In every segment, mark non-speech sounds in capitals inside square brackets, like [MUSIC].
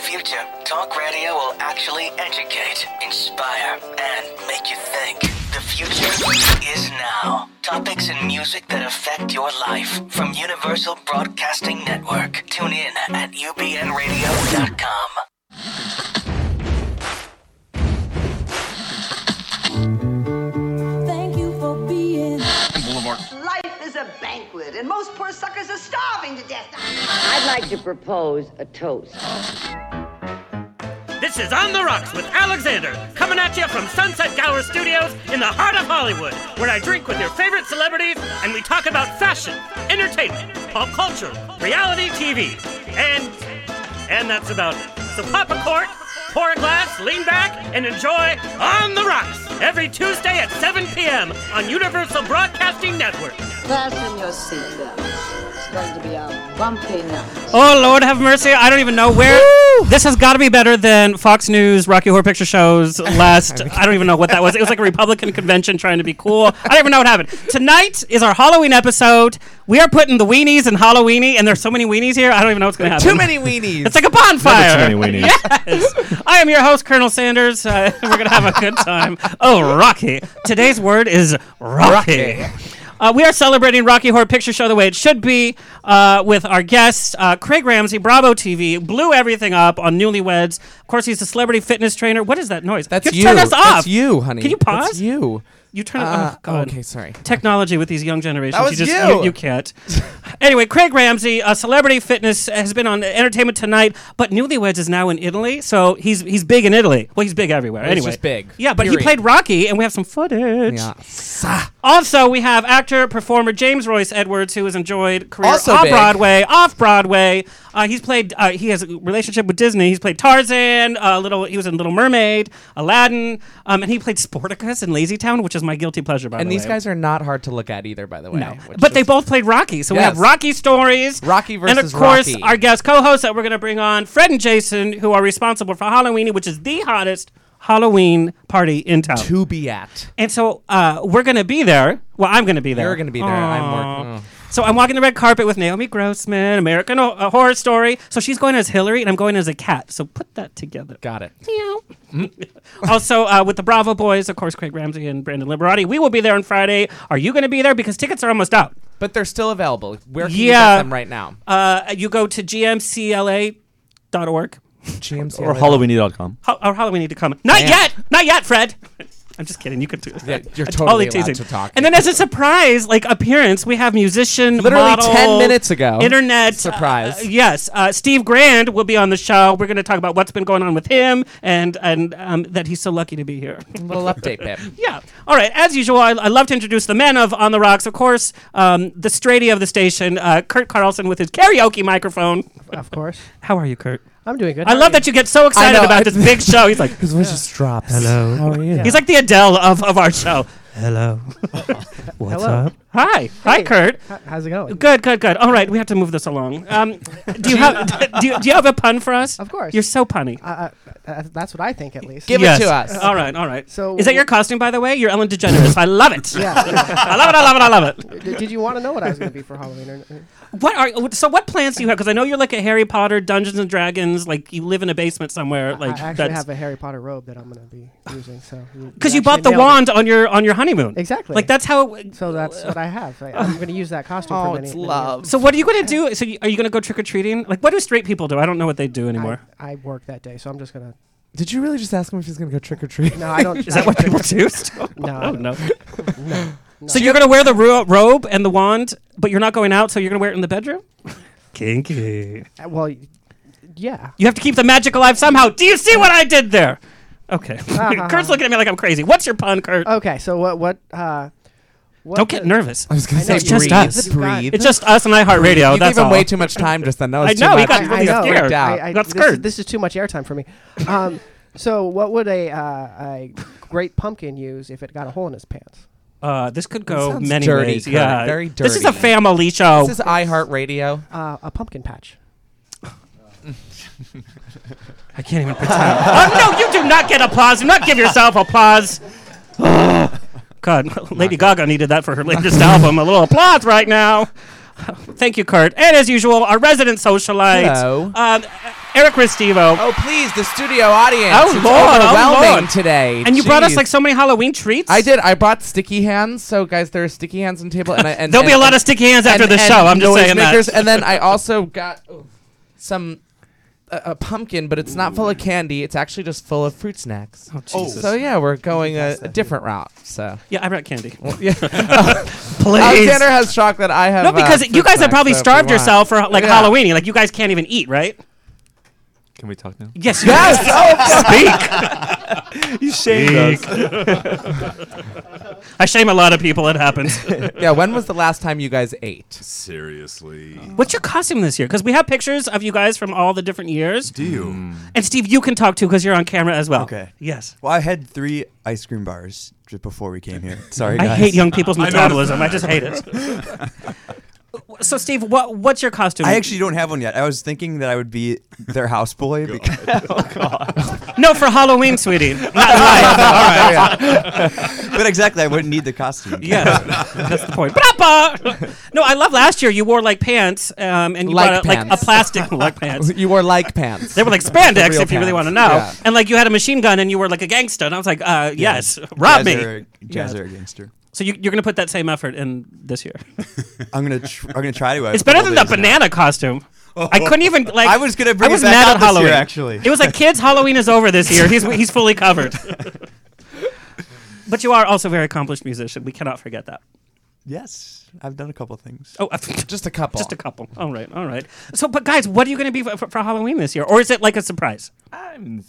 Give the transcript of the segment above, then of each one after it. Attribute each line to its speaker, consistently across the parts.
Speaker 1: future, talk radio will actually educate, inspire, and make you think. The future is now. Topics and music that affect your life from Universal Broadcasting Network. Tune in at ubnradio.com.
Speaker 2: Thank you for being.
Speaker 3: Life is a banquet, and most poor suckers are starving to death.
Speaker 4: I'd like to propose a toast.
Speaker 5: This is On the Rocks with Alexander, coming at you from Sunset Gower Studios in the heart of Hollywood, where I drink with your favorite celebrities and we talk about fashion, entertainment, pop culture, reality TV, and and that's about it. So pop a cork, pour a glass, lean back, and enjoy On the Rocks every Tuesday at 7 p.m. on Universal Broadcasting Network.
Speaker 6: Fasten your seatbelts. It's going to be a bumpy night.
Speaker 5: Oh Lord have mercy! I don't even know where. This has got to be better than Fox News Rocky Horror
Speaker 7: [LAUGHS]
Speaker 5: Picture Show's last. I don't even know what that was. It was like a Republican convention trying to be cool. I don't even know what happened. Tonight is our Halloween episode. We are putting the weenies in Halloweeny, and there's so many weenies here. I don't even know what's going to happen.
Speaker 8: Too many weenies.
Speaker 5: It's like a bonfire.
Speaker 7: Never too many
Speaker 9: [LAUGHS]
Speaker 5: [LAUGHS]
Speaker 7: weenies.
Speaker 5: Yes. I am your host, Colonel Sanders. Uh, [LAUGHS] we're going to have a good time. Oh, Rocky. Today's word is Rocky. Uh, we are celebrating Rocky Horror Picture Show the way it should be uh, with our guest, uh, Craig Ramsey, Bravo TV, blew everything up on Newlyweds. Of course, he's a celebrity fitness trainer. What is that noise?
Speaker 8: That's
Speaker 5: have to
Speaker 8: you.
Speaker 5: Turn us off.
Speaker 8: That's you, honey.
Speaker 5: Can you pause?
Speaker 8: That's you.
Speaker 5: You turn it
Speaker 8: Uh,
Speaker 5: off. God.
Speaker 8: okay, sorry.
Speaker 5: Technology with these young generations.
Speaker 8: That was
Speaker 5: you, just,
Speaker 8: you. [LAUGHS]
Speaker 5: you can't. anyway, Craig Ramsey, a celebrity fitness, has been on Entertainment Tonight, but Newlyweds is now in Italy, so he's he's big in Italy. Well, he's big everywhere.
Speaker 8: he's
Speaker 5: anyway,
Speaker 8: just big,
Speaker 5: Yeah, but he
Speaker 8: period.
Speaker 5: played Rocky, and we have some footage.
Speaker 8: Yeah.
Speaker 5: [LAUGHS] Also, we have actor performer James Royce Edwards, who has enjoyed career
Speaker 8: Also
Speaker 5: on
Speaker 8: big.
Speaker 5: Broadway, off Broadway. Uh, he's played. Uh, he has a relationship with Disney. He's played Tarzan. Uh, little. He was in Little Mermaid, Aladdin, um, and he played Sportacus in Lazy Town, which is my guilty pleasure. By
Speaker 8: And
Speaker 5: the
Speaker 8: these
Speaker 5: way.
Speaker 8: guys are not hard to look at either, by the way.
Speaker 5: No.
Speaker 8: which
Speaker 5: But they
Speaker 8: is-
Speaker 5: both played Rocky, so we have
Speaker 8: Yes.
Speaker 5: Rocky stories,
Speaker 8: Rocky
Speaker 5: and of
Speaker 8: versus
Speaker 5: course
Speaker 8: Rocky.
Speaker 5: our guest co-hosts that we're going to bring on, Fred and Jason, who are responsible for Halloween, which is the hottest Halloween party in town.
Speaker 8: to be at.
Speaker 5: And so uh, we're going to be there. Well, I'm going to be there.
Speaker 8: You're gonna be there. I'm working.
Speaker 5: So I'm walking the red carpet with Naomi Grossman, American Ho- uh, Horror Story. So she's going as Hillary, and I'm going as a cat. So put that together.
Speaker 8: Got it.
Speaker 5: Meow. [LAUGHS] also, uh, with the Bravo Boys, of course, Craig Ramsey and Brandon Liberati. We will be there on Friday. Are you going to be there? Because tickets are almost out.
Speaker 8: But they're still available. Where can you
Speaker 5: Yeah.
Speaker 8: get them right now?
Speaker 5: Uh, you go to gmcla.org.
Speaker 8: GMC.
Speaker 7: Or Halloweeny.com.
Speaker 5: Ho- or Halloween need to come. Not
Speaker 8: Yeah.
Speaker 5: yet. Not yet, Fred. I'm just kidding. You could do it.
Speaker 8: Yeah, you're
Speaker 5: I'm
Speaker 8: totally allowed to talk.
Speaker 5: And then as a surprise, like appearance, we have musician,
Speaker 8: Literally
Speaker 5: model,
Speaker 8: 10 minutes ago.
Speaker 5: internet
Speaker 8: Surprise.
Speaker 5: uh, yes, uh, Steve Grand will be on the show. We're going to talk about what's been going on with him and and um, that he's so lucky to
Speaker 8: [LAUGHS]
Speaker 5: be here.
Speaker 8: little update, babe.
Speaker 5: Yeah. All right. As usual, I, I love to introduce the men of On the Rocks. Of course, um, the straighty of the station, uh, Kurt Carlson with his karaoke microphone.
Speaker 9: Of course.
Speaker 5: How are you, Kurt?
Speaker 9: I'm doing good.
Speaker 5: I love that you get so excited
Speaker 8: know, I-
Speaker 5: about
Speaker 8: [LAUGHS]
Speaker 5: this big show. He's like,
Speaker 8: His voice just drops.
Speaker 9: Hello.
Speaker 8: How
Speaker 5: [LAUGHS]
Speaker 8: are you?
Speaker 5: He's like the Adele of, of our show. [LAUGHS]
Speaker 9: Hello. What's up?
Speaker 5: Hi. Hi, Kurt.
Speaker 9: How's it going?
Speaker 5: Good, good, good. All right, we have to move this along.
Speaker 9: [LAUGHS]
Speaker 5: Um, do you have do you, do you have a pun for us?
Speaker 9: Of course.
Speaker 5: You're so punny.
Speaker 9: Uh, uh, that's what I
Speaker 5: [LAUGHS]
Speaker 9: think, at least.
Speaker 8: Give
Speaker 5: Yes.
Speaker 8: it to us.
Speaker 5: All right, all right.
Speaker 9: So
Speaker 5: is that
Speaker 9: wh-
Speaker 5: your costume, by the way? You're Ellen DeGeneres. I love it.
Speaker 9: yeah.
Speaker 5: [LAUGHS] I love it. I love it. I love it.
Speaker 9: did, did you want to know what I was going to be for Halloween? Or, n-
Speaker 5: What are so? What plans do you have? Because I know you're like a Harry Potter, Dungeons and Dragons. Like you live in a basement somewhere. Like
Speaker 9: I actually
Speaker 5: that's
Speaker 9: have a Harry Potter robe that I'm going to be using. So
Speaker 5: because you
Speaker 9: actually
Speaker 5: bought the
Speaker 9: nailed it.
Speaker 5: wand on your on your honeymoon.
Speaker 9: Exactly.
Speaker 5: Like that's how.
Speaker 9: So that's what I have. I, I'm going to use that costume.
Speaker 8: Oh,
Speaker 9: for many,
Speaker 8: it's
Speaker 9: many
Speaker 8: love.
Speaker 5: So what are you gonna do? So you, are you gonna go trick or treating? Like what do straight people do? I don't know what they do
Speaker 9: years.
Speaker 5: anymore.
Speaker 9: I, I work that day, so I'm just going to.
Speaker 8: Did you really just ask him if he's gonna go trick or treat?
Speaker 9: No, I don't.
Speaker 5: [LAUGHS] Is that what people do? still?
Speaker 9: [LAUGHS] No, I
Speaker 5: [LAUGHS] Oh,
Speaker 9: don't.
Speaker 5: no. [LAUGHS] So you're gonna wear the ro- robe and the wand, but you're not going out. So you're gonna wear it in the bedroom. Kinky.
Speaker 9: Uh, Well, y- yeah.
Speaker 5: You have to keep the magic alive somehow. Do you see what I did there? Okay. [LAUGHS]
Speaker 9: Uh-huh.
Speaker 5: Kurt's looking at me like I'm crazy. What's your pun, Kurt?
Speaker 9: Okay, so what? What? Uh, what
Speaker 5: don't get
Speaker 9: the-
Speaker 5: nervous.
Speaker 8: I was gonna
Speaker 9: I
Speaker 8: say
Speaker 9: know,
Speaker 5: it's just
Speaker 8: breathe,
Speaker 5: us.
Speaker 8: breathe.
Speaker 5: It's just us and iHeartRadio.
Speaker 8: you
Speaker 5: That's
Speaker 8: gave him
Speaker 5: all.
Speaker 8: way too much time just then. That was
Speaker 5: I
Speaker 8: too
Speaker 5: know, he
Speaker 8: much.
Speaker 5: got
Speaker 9: I, I
Speaker 5: really
Speaker 9: know.
Speaker 5: scared.
Speaker 9: I- I,
Speaker 5: Got
Speaker 9: this, Is,
Speaker 5: scared.
Speaker 9: this is too much airtime for me. [LAUGHS] Um, so, what would a, uh, a great pumpkin use if it got a hole in its pants?
Speaker 5: Uh, this could go
Speaker 8: sounds
Speaker 5: many
Speaker 8: dirty,
Speaker 5: ways.
Speaker 8: Kurt.
Speaker 5: Yeah,
Speaker 8: Very
Speaker 5: This is a
Speaker 8: dirty.
Speaker 5: family show.
Speaker 8: This is
Speaker 5: [LAUGHS]
Speaker 8: iHeartRadio.
Speaker 9: Uh, a pumpkin patch.
Speaker 5: I
Speaker 8: [LAUGHS]
Speaker 5: can't even pretend. oh, no, you do not get applause. Do not give yourself
Speaker 8: [LAUGHS]
Speaker 5: applause. God, Lady Gaga needed that for her latest album. A little applause right now. Thank you, Kurt. And as usual, our resident socialite.
Speaker 8: Hello.
Speaker 5: Um, Eric Restivo.
Speaker 8: Oh, please, the studio audience.
Speaker 5: Oh,
Speaker 8: it's
Speaker 5: Lord, oh,
Speaker 8: overwhelming
Speaker 5: Lord.
Speaker 8: today.
Speaker 5: and you brought us
Speaker 8: Jeez.
Speaker 5: like so many Halloween treats.
Speaker 8: I did. I brought sticky hands. So, guys, there are sticky hands on the table. And, I, and
Speaker 5: There'll be a
Speaker 8: and-
Speaker 5: lot of sticky hands after
Speaker 8: and-
Speaker 5: the
Speaker 8: and
Speaker 5: show. I'm just saying
Speaker 8: noisemakers.
Speaker 5: that.
Speaker 8: And then I also got oh, some uh, a, a pumpkin, but it's not full of candy. It's actually just full of fruit snacks. Oh,
Speaker 5: Jesus.
Speaker 8: So yeah, we're going a, a different route. So
Speaker 5: Yeah, I brought candy.
Speaker 8: [LAUGHS]
Speaker 5: [LAUGHS]
Speaker 8: yeah.
Speaker 5: Please.
Speaker 8: Alexander has chocolate. I have
Speaker 5: no, because
Speaker 8: uh,
Speaker 5: you
Speaker 8: fruit
Speaker 5: guys have
Speaker 8: snacks,
Speaker 5: probably
Speaker 8: so if you
Speaker 5: starved
Speaker 8: want.
Speaker 5: yourself for like
Speaker 8: Yeah.
Speaker 5: Halloween. Like you guys can't even eat, right?
Speaker 10: Can we talk now?
Speaker 5: Yes.
Speaker 8: Yes. Oh,
Speaker 5: Speak.
Speaker 8: [LAUGHS]
Speaker 5: [LAUGHS]
Speaker 10: You shamed us.
Speaker 5: I shame a lot of people. It
Speaker 8: [LAUGHS]
Speaker 5: happens.
Speaker 8: Oh, yeah. When was the last time you guys ate?
Speaker 10: Seriously.
Speaker 5: What's your costume this year? Because we have pictures of you guys from all the different years.
Speaker 10: Do you?
Speaker 5: And Steve, you can talk too because you're on camera as well.
Speaker 11: Okay.
Speaker 5: Yes.
Speaker 11: Well, I had three ice cream bars just before we came here. Sorry,
Speaker 5: I
Speaker 11: guys.
Speaker 5: hate young people's
Speaker 10: I noticed
Speaker 5: metabolism. [LAUGHS] I just hate it. [LAUGHS] so, Steve, what what's your costume?
Speaker 11: I actually don't have one yet. I was thinking that I would be their
Speaker 5: [LAUGHS]
Speaker 11: houseboy.
Speaker 5: Oh,
Speaker 11: because-
Speaker 5: no for Halloween, sweetie.
Speaker 11: [LAUGHS]
Speaker 5: Not life. [LAUGHS]
Speaker 11: but exactly, I wouldn't need the costume.
Speaker 5: Yeah, that's the point. Ba-da-ba! [LAUGHS] No, I love last year. You wore like pants, um, and you
Speaker 8: Like
Speaker 5: bought a, like
Speaker 8: pants. [LAUGHS]
Speaker 5: a plastic like pants.
Speaker 8: You wore like pants.
Speaker 5: They were like spandex, if
Speaker 8: real
Speaker 5: you
Speaker 8: pants.
Speaker 5: really want to know.
Speaker 8: Yeah.
Speaker 5: And like you had a machine gun, and you were like a gangster. And I was like, uh, yes, [LAUGHS]
Speaker 11: Jazz
Speaker 5: rob me.
Speaker 11: Era, jazz era gangster.
Speaker 5: So you, you're gonna put that same effort in
Speaker 8: [LAUGHS]
Speaker 5: this year.
Speaker 11: I'm gonna. Tr- I'm gonna try to.
Speaker 5: It's better than the banana costume. I couldn't
Speaker 11: [LAUGHS]
Speaker 5: even like.
Speaker 11: I was gonna bring
Speaker 5: I was
Speaker 11: it back
Speaker 5: mad
Speaker 11: out
Speaker 5: at
Speaker 11: this year,
Speaker 5: Halloween.
Speaker 11: actually.
Speaker 5: it was like
Speaker 11: [LAUGHS]
Speaker 5: kids. Halloween is over this year. He's he's fully covered. but you are also a very accomplished musician. We cannot forget that.
Speaker 11: Yes, I've done a couple things.
Speaker 5: [LAUGHS] Oh,
Speaker 8: just a couple.
Speaker 5: just a couple. All right, all right. So, but guys, what are you going to be for, for Halloween this year, or is it like a surprise?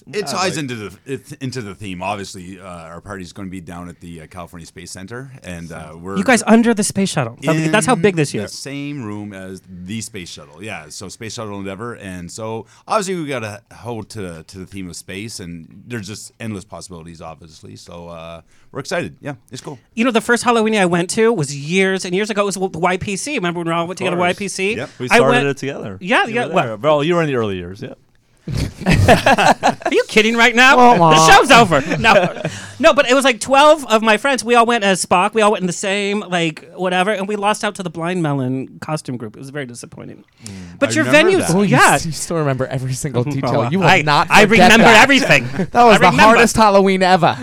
Speaker 10: It
Speaker 8: uh,
Speaker 10: ties into the it's into the theme. Obviously, uh, our party's going to be down at the uh, California Space Center, and uh, we're
Speaker 5: You guys under the space shuttle. That- That's how
Speaker 10: in
Speaker 5: big this year.
Speaker 10: The same room as the space shuttle. Yeah, so space shuttle endeavor, and so obviously we got to hold to to the theme of space, and there's just endless possibilities, obviously. So uh, we're excited. Yeah, it's cool.
Speaker 5: You know, the first Halloween I went to was years and years ago. It was the YPC. Remember when we all went together to
Speaker 10: course.
Speaker 5: YPC?
Speaker 10: Yep.
Speaker 5: I went-
Speaker 10: together.
Speaker 5: Yeah, You yeah, were there. well-
Speaker 10: well, you were in the early years. Yeah.
Speaker 5: Are you kidding right now? the show's over.
Speaker 8: [LAUGHS]
Speaker 5: No, no, but it was like twelve of my friends. We all went as Spock. We all went in the same like whatever, and we lost out to the Blind Melon costume group. It was very disappointing. But
Speaker 10: Hmm. I
Speaker 5: your
Speaker 10: remember
Speaker 5: venues,
Speaker 10: that.
Speaker 8: Oh, you,
Speaker 5: yeah.
Speaker 8: s- you still remember every single detail.
Speaker 5: Well,
Speaker 8: you will
Speaker 5: I,
Speaker 8: not.
Speaker 5: I
Speaker 8: forget
Speaker 5: remember
Speaker 8: that.
Speaker 5: everything.
Speaker 8: [LAUGHS] That was
Speaker 5: I
Speaker 8: the
Speaker 5: remember.
Speaker 8: hardest Halloween ever.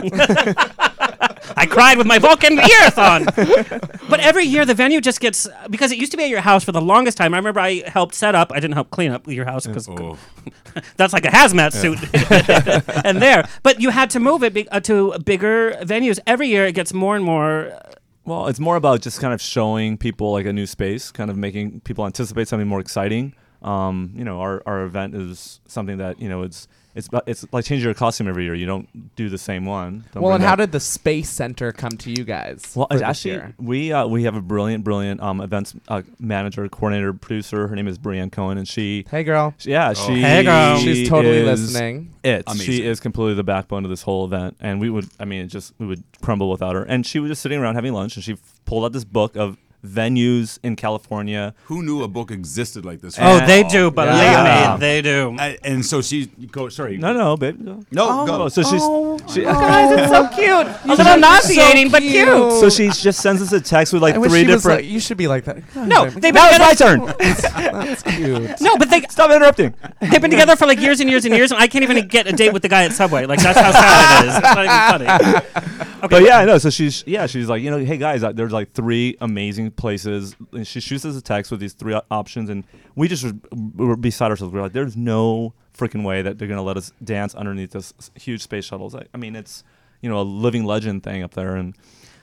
Speaker 5: I cried with my Vulcan ears
Speaker 8: [LAUGHS]
Speaker 5: on. But every year the venue just gets because it used to be at your house for the longest time. I remember I helped set up. I didn't help clean up your house because
Speaker 10: Oh.
Speaker 5: [LAUGHS] that's like a hazmat suit. [LAUGHS] and there, but you had to move it be, uh, to bigger venues. Every year it gets more and more.
Speaker 4: [LAUGHS] Well, it's more about just kind of showing people like a new space, kind of making people anticipate something more exciting. Um, you know, our, our event is something that you know it's it's about- it's like changing your costume every year. You don't do the same one. Don't
Speaker 8: well,
Speaker 4: bring
Speaker 8: and how
Speaker 4: that-
Speaker 8: did the space center come to you guys?
Speaker 4: well
Speaker 8: for
Speaker 4: it's
Speaker 8: this
Speaker 4: actually
Speaker 8: year?
Speaker 4: we uh, we have a brilliant brilliant um, events uh, manager coordinator producer. Her name is Brianne Cohen, and she
Speaker 8: Hey, girl.
Speaker 4: yeah she
Speaker 5: Hey, girl.
Speaker 8: She's totally
Speaker 4: is
Speaker 8: listening.
Speaker 4: It she
Speaker 10: Oh. Amazing.
Speaker 4: is completely the backbone of this whole event, and we would I mean it just we would crumble without her. And she was just sitting around having lunch, and she f- pulled out this book of venues in California.
Speaker 10: Who knew a book existed like this?
Speaker 5: Oh, they do, believe
Speaker 4: Yeah.
Speaker 5: me, they do.
Speaker 10: I- and so she. Go, sorry.
Speaker 4: No, no, babe. No,
Speaker 10: No, go.
Speaker 4: So she's
Speaker 8: Oh
Speaker 4: she, [LAUGHS]
Speaker 5: Guys, it's so cute. A little nauseating, but cute.
Speaker 4: so she just sends us a text with like
Speaker 8: I wish
Speaker 4: three
Speaker 8: she was
Speaker 4: different.
Speaker 8: like, you should be like that.
Speaker 5: No, they've been
Speaker 4: now it's my
Speaker 5: together.
Speaker 4: turn.
Speaker 8: That's
Speaker 4: [LAUGHS]
Speaker 8: cute.
Speaker 5: [LAUGHS] No, but they
Speaker 4: Stop interrupting.
Speaker 5: They've been together for like years and years and years, and I can't even get a date with the guy at Subway. Like that's how sad it is. It's not even funny.
Speaker 4: But yeah, I know. So she's yeah, she's like, you know, hey guys, uh, there's like three amazing places. And she shoots us a text with these three o- options, and we just were, were beside ourselves. We are like, there's no freaking way that they're gonna let us dance underneath this s- huge space shuttles. I, I mean, it's you know a living legend thing up there, and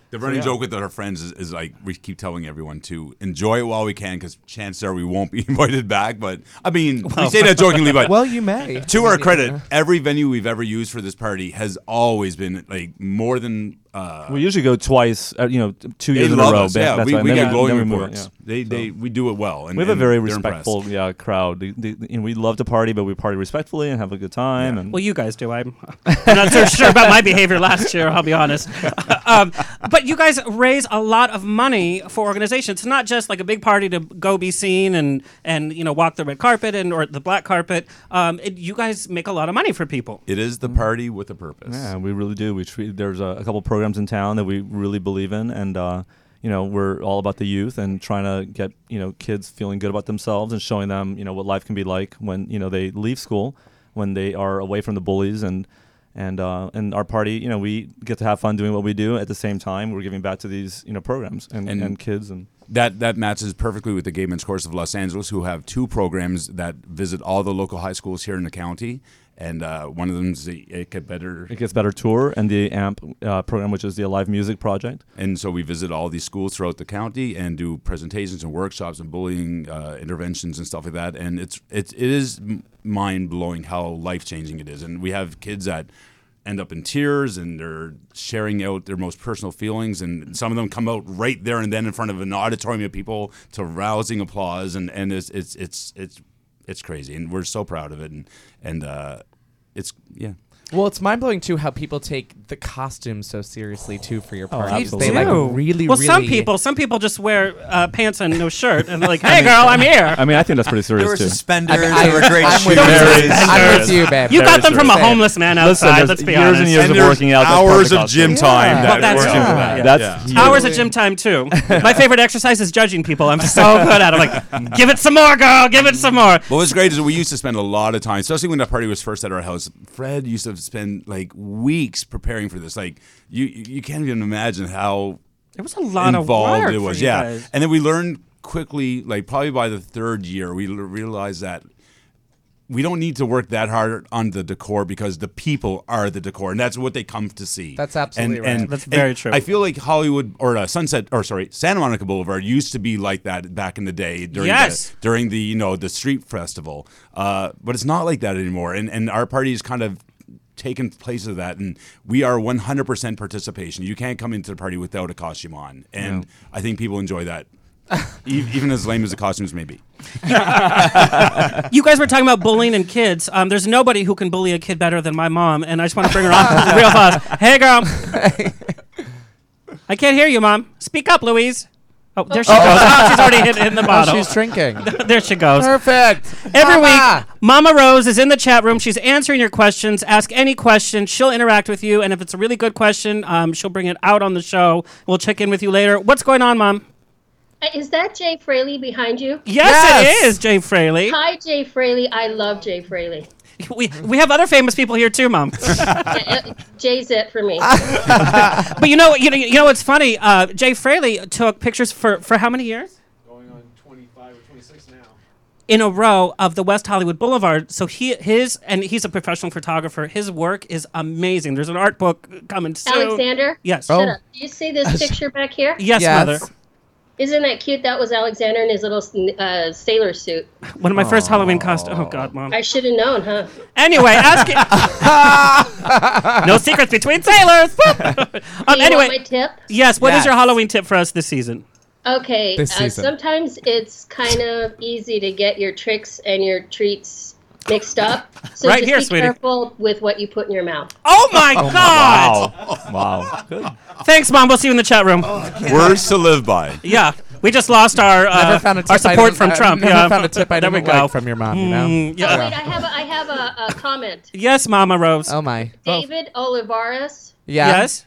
Speaker 10: The running
Speaker 4: yeah.
Speaker 10: joke with our friends is, is like we keep telling everyone to enjoy it while we can because chances are we won't be [LAUGHS] invited back. But I mean, we say that jokingly,
Speaker 4: [LAUGHS]
Speaker 10: but
Speaker 8: Well, you may.
Speaker 10: to our credit, every venue we've ever used for this party has always been like more than uh,
Speaker 4: we usually go twice. Uh, you know, t- two
Speaker 10: they
Speaker 4: years in a
Speaker 10: love
Speaker 4: row.
Speaker 10: us.
Speaker 4: ba-
Speaker 10: Yeah,
Speaker 4: that's
Speaker 10: we,
Speaker 4: right.
Speaker 10: we
Speaker 4: And then
Speaker 10: get glowing
Speaker 4: then we move it,
Speaker 10: reports.
Speaker 4: yeah.
Speaker 10: They they we do it well. And
Speaker 4: We have a
Speaker 10: and
Speaker 4: very
Speaker 10: they're impressed.
Speaker 4: respectful yeah, crowd. The, the, and we love to party, but we party respectfully and have a good time. And
Speaker 5: Well, you guys do. I'm, I'm not so sure about my behavior last year. I'll be honest. [LAUGHS] um, but you guys raise a lot of money for organizations. It's not just like a big party to go be seen and and you know walk the red carpet and or the black carpet. Um, it, you guys make a lot of money for people.
Speaker 10: It is
Speaker 4: Mm-hmm.
Speaker 10: the party with a purpose.
Speaker 4: Yeah, we really do. We treat there's a, a couple programs in town that we really believe in, and uh, you know, we're all about the youth and trying to get you know kids feeling good about themselves and showing them you know what life can be like when you know they leave school, when they are away from the bullies and and uh, and our party, you know, we get to have fun doing what we do. At the same time, we're giving back to these you know programs and, and, kids and.
Speaker 10: that that matches perfectly with the Gay Men's Chorus of Los Angeles, who have two programs that visit all the local high schools here in the county, and uh, one of them's the It Get Better.
Speaker 4: It Gets Better tour and the AMP uh, program, which is the Alive Music Project.
Speaker 10: And so we visit all these schools throughout the county and do presentations and workshops and bullying uh, interventions and stuff like that. And it's it's it is mind blowing how life changing it is. And we have kids that end up in tears and they're sharing out their most personal feelings and some of them come out right there and then in front of an auditorium of people to rousing applause and and it's it's it's it's it's crazy and we're so proud of it and and uh it's yeah
Speaker 8: Well, it's mind blowing too how people take the costumes so seriously too for your
Speaker 10: Oh,
Speaker 8: parties.
Speaker 10: absolutely.
Speaker 8: they like
Speaker 5: Ew.
Speaker 8: really,
Speaker 5: well.
Speaker 8: really.
Speaker 5: Some people, some people just wear uh, pants and no shirt, and they're
Speaker 8: [LAUGHS]
Speaker 5: like,
Speaker 4: I
Speaker 5: "Hey,
Speaker 4: mean-
Speaker 5: girl,
Speaker 4: [LAUGHS]
Speaker 5: I'm here."
Speaker 4: I mean, I think that's pretty serious too.
Speaker 11: I mean, there I- were great I'm
Speaker 5: with shoes. you.
Speaker 4: Very
Speaker 5: I'm with
Speaker 4: serious.
Speaker 5: you, babe. You got them from a
Speaker 4: serious.
Speaker 5: homeless man outside,
Speaker 4: Listen,
Speaker 5: let's
Speaker 4: there's
Speaker 5: be
Speaker 4: years
Speaker 5: honest.
Speaker 4: and years
Speaker 5: And
Speaker 4: of
Speaker 5: there's
Speaker 4: working out. that's
Speaker 10: hours
Speaker 4: perfect
Speaker 10: of
Speaker 4: costume.
Speaker 10: gym time Yeah.
Speaker 5: Well,
Speaker 10: that
Speaker 5: that's
Speaker 10: works
Speaker 5: true.
Speaker 10: into that. Yeah.
Speaker 4: That's
Speaker 10: Yeah.
Speaker 5: Hours of gym time too. My favorite exercise is judging people. I'm
Speaker 10: [LAUGHS]
Speaker 5: so good at it. I'm like, give it some more, girl. Give it some more.
Speaker 10: What was great is we used to spend a lot of time, especially when that party was first at our house. Fred used to spend like weeks preparing for this. Like you, you can't even imagine how
Speaker 5: It was a lot of
Speaker 10: involved
Speaker 5: work
Speaker 10: it
Speaker 5: for
Speaker 10: was.
Speaker 5: you
Speaker 10: yeah,
Speaker 5: guys.
Speaker 10: and then we learned quickly, like probably by the third year, we l- realized that we don't need to work that hard on the decor because the people are the decor, and that's what they come to see.
Speaker 8: That's absolutely
Speaker 10: and,
Speaker 8: right.
Speaker 10: And,
Speaker 8: That's
Speaker 10: and
Speaker 8: very true.
Speaker 10: I feel like Hollywood or uh, Sunset or sorry, Santa Monica Boulevard used to be like that back in the day during
Speaker 5: Yes.
Speaker 10: the, during the you know the street festival, uh, but it's not like that anymore. And and our party is kind of taken place of that, and we are 100% participation. You can't come into the party without a costume on, and
Speaker 4: No.
Speaker 10: I think people enjoy that. E- [LAUGHS] Even as lame as the costumes may be,
Speaker 5: you guys were talking about bullying and kids. Um, there's nobody who can bully a kid better than my mom, and I just want to bring her on real fast. Hey, girl. I can't hear you, mom. Speak up, Louise. Oh, there she
Speaker 8: Oh.
Speaker 5: goes. Oh, she's already hit in the
Speaker 8: Oh,
Speaker 5: bottle.
Speaker 8: she's drinking.
Speaker 5: [LAUGHS] there she goes.
Speaker 8: Perfect.
Speaker 5: Every
Speaker 8: Mama.
Speaker 5: week, Mama Rose is in the chat room. She's answering your questions. Ask any question. She'll interact with you, and if it's a really good question, um, she'll bring it out on the show. We'll check in with you later. What's going on, mom?
Speaker 12: Uh, Is that Jay Fraley behind you?
Speaker 5: Yes, it is Jay Fraley.
Speaker 12: Hi, Jay Fraley. I love Jay Fraley.
Speaker 5: We we have other famous people here too, mom.
Speaker 12: Jay's it for
Speaker 5: [LAUGHS]
Speaker 12: me.
Speaker 5: but you know, you know, you know what's funny? Uh, Jay Fraley took pictures for for how many years? Going on twenty five or twenty six now. In a row of the West Hollywood Boulevard. So he his and he's a professional photographer. His work is amazing. There's an art book coming soon.
Speaker 12: Alexander?
Speaker 5: Yes.
Speaker 12: Shut up. Do you see this picture back here?
Speaker 5: Oh. Yes, mother.
Speaker 12: Isn't that cute? That was Alexander in his little uh, sailor suit.
Speaker 5: One of my first Halloween costumes. Oh God, [LAUGHS] mom.
Speaker 12: I should have known, huh?
Speaker 5: Anyway, [LAUGHS] ask it. no secrets between sailors. um,
Speaker 12: you
Speaker 5: anyway,
Speaker 12: want my tip?
Speaker 5: yes. What is your
Speaker 12: Yes.
Speaker 5: Halloween tip for us this season?
Speaker 12: Okay.
Speaker 5: This
Speaker 12: uh,
Speaker 5: season.
Speaker 12: sometimes it's kind of easy to get your tricks and your treats mixed up. So
Speaker 5: Right
Speaker 12: just
Speaker 5: here,
Speaker 12: be
Speaker 5: sweetie.
Speaker 12: careful with what you put in your mouth.
Speaker 5: Oh my
Speaker 4: Oh my-
Speaker 5: God!
Speaker 4: Wow. Wow.
Speaker 5: Thanks, mom. We'll see you in the chat room.
Speaker 10: words to live by.
Speaker 5: Yeah, we just lost our uh,
Speaker 8: Never found a tip
Speaker 5: our
Speaker 8: I
Speaker 5: support
Speaker 8: didn't-
Speaker 5: from
Speaker 8: I
Speaker 5: Trump.
Speaker 8: never
Speaker 5: yeah.
Speaker 8: found a tip I
Speaker 5: There we
Speaker 8: didn't like
Speaker 5: go.
Speaker 8: from your mom, you know?
Speaker 5: Mm,
Speaker 12: Oh, wait,
Speaker 5: yeah.
Speaker 12: I have a, I have a, a comment.
Speaker 5: Yes, Mama Rose. Oh
Speaker 8: my.
Speaker 12: David Olivares.
Speaker 5: Yes.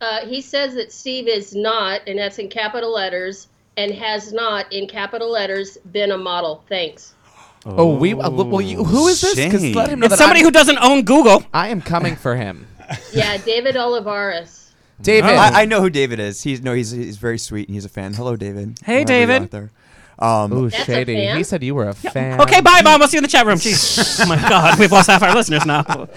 Speaker 12: Uh, he says that Steve is not, and that's in capital letters, and has not, in capital letters, been a model. Thanks.
Speaker 8: Oh, we. Uh, well, you, who is this? 'Cause
Speaker 10: Shame.
Speaker 8: let him know
Speaker 5: It's
Speaker 8: that
Speaker 5: somebody
Speaker 8: I'm-
Speaker 5: who doesn't own Google.
Speaker 8: I am coming for him.
Speaker 12: Yeah, David Olivares.
Speaker 8: David.
Speaker 11: I, I know who David is. He's no, he's he's very sweet and he's a fan. Hello, David.
Speaker 5: Hey,
Speaker 11: Wherever you're
Speaker 5: David.
Speaker 11: out there. Um,
Speaker 8: Ooh, That's a shady. fan? He said you were a fan.
Speaker 5: Okay, bye, mom. We'll see you in the chat
Speaker 8: [LAUGHS]
Speaker 5: room. Jeez. oh my God, we've lost half [LAUGHS] our listeners now.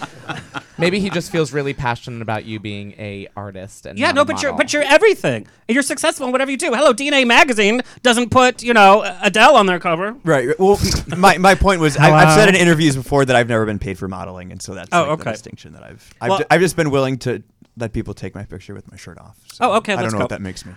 Speaker 8: Maybe he just feels really passionate about you being a artist and
Speaker 5: Yeah,
Speaker 8: not
Speaker 5: no,
Speaker 8: a
Speaker 5: but you're
Speaker 8: model.
Speaker 5: but you're everything. And you're successful in whatever you do. Hello, DNA Magazine doesn't put you know Adele on their cover.
Speaker 11: Right. Well, my, my point was I, I've
Speaker 5: Hello?
Speaker 11: said in interviews before that I've never been paid for modeling, and so that's
Speaker 5: Oh,
Speaker 11: like, the
Speaker 5: okay.
Speaker 11: distinction that I've I've,
Speaker 5: Well-
Speaker 11: ju- I've just been willing to let people take my picture with my shirt off. So
Speaker 5: Oh, okay,
Speaker 11: I don't
Speaker 5: let's
Speaker 11: know
Speaker 5: go.
Speaker 11: what that makes
Speaker 5: [LAUGHS]
Speaker 11: me.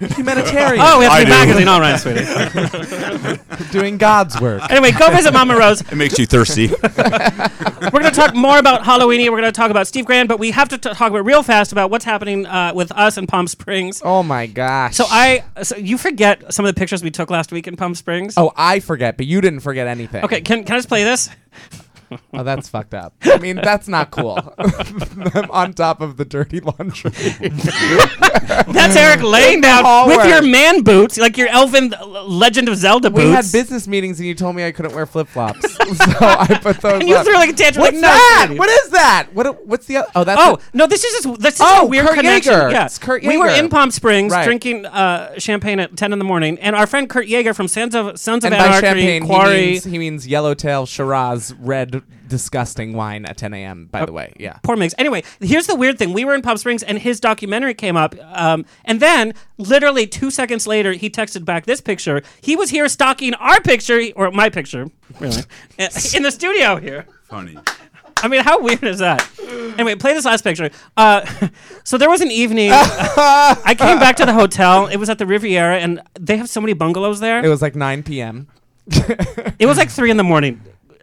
Speaker 8: Humanitarian.
Speaker 5: Oh, we have to
Speaker 11: I
Speaker 5: be
Speaker 11: do.
Speaker 5: magazine. All [LAUGHS] right, sweetie.
Speaker 8: doing God's work.
Speaker 5: Anyway, go
Speaker 10: [LAUGHS]
Speaker 5: visit Mama Rose.
Speaker 10: It makes you thirsty.
Speaker 5: We're going to talk more about Halloween. We're going to talk about Steve Grand, but we have to t- talk about real fast about what's happening uh, with us in Palm Springs.
Speaker 8: Oh my gosh.
Speaker 5: So I, so you forget some of the pictures we took last week in Palm Springs.
Speaker 8: Oh, I forget, but you didn't forget anything.
Speaker 5: Okay, can, can I just play this?
Speaker 8: Oh, that's fucked up. I mean, that's not cool. [LAUGHS] I'm on top of the dirty laundry.
Speaker 5: [LAUGHS] That's Eric laying down
Speaker 8: All
Speaker 5: with your
Speaker 8: work.
Speaker 5: man boots, like your elfin uh, Legend of Zelda
Speaker 8: We had
Speaker 5: boots.
Speaker 8: business meetings and you told me I couldn't wear flip flops, [LAUGHS] so I put those.
Speaker 5: [LAUGHS] And you
Speaker 8: up.
Speaker 5: threw, like, a tantrum, like,
Speaker 8: What's
Speaker 5: "No,
Speaker 8: that?
Speaker 5: Katie."
Speaker 8: What is that? What? What's the? oth- Oh, that's.
Speaker 5: oh
Speaker 8: it.
Speaker 5: no, this is just this is
Speaker 8: Oh,
Speaker 5: a weird
Speaker 8: Kurt
Speaker 5: connection.
Speaker 8: Yeager.
Speaker 5: Yeah.
Speaker 8: It's Kurt
Speaker 5: We were
Speaker 8: Yeager.
Speaker 5: in Palm Springs
Speaker 8: Right.
Speaker 5: drinking uh, champagne at ten in the morning, and our friend Kurt Yeager from Sons of Sons of
Speaker 8: and by
Speaker 5: Anarchy
Speaker 8: champagne,
Speaker 5: Quarry.
Speaker 8: he means, he means yellowtail Shiraz red, disgusting wine at 10 a.m.
Speaker 5: Oh.
Speaker 8: By the way, yeah.
Speaker 5: uh, Poor Migs. Anyway, here's the weird thing. We were in Palm Springs and his documentary came up. Um, and then, literally two seconds later, he texted back this picture. He was here stalking our picture, or my picture, [LAUGHS] really, in in the studio here.
Speaker 10: Funny.
Speaker 5: I mean, how weird is that? Anyway, play this last picture. Uh, [LAUGHS] so there was an evening. I came back to the hotel. It was at the Riviera, and they have so many bungalows there.
Speaker 8: It was like 9 p.m.
Speaker 5: It was like three in the morning.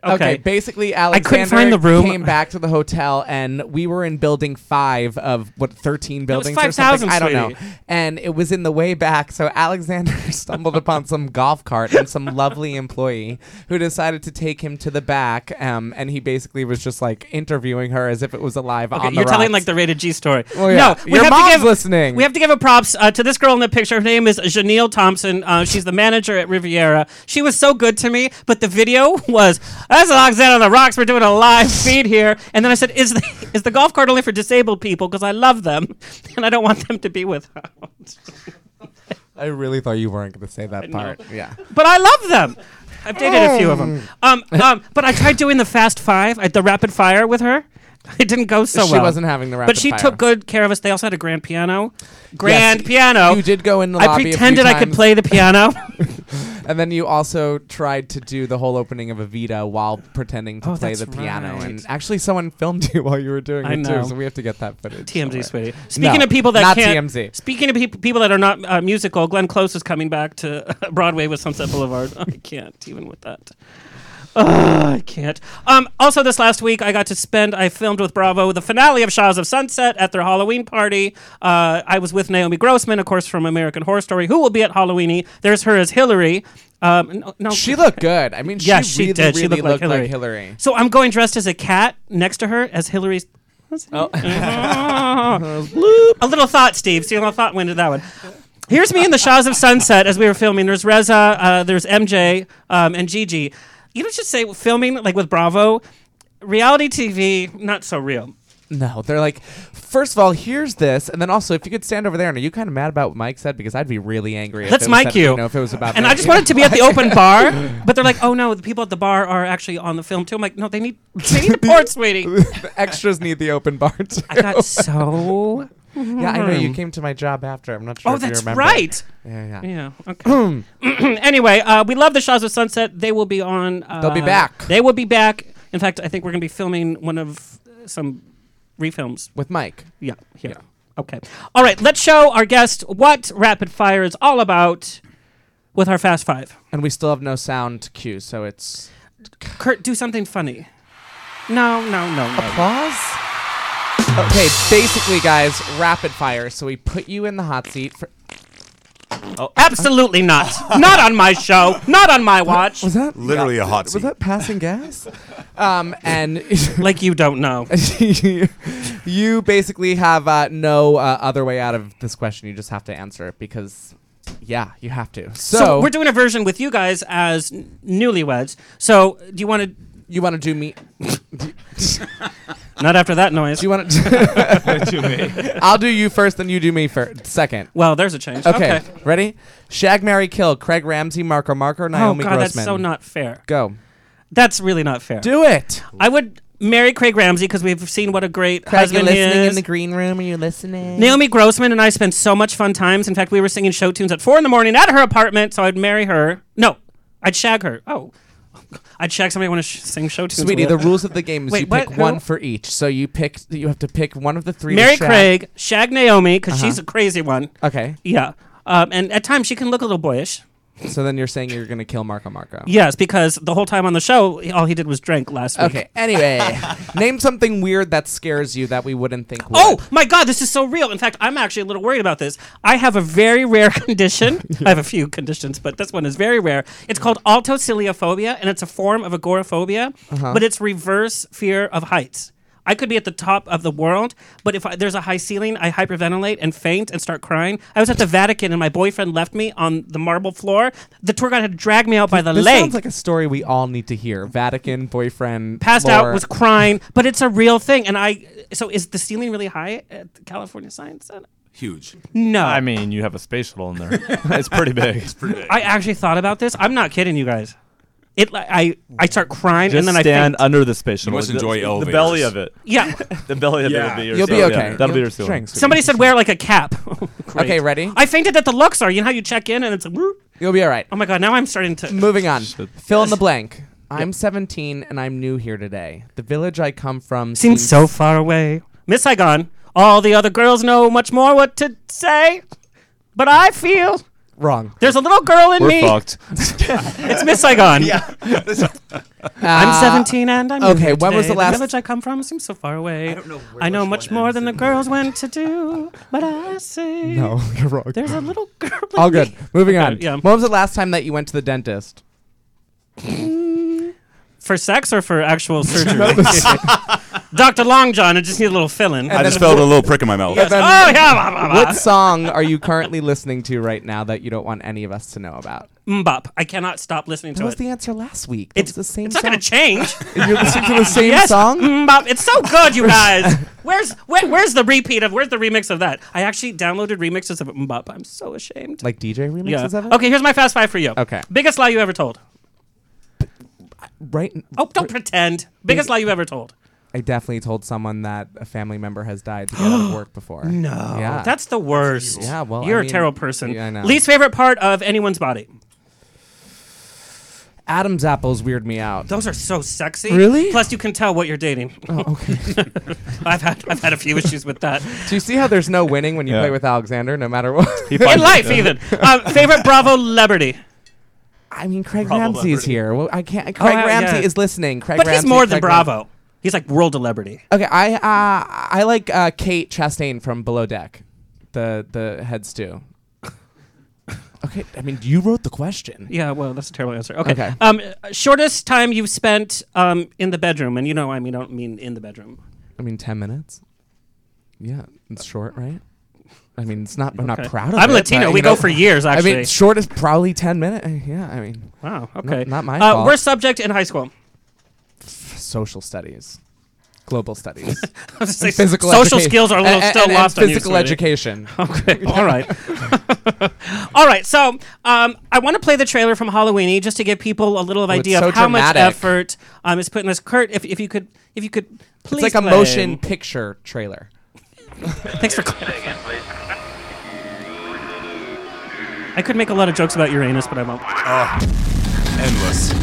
Speaker 5: Okay.
Speaker 8: basically,
Speaker 5: I
Speaker 8: Alexander
Speaker 5: couldn't find the room.
Speaker 8: came back to the hotel, and we were in building five of what thirteen
Speaker 5: was
Speaker 8: buildings or something.
Speaker 5: 5,000,
Speaker 8: I don't know.
Speaker 5: sweetie.
Speaker 8: And it was in the way back, so Alexander [LAUGHS] stumbled upon some golf cart and
Speaker 5: [LAUGHS]
Speaker 8: some lovely employee who decided to take him to the back. Um, and he basically was just like interviewing her as if it was alive
Speaker 5: Okay,
Speaker 8: on the
Speaker 5: you're telling
Speaker 8: rocks.
Speaker 5: like the rated G story.
Speaker 8: Well, yeah.
Speaker 5: No, we
Speaker 8: Your
Speaker 5: have
Speaker 8: mom's
Speaker 5: to give,
Speaker 8: listening.
Speaker 5: We have to give a props uh, to this girl in the picture. Her name is Janelle Thompson. Uh, she's the manager at Riviera. She was so good to me, but the video [LAUGHS] was that's Alexander on the rocks. We're doing a live [LAUGHS] feed here, and then I said, "Is the is the golf cart only for disabled people? Because I love them, [LAUGHS] and I don't want them to be without." [LAUGHS]
Speaker 8: I really thought you weren't going to say that
Speaker 5: know.
Speaker 8: part. Yeah.
Speaker 5: but I love them. I've dated a few of them.
Speaker 8: [LAUGHS]
Speaker 5: Um, um, but I tried doing the fast five, I, the rapid fire with her. [LAUGHS] It didn't go so
Speaker 8: She
Speaker 5: well.
Speaker 8: wasn't having the
Speaker 5: But
Speaker 8: rapid
Speaker 5: she
Speaker 8: fire.
Speaker 5: took good care of us. They also had a grand piano. Grand
Speaker 8: Yes,
Speaker 5: piano.
Speaker 8: You did go in the
Speaker 5: I
Speaker 8: lobby. a few
Speaker 5: pretended I could
Speaker 8: times.
Speaker 5: play
Speaker 8: [LAUGHS]
Speaker 5: the piano. [LAUGHS]
Speaker 8: and then you also tried to do the whole opening of Evita while pretending to
Speaker 5: Oh,
Speaker 8: play
Speaker 5: that's
Speaker 8: the piano.
Speaker 5: right.
Speaker 8: And actually, someone filmed you while you were doing
Speaker 5: I
Speaker 8: it
Speaker 5: know.
Speaker 8: too. So we have to get that footage.
Speaker 5: TMZ,
Speaker 8: somewhere.
Speaker 5: sweetie. Speaking
Speaker 8: No,
Speaker 5: of people that
Speaker 8: not
Speaker 5: can't.
Speaker 8: TMZ.
Speaker 5: Speaking of peop people that are not uh, musical, Glenn Close is coming back to [LAUGHS] Broadway with Sunset Boulevard. [LAUGHS] I can't even with that. Ugh, [SIGHS] I can't. Um, also, this last week, I got to spend. I filmed with Bravo the finale of Shaws of Sunset at their Halloween party. Uh, I was with Naomi Grossman, of course, from American Horror Story, who will be at Halloweeny. There's her as Hillary. Um, no, no,
Speaker 8: She looked good. I mean, she,
Speaker 5: yeah, she
Speaker 8: really,
Speaker 5: did.
Speaker 8: Really
Speaker 5: she looked, like, Hillary.
Speaker 8: Hillary.
Speaker 5: So I'm going dressed as a cat next to her as Hillary's. [LAUGHS] Oh. a little thought, Steve. See, a little thought went into that one. Here's me in the Shaws of Sunset as we were filming. There's Reza, uh, there's MJ, um, and Gigi. You know, just say filming like with Bravo, reality TV, not so real.
Speaker 8: No, they're like, first of all, here's this, and then also, if you could stand over there, and are you kind of mad about what Mike said? Because I'd be really angry.
Speaker 5: Let's
Speaker 8: if it was
Speaker 5: mic
Speaker 8: that-
Speaker 5: you.
Speaker 8: know, if it was about.
Speaker 5: And
Speaker 8: me.
Speaker 5: I just wanted to be at the open bar, but they're like, oh no, the people at the bar are actually on the film too. I'm like, no, they need they need support, sweetie.
Speaker 8: the extras need the open bar. Too.
Speaker 5: [LAUGHS] I got [LAUGHS] so.
Speaker 8: Yeah, I know you
Speaker 5: warm.
Speaker 8: came to my job after. I'm not sure.
Speaker 5: Oh,
Speaker 8: if you
Speaker 5: that's
Speaker 8: remember.
Speaker 5: right.
Speaker 8: Yeah, yeah.
Speaker 5: Yeah. Okay.
Speaker 8: [CLEARS THROAT]
Speaker 5: [CLEARS THROAT] anyway, uh, we love the Shaws of Sunset. They will be on. Uh,
Speaker 8: They'll be back.
Speaker 5: They will be back. In fact, I think we're going to be filming one of uh, some refilms.
Speaker 8: With Mike.
Speaker 5: Yeah. Here. Okay. All right. Let's show our guest what rapid fire is all about with our fast five.
Speaker 8: And we still have no sound cue, so it's
Speaker 5: Kurt, do something funny. No, no, no, no.
Speaker 8: applause. Okay, basically, guys, rapid fire. So we put you in the hot seat. For,
Speaker 5: Oh. Absolutely not.
Speaker 8: [LAUGHS]
Speaker 5: not on my show. Not on my watch.
Speaker 8: was that
Speaker 10: Literally a hot
Speaker 8: Was
Speaker 10: seat.
Speaker 8: that passing gas? um, and [LAUGHS]
Speaker 5: like you don't know.
Speaker 8: you basically have uh, no uh, other way out of this question. You just have to answer it because, yeah, you have to. So,
Speaker 5: So, we're [LAUGHS] doing a version with you guys as n- newlyweds. So do you want to?
Speaker 8: you want to do
Speaker 5: [LAUGHS]
Speaker 8: me? [LAUGHS]
Speaker 5: Not after that noise. [LAUGHS]
Speaker 8: Do you want to? I'll do you first, then you do me first. Second.
Speaker 5: Well, there's a change.
Speaker 8: Okay,
Speaker 5: Okay.
Speaker 8: ready? Shag, Mary, kill. Craig Ramsey, Marco Marco, Naomi
Speaker 5: oh God,
Speaker 8: Grossman.
Speaker 5: that's so not fair.
Speaker 8: Go.
Speaker 5: That's really not fair.
Speaker 8: Do it.
Speaker 5: I would marry Craig Ramsey because we've seen what a great
Speaker 8: Craig, you
Speaker 5: husband he
Speaker 8: listening
Speaker 5: is.
Speaker 8: in the green room? Are you listening?
Speaker 5: Naomi Grossman and I spent so much fun times. In fact, we were singing show tunes at four in the morning at her apartment. So I'd marry her. No, I'd shag her. Oh, [LAUGHS] I'd shag somebody I want to sh- sing show tunes.
Speaker 8: Sweetie,
Speaker 5: with.
Speaker 8: the rules of the game is
Speaker 5: Wait,
Speaker 8: you pick
Speaker 5: what?
Speaker 8: one
Speaker 5: Who?
Speaker 8: for each. So you pick. You have to pick one of the three. to
Speaker 5: marry
Speaker 8: shag.
Speaker 5: Craig, shag Naomi because she's
Speaker 8: Uh-huh.
Speaker 5: a crazy one.
Speaker 8: Okay.
Speaker 5: Yeah, um, and at times she can look a little boyish.
Speaker 8: So then you're saying you're going to kill Marco Marco.
Speaker 5: Yes, because the whole time on the show, he- all he did was drink last week.
Speaker 8: Okay. Anyway, [LAUGHS] name something weird that scares you that we wouldn't think. Would.
Speaker 5: Oh my God, this is so real. In fact, I'm actually a little worried about this. I have a very rare [LAUGHS] condition. I have a few conditions, but this one is very rare. It's called altociliophobia, and it's a form of agoraphobia,
Speaker 13: Uh-huh.
Speaker 5: but it's reverse fear of heights. I could be at the top of the world, but if I, there's a high ceiling, I hyperventilate and faint and start crying. I was at the Vatican, and my boyfriend left me on the marble floor. The tour guide had to drag me out by the
Speaker 8: this
Speaker 5: leg.
Speaker 8: sounds like a story we all need to hear. Vatican boyfriend
Speaker 5: passed out,
Speaker 8: lore.
Speaker 5: was crying, but it's a real thing. And I, so is the ceiling really high at the California Science Center?
Speaker 10: Huge.
Speaker 5: No.
Speaker 4: I mean, you have a space shuttle in there. [LAUGHS]
Speaker 10: [LAUGHS]
Speaker 4: it's pretty big. It's pretty
Speaker 5: I actually thought about this. I'm not kidding you guys. It like I I start crying
Speaker 4: Just
Speaker 5: and then
Speaker 4: stand
Speaker 5: I faint.
Speaker 4: under the space
Speaker 10: You
Speaker 4: shuttle.
Speaker 10: must
Speaker 4: The-
Speaker 10: enjoy
Speaker 4: the
Speaker 10: elevators.
Speaker 4: belly of it.
Speaker 5: Yeah.
Speaker 4: [LAUGHS] the belly of it
Speaker 10: Yeah.
Speaker 4: will be your
Speaker 8: You'll be
Speaker 4: ceiling.
Speaker 8: okay.
Speaker 4: Yeah, that'll be
Speaker 8: You'll-
Speaker 4: your ceiling.
Speaker 8: thanks.
Speaker 5: Somebody said wear like
Speaker 8: [LAUGHS]
Speaker 5: a cap. Great.
Speaker 8: Okay, ready?
Speaker 5: I fainted at the Luxor. You know how you check in and it's whoop.
Speaker 8: You'll be all right.
Speaker 5: Oh my god, now I'm starting to
Speaker 8: Moving on. Fill in the
Speaker 5: Yes.
Speaker 8: blank. I'm 17 and I'm new here today. The village I come from
Speaker 5: Seems so far away. Miss Saigon. All the other girls know much more what to say, but I feel
Speaker 8: wrong.
Speaker 5: there's a little girl in
Speaker 8: We're
Speaker 5: me.
Speaker 8: fucked.
Speaker 5: [LAUGHS] it's Miss
Speaker 8: [LAUGHS]
Speaker 5: Saigon.
Speaker 8: Yeah.
Speaker 5: I'm
Speaker 8: Uh,
Speaker 5: 17 and I'm new
Speaker 8: okay,
Speaker 5: here
Speaker 8: when was
Speaker 5: today.
Speaker 8: the last-
Speaker 5: village I come from seems so far away? I don't know. I know much more than the girls went to do, but I say [LAUGHS]
Speaker 8: No, [LAUGHS] you're wrong.
Speaker 5: There's a
Speaker 8: [LAUGHS]
Speaker 5: little girl. in
Speaker 8: All good.
Speaker 5: me.
Speaker 8: Moving on.
Speaker 5: Yeah.
Speaker 8: When was the last time that you went to the dentist?
Speaker 5: For sex or
Speaker 8: [LAUGHS]
Speaker 5: for actual surgery? [LAUGHS] Dr. Long John, I just need a little fill-in.
Speaker 10: I just felt a little prick in my mouth.
Speaker 8: And then-
Speaker 5: Oh, yeah, blah, blah, blah.
Speaker 8: What song are you currently listening to right now that you don't want any of us to know about?
Speaker 5: Mbop. I cannot stop listening to
Speaker 8: What was
Speaker 5: it.
Speaker 8: the answer last week? It's the same.
Speaker 5: It's not going
Speaker 8: [LAUGHS]
Speaker 5: to change.
Speaker 8: You're listening
Speaker 5: [LAUGHS]
Speaker 8: to the same
Speaker 5: yes,
Speaker 8: song?
Speaker 5: Mbop. It's so
Speaker 8: [LAUGHS]
Speaker 5: good, you guys. Where's where, where's the repeat of where's the remix of that? I actually downloaded remixes of Mbop. I'm so ashamed.
Speaker 8: Like DJ remixes
Speaker 5: Yeah.
Speaker 8: of it?
Speaker 5: Okay, here's my fast five for you.
Speaker 8: Okay.
Speaker 5: Biggest lie you ever told.
Speaker 8: Right.
Speaker 5: Oh, don't pretend. Biggest lie you ever told.
Speaker 8: I definitely told someone that a family member has died to get
Speaker 5: [GASPS]
Speaker 8: out of work before. No. Yeah.
Speaker 5: That's the worst.
Speaker 8: Yeah, well, I
Speaker 5: you're
Speaker 8: mean-
Speaker 5: a terrible person.
Speaker 8: Yeah, I know.
Speaker 5: Least favorite part of anyone's body.
Speaker 8: Adam's apples weird me out.
Speaker 5: Those are so sexy.
Speaker 8: Really?
Speaker 5: Plus, you can tell what you're dating.
Speaker 8: Oh, okay.
Speaker 5: [LAUGHS] I've had I've had a few issues with that
Speaker 8: Do you see how there's no winning when you
Speaker 4: Yeah.
Speaker 8: play with Alexander, no matter what?
Speaker 5: in life. Even um,
Speaker 8: [LAUGHS]
Speaker 5: favorite Bravo celebrity.
Speaker 8: I mean, Craig
Speaker 5: Bravo
Speaker 8: Ramsey's
Speaker 5: Liberty.
Speaker 8: here. Well, I can't. Craig
Speaker 5: Oh, yeah,
Speaker 8: Ramsey
Speaker 5: yeah.
Speaker 8: is listening. Craig
Speaker 5: but
Speaker 8: Ramsey,
Speaker 5: he's more than
Speaker 8: Craig Ram-
Speaker 5: Bravo. He's like world celebrity.
Speaker 8: Okay, I uh, I like uh, Kate Chastain from Below Deck, the the head stew. okay, I mean, you wrote the question.
Speaker 5: Yeah, well, that's a terrible answer. Okay.
Speaker 8: Okay.
Speaker 5: Um, uh, shortest time you've spent um, in the bedroom, and you know, I mean, I don't mean in the bedroom.
Speaker 8: I mean, ten minutes. Yeah, it's short, right? I mean, it's not. I'm
Speaker 5: Okay.
Speaker 8: not proud of
Speaker 5: I'm
Speaker 8: it.
Speaker 5: Latino.
Speaker 8: but, you
Speaker 5: We go for years,
Speaker 8: I mean,
Speaker 5: actually.
Speaker 8: short is probably ten minutes. Yeah, I mean.
Speaker 5: Wow.
Speaker 8: not-
Speaker 5: Oh, Okay.
Speaker 8: Not, my
Speaker 5: uh,
Speaker 8: fault.
Speaker 5: Worst subject in high school. [LAUGHS]
Speaker 8: social studies, global
Speaker 5: [LAUGHS]
Speaker 8: studies,
Speaker 5: was
Speaker 8: [LAUGHS]
Speaker 5: gonna say, social skills are a little
Speaker 8: and-
Speaker 5: still
Speaker 8: and- and
Speaker 5: lost on you,
Speaker 8: Physical
Speaker 5: sweetie.
Speaker 8: education.
Speaker 5: [LAUGHS]
Speaker 8: [LAUGHS]
Speaker 5: Okay. All right. All right. So um, I want to play the trailer from Halloweeny just to give people a little
Speaker 8: Oh, it's
Speaker 5: idea
Speaker 8: so
Speaker 5: of how
Speaker 8: dramatic.
Speaker 5: much effort um, is put in this. Kurt, if, if you could, if you could,
Speaker 8: It's
Speaker 5: please.
Speaker 8: like a
Speaker 5: play.
Speaker 8: motion picture trailer.
Speaker 5: Thanks for. I could make a lot of jokes about Uranus, but I won't.
Speaker 8: Ah,
Speaker 10: Endless.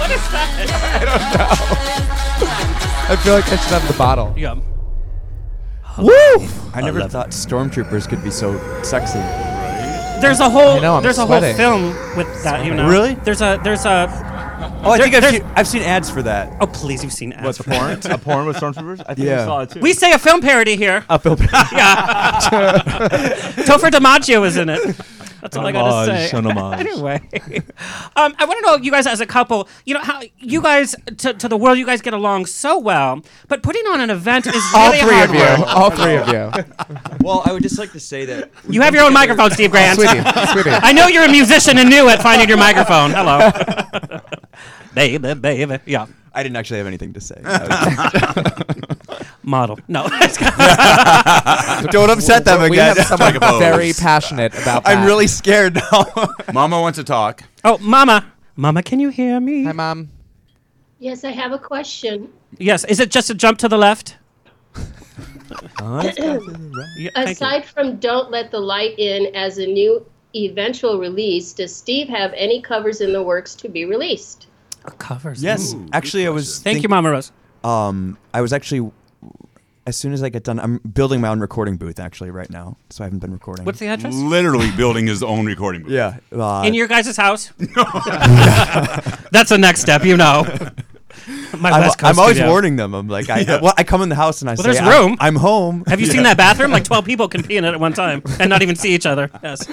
Speaker 5: What is that?
Speaker 8: I don't know. [LAUGHS]
Speaker 5: [LAUGHS]
Speaker 8: I feel like I should have the bottle.
Speaker 5: Yeah.
Speaker 11: Woo! I never thought stormtroopers could be so sexy.
Speaker 5: There's a whole.
Speaker 11: I know, I'm
Speaker 5: there's
Speaker 11: sweating.
Speaker 5: a whole film with that. You
Speaker 11: Sweating.
Speaker 5: know.
Speaker 11: Really?
Speaker 5: There's a. There's a.
Speaker 11: Oh, I
Speaker 5: there-
Speaker 11: think I've
Speaker 5: there's-
Speaker 11: seen, I've seen ads for that.
Speaker 5: Oh, please, you've seen ads.
Speaker 4: What's a porn? a porn with stormtroopers? I think
Speaker 11: Yeah.
Speaker 4: I saw it too.
Speaker 5: We say a film parody here.
Speaker 11: A
Speaker 5: [LAUGHS]
Speaker 11: film parody.
Speaker 5: yeah. [LAUGHS] Topher DiMaggio is in it. That's all I gotta
Speaker 4: Homage,
Speaker 5: [LAUGHS] say.
Speaker 4: an homage.
Speaker 5: anyway, um, I want to know you guys as a couple. You know how you guys to, to the world. You guys get along so well, but putting on an event is
Speaker 8: All
Speaker 5: really
Speaker 8: three
Speaker 5: hard
Speaker 8: of you.
Speaker 5: work.
Speaker 8: All three of
Speaker 5: [LAUGHS]
Speaker 8: you.
Speaker 11: well, I would just like to say that.
Speaker 5: You have your own microphone, Steve Grant.
Speaker 8: sweetie, sweetie.
Speaker 5: I know you're a musician and new at finding your microphone. Hello.
Speaker 8: [LAUGHS]
Speaker 5: baby, baby. Yeah.
Speaker 11: I didn't actually have anything to say.
Speaker 5: [LAUGHS] Model. No. [LAUGHS]
Speaker 11: [LAUGHS] Don't upset them again.
Speaker 8: We have
Speaker 11: [LAUGHS]
Speaker 8: someone
Speaker 10: Microphones.
Speaker 8: very passionate about that.
Speaker 11: uh, I'm really scared now. [LAUGHS]
Speaker 10: Mama wants to talk.
Speaker 5: oh, Mama. Mama, can you hear me? Hi,
Speaker 8: Mom.
Speaker 12: Yes, I have a question.
Speaker 5: Yes. Is it just a jump to the left?
Speaker 12: Aside from Don't Let the Light In as a new eventual release, does Steve have any covers in the works to be released?
Speaker 5: covers.
Speaker 11: Yes, actually, I was.
Speaker 5: Thank you, Mama Rose.
Speaker 11: Um, I was actually, as soon as I get done, I'm building my own recording booth actually right now, so I haven't been recording.
Speaker 5: What's the address?
Speaker 10: Literally building his own recording booth.
Speaker 11: Yeah, uh,
Speaker 5: in your
Speaker 11: [LAUGHS]
Speaker 5: guys' house. [LAUGHS] That's the next step, you know. My
Speaker 11: I'm,
Speaker 5: West Coast
Speaker 11: I'm always
Speaker 5: studio.
Speaker 11: warning them. I'm like, I,
Speaker 5: Yeah.
Speaker 11: well, I come in the house and I
Speaker 5: Well,
Speaker 11: say,
Speaker 5: there's
Speaker 11: I'm-
Speaker 5: room.
Speaker 11: I'm, home.
Speaker 5: Have you
Speaker 11: Yeah.
Speaker 5: seen that bathroom? Like twelve people can pee in it at one time and not even see each
Speaker 11: [LAUGHS]
Speaker 5: other. Yes.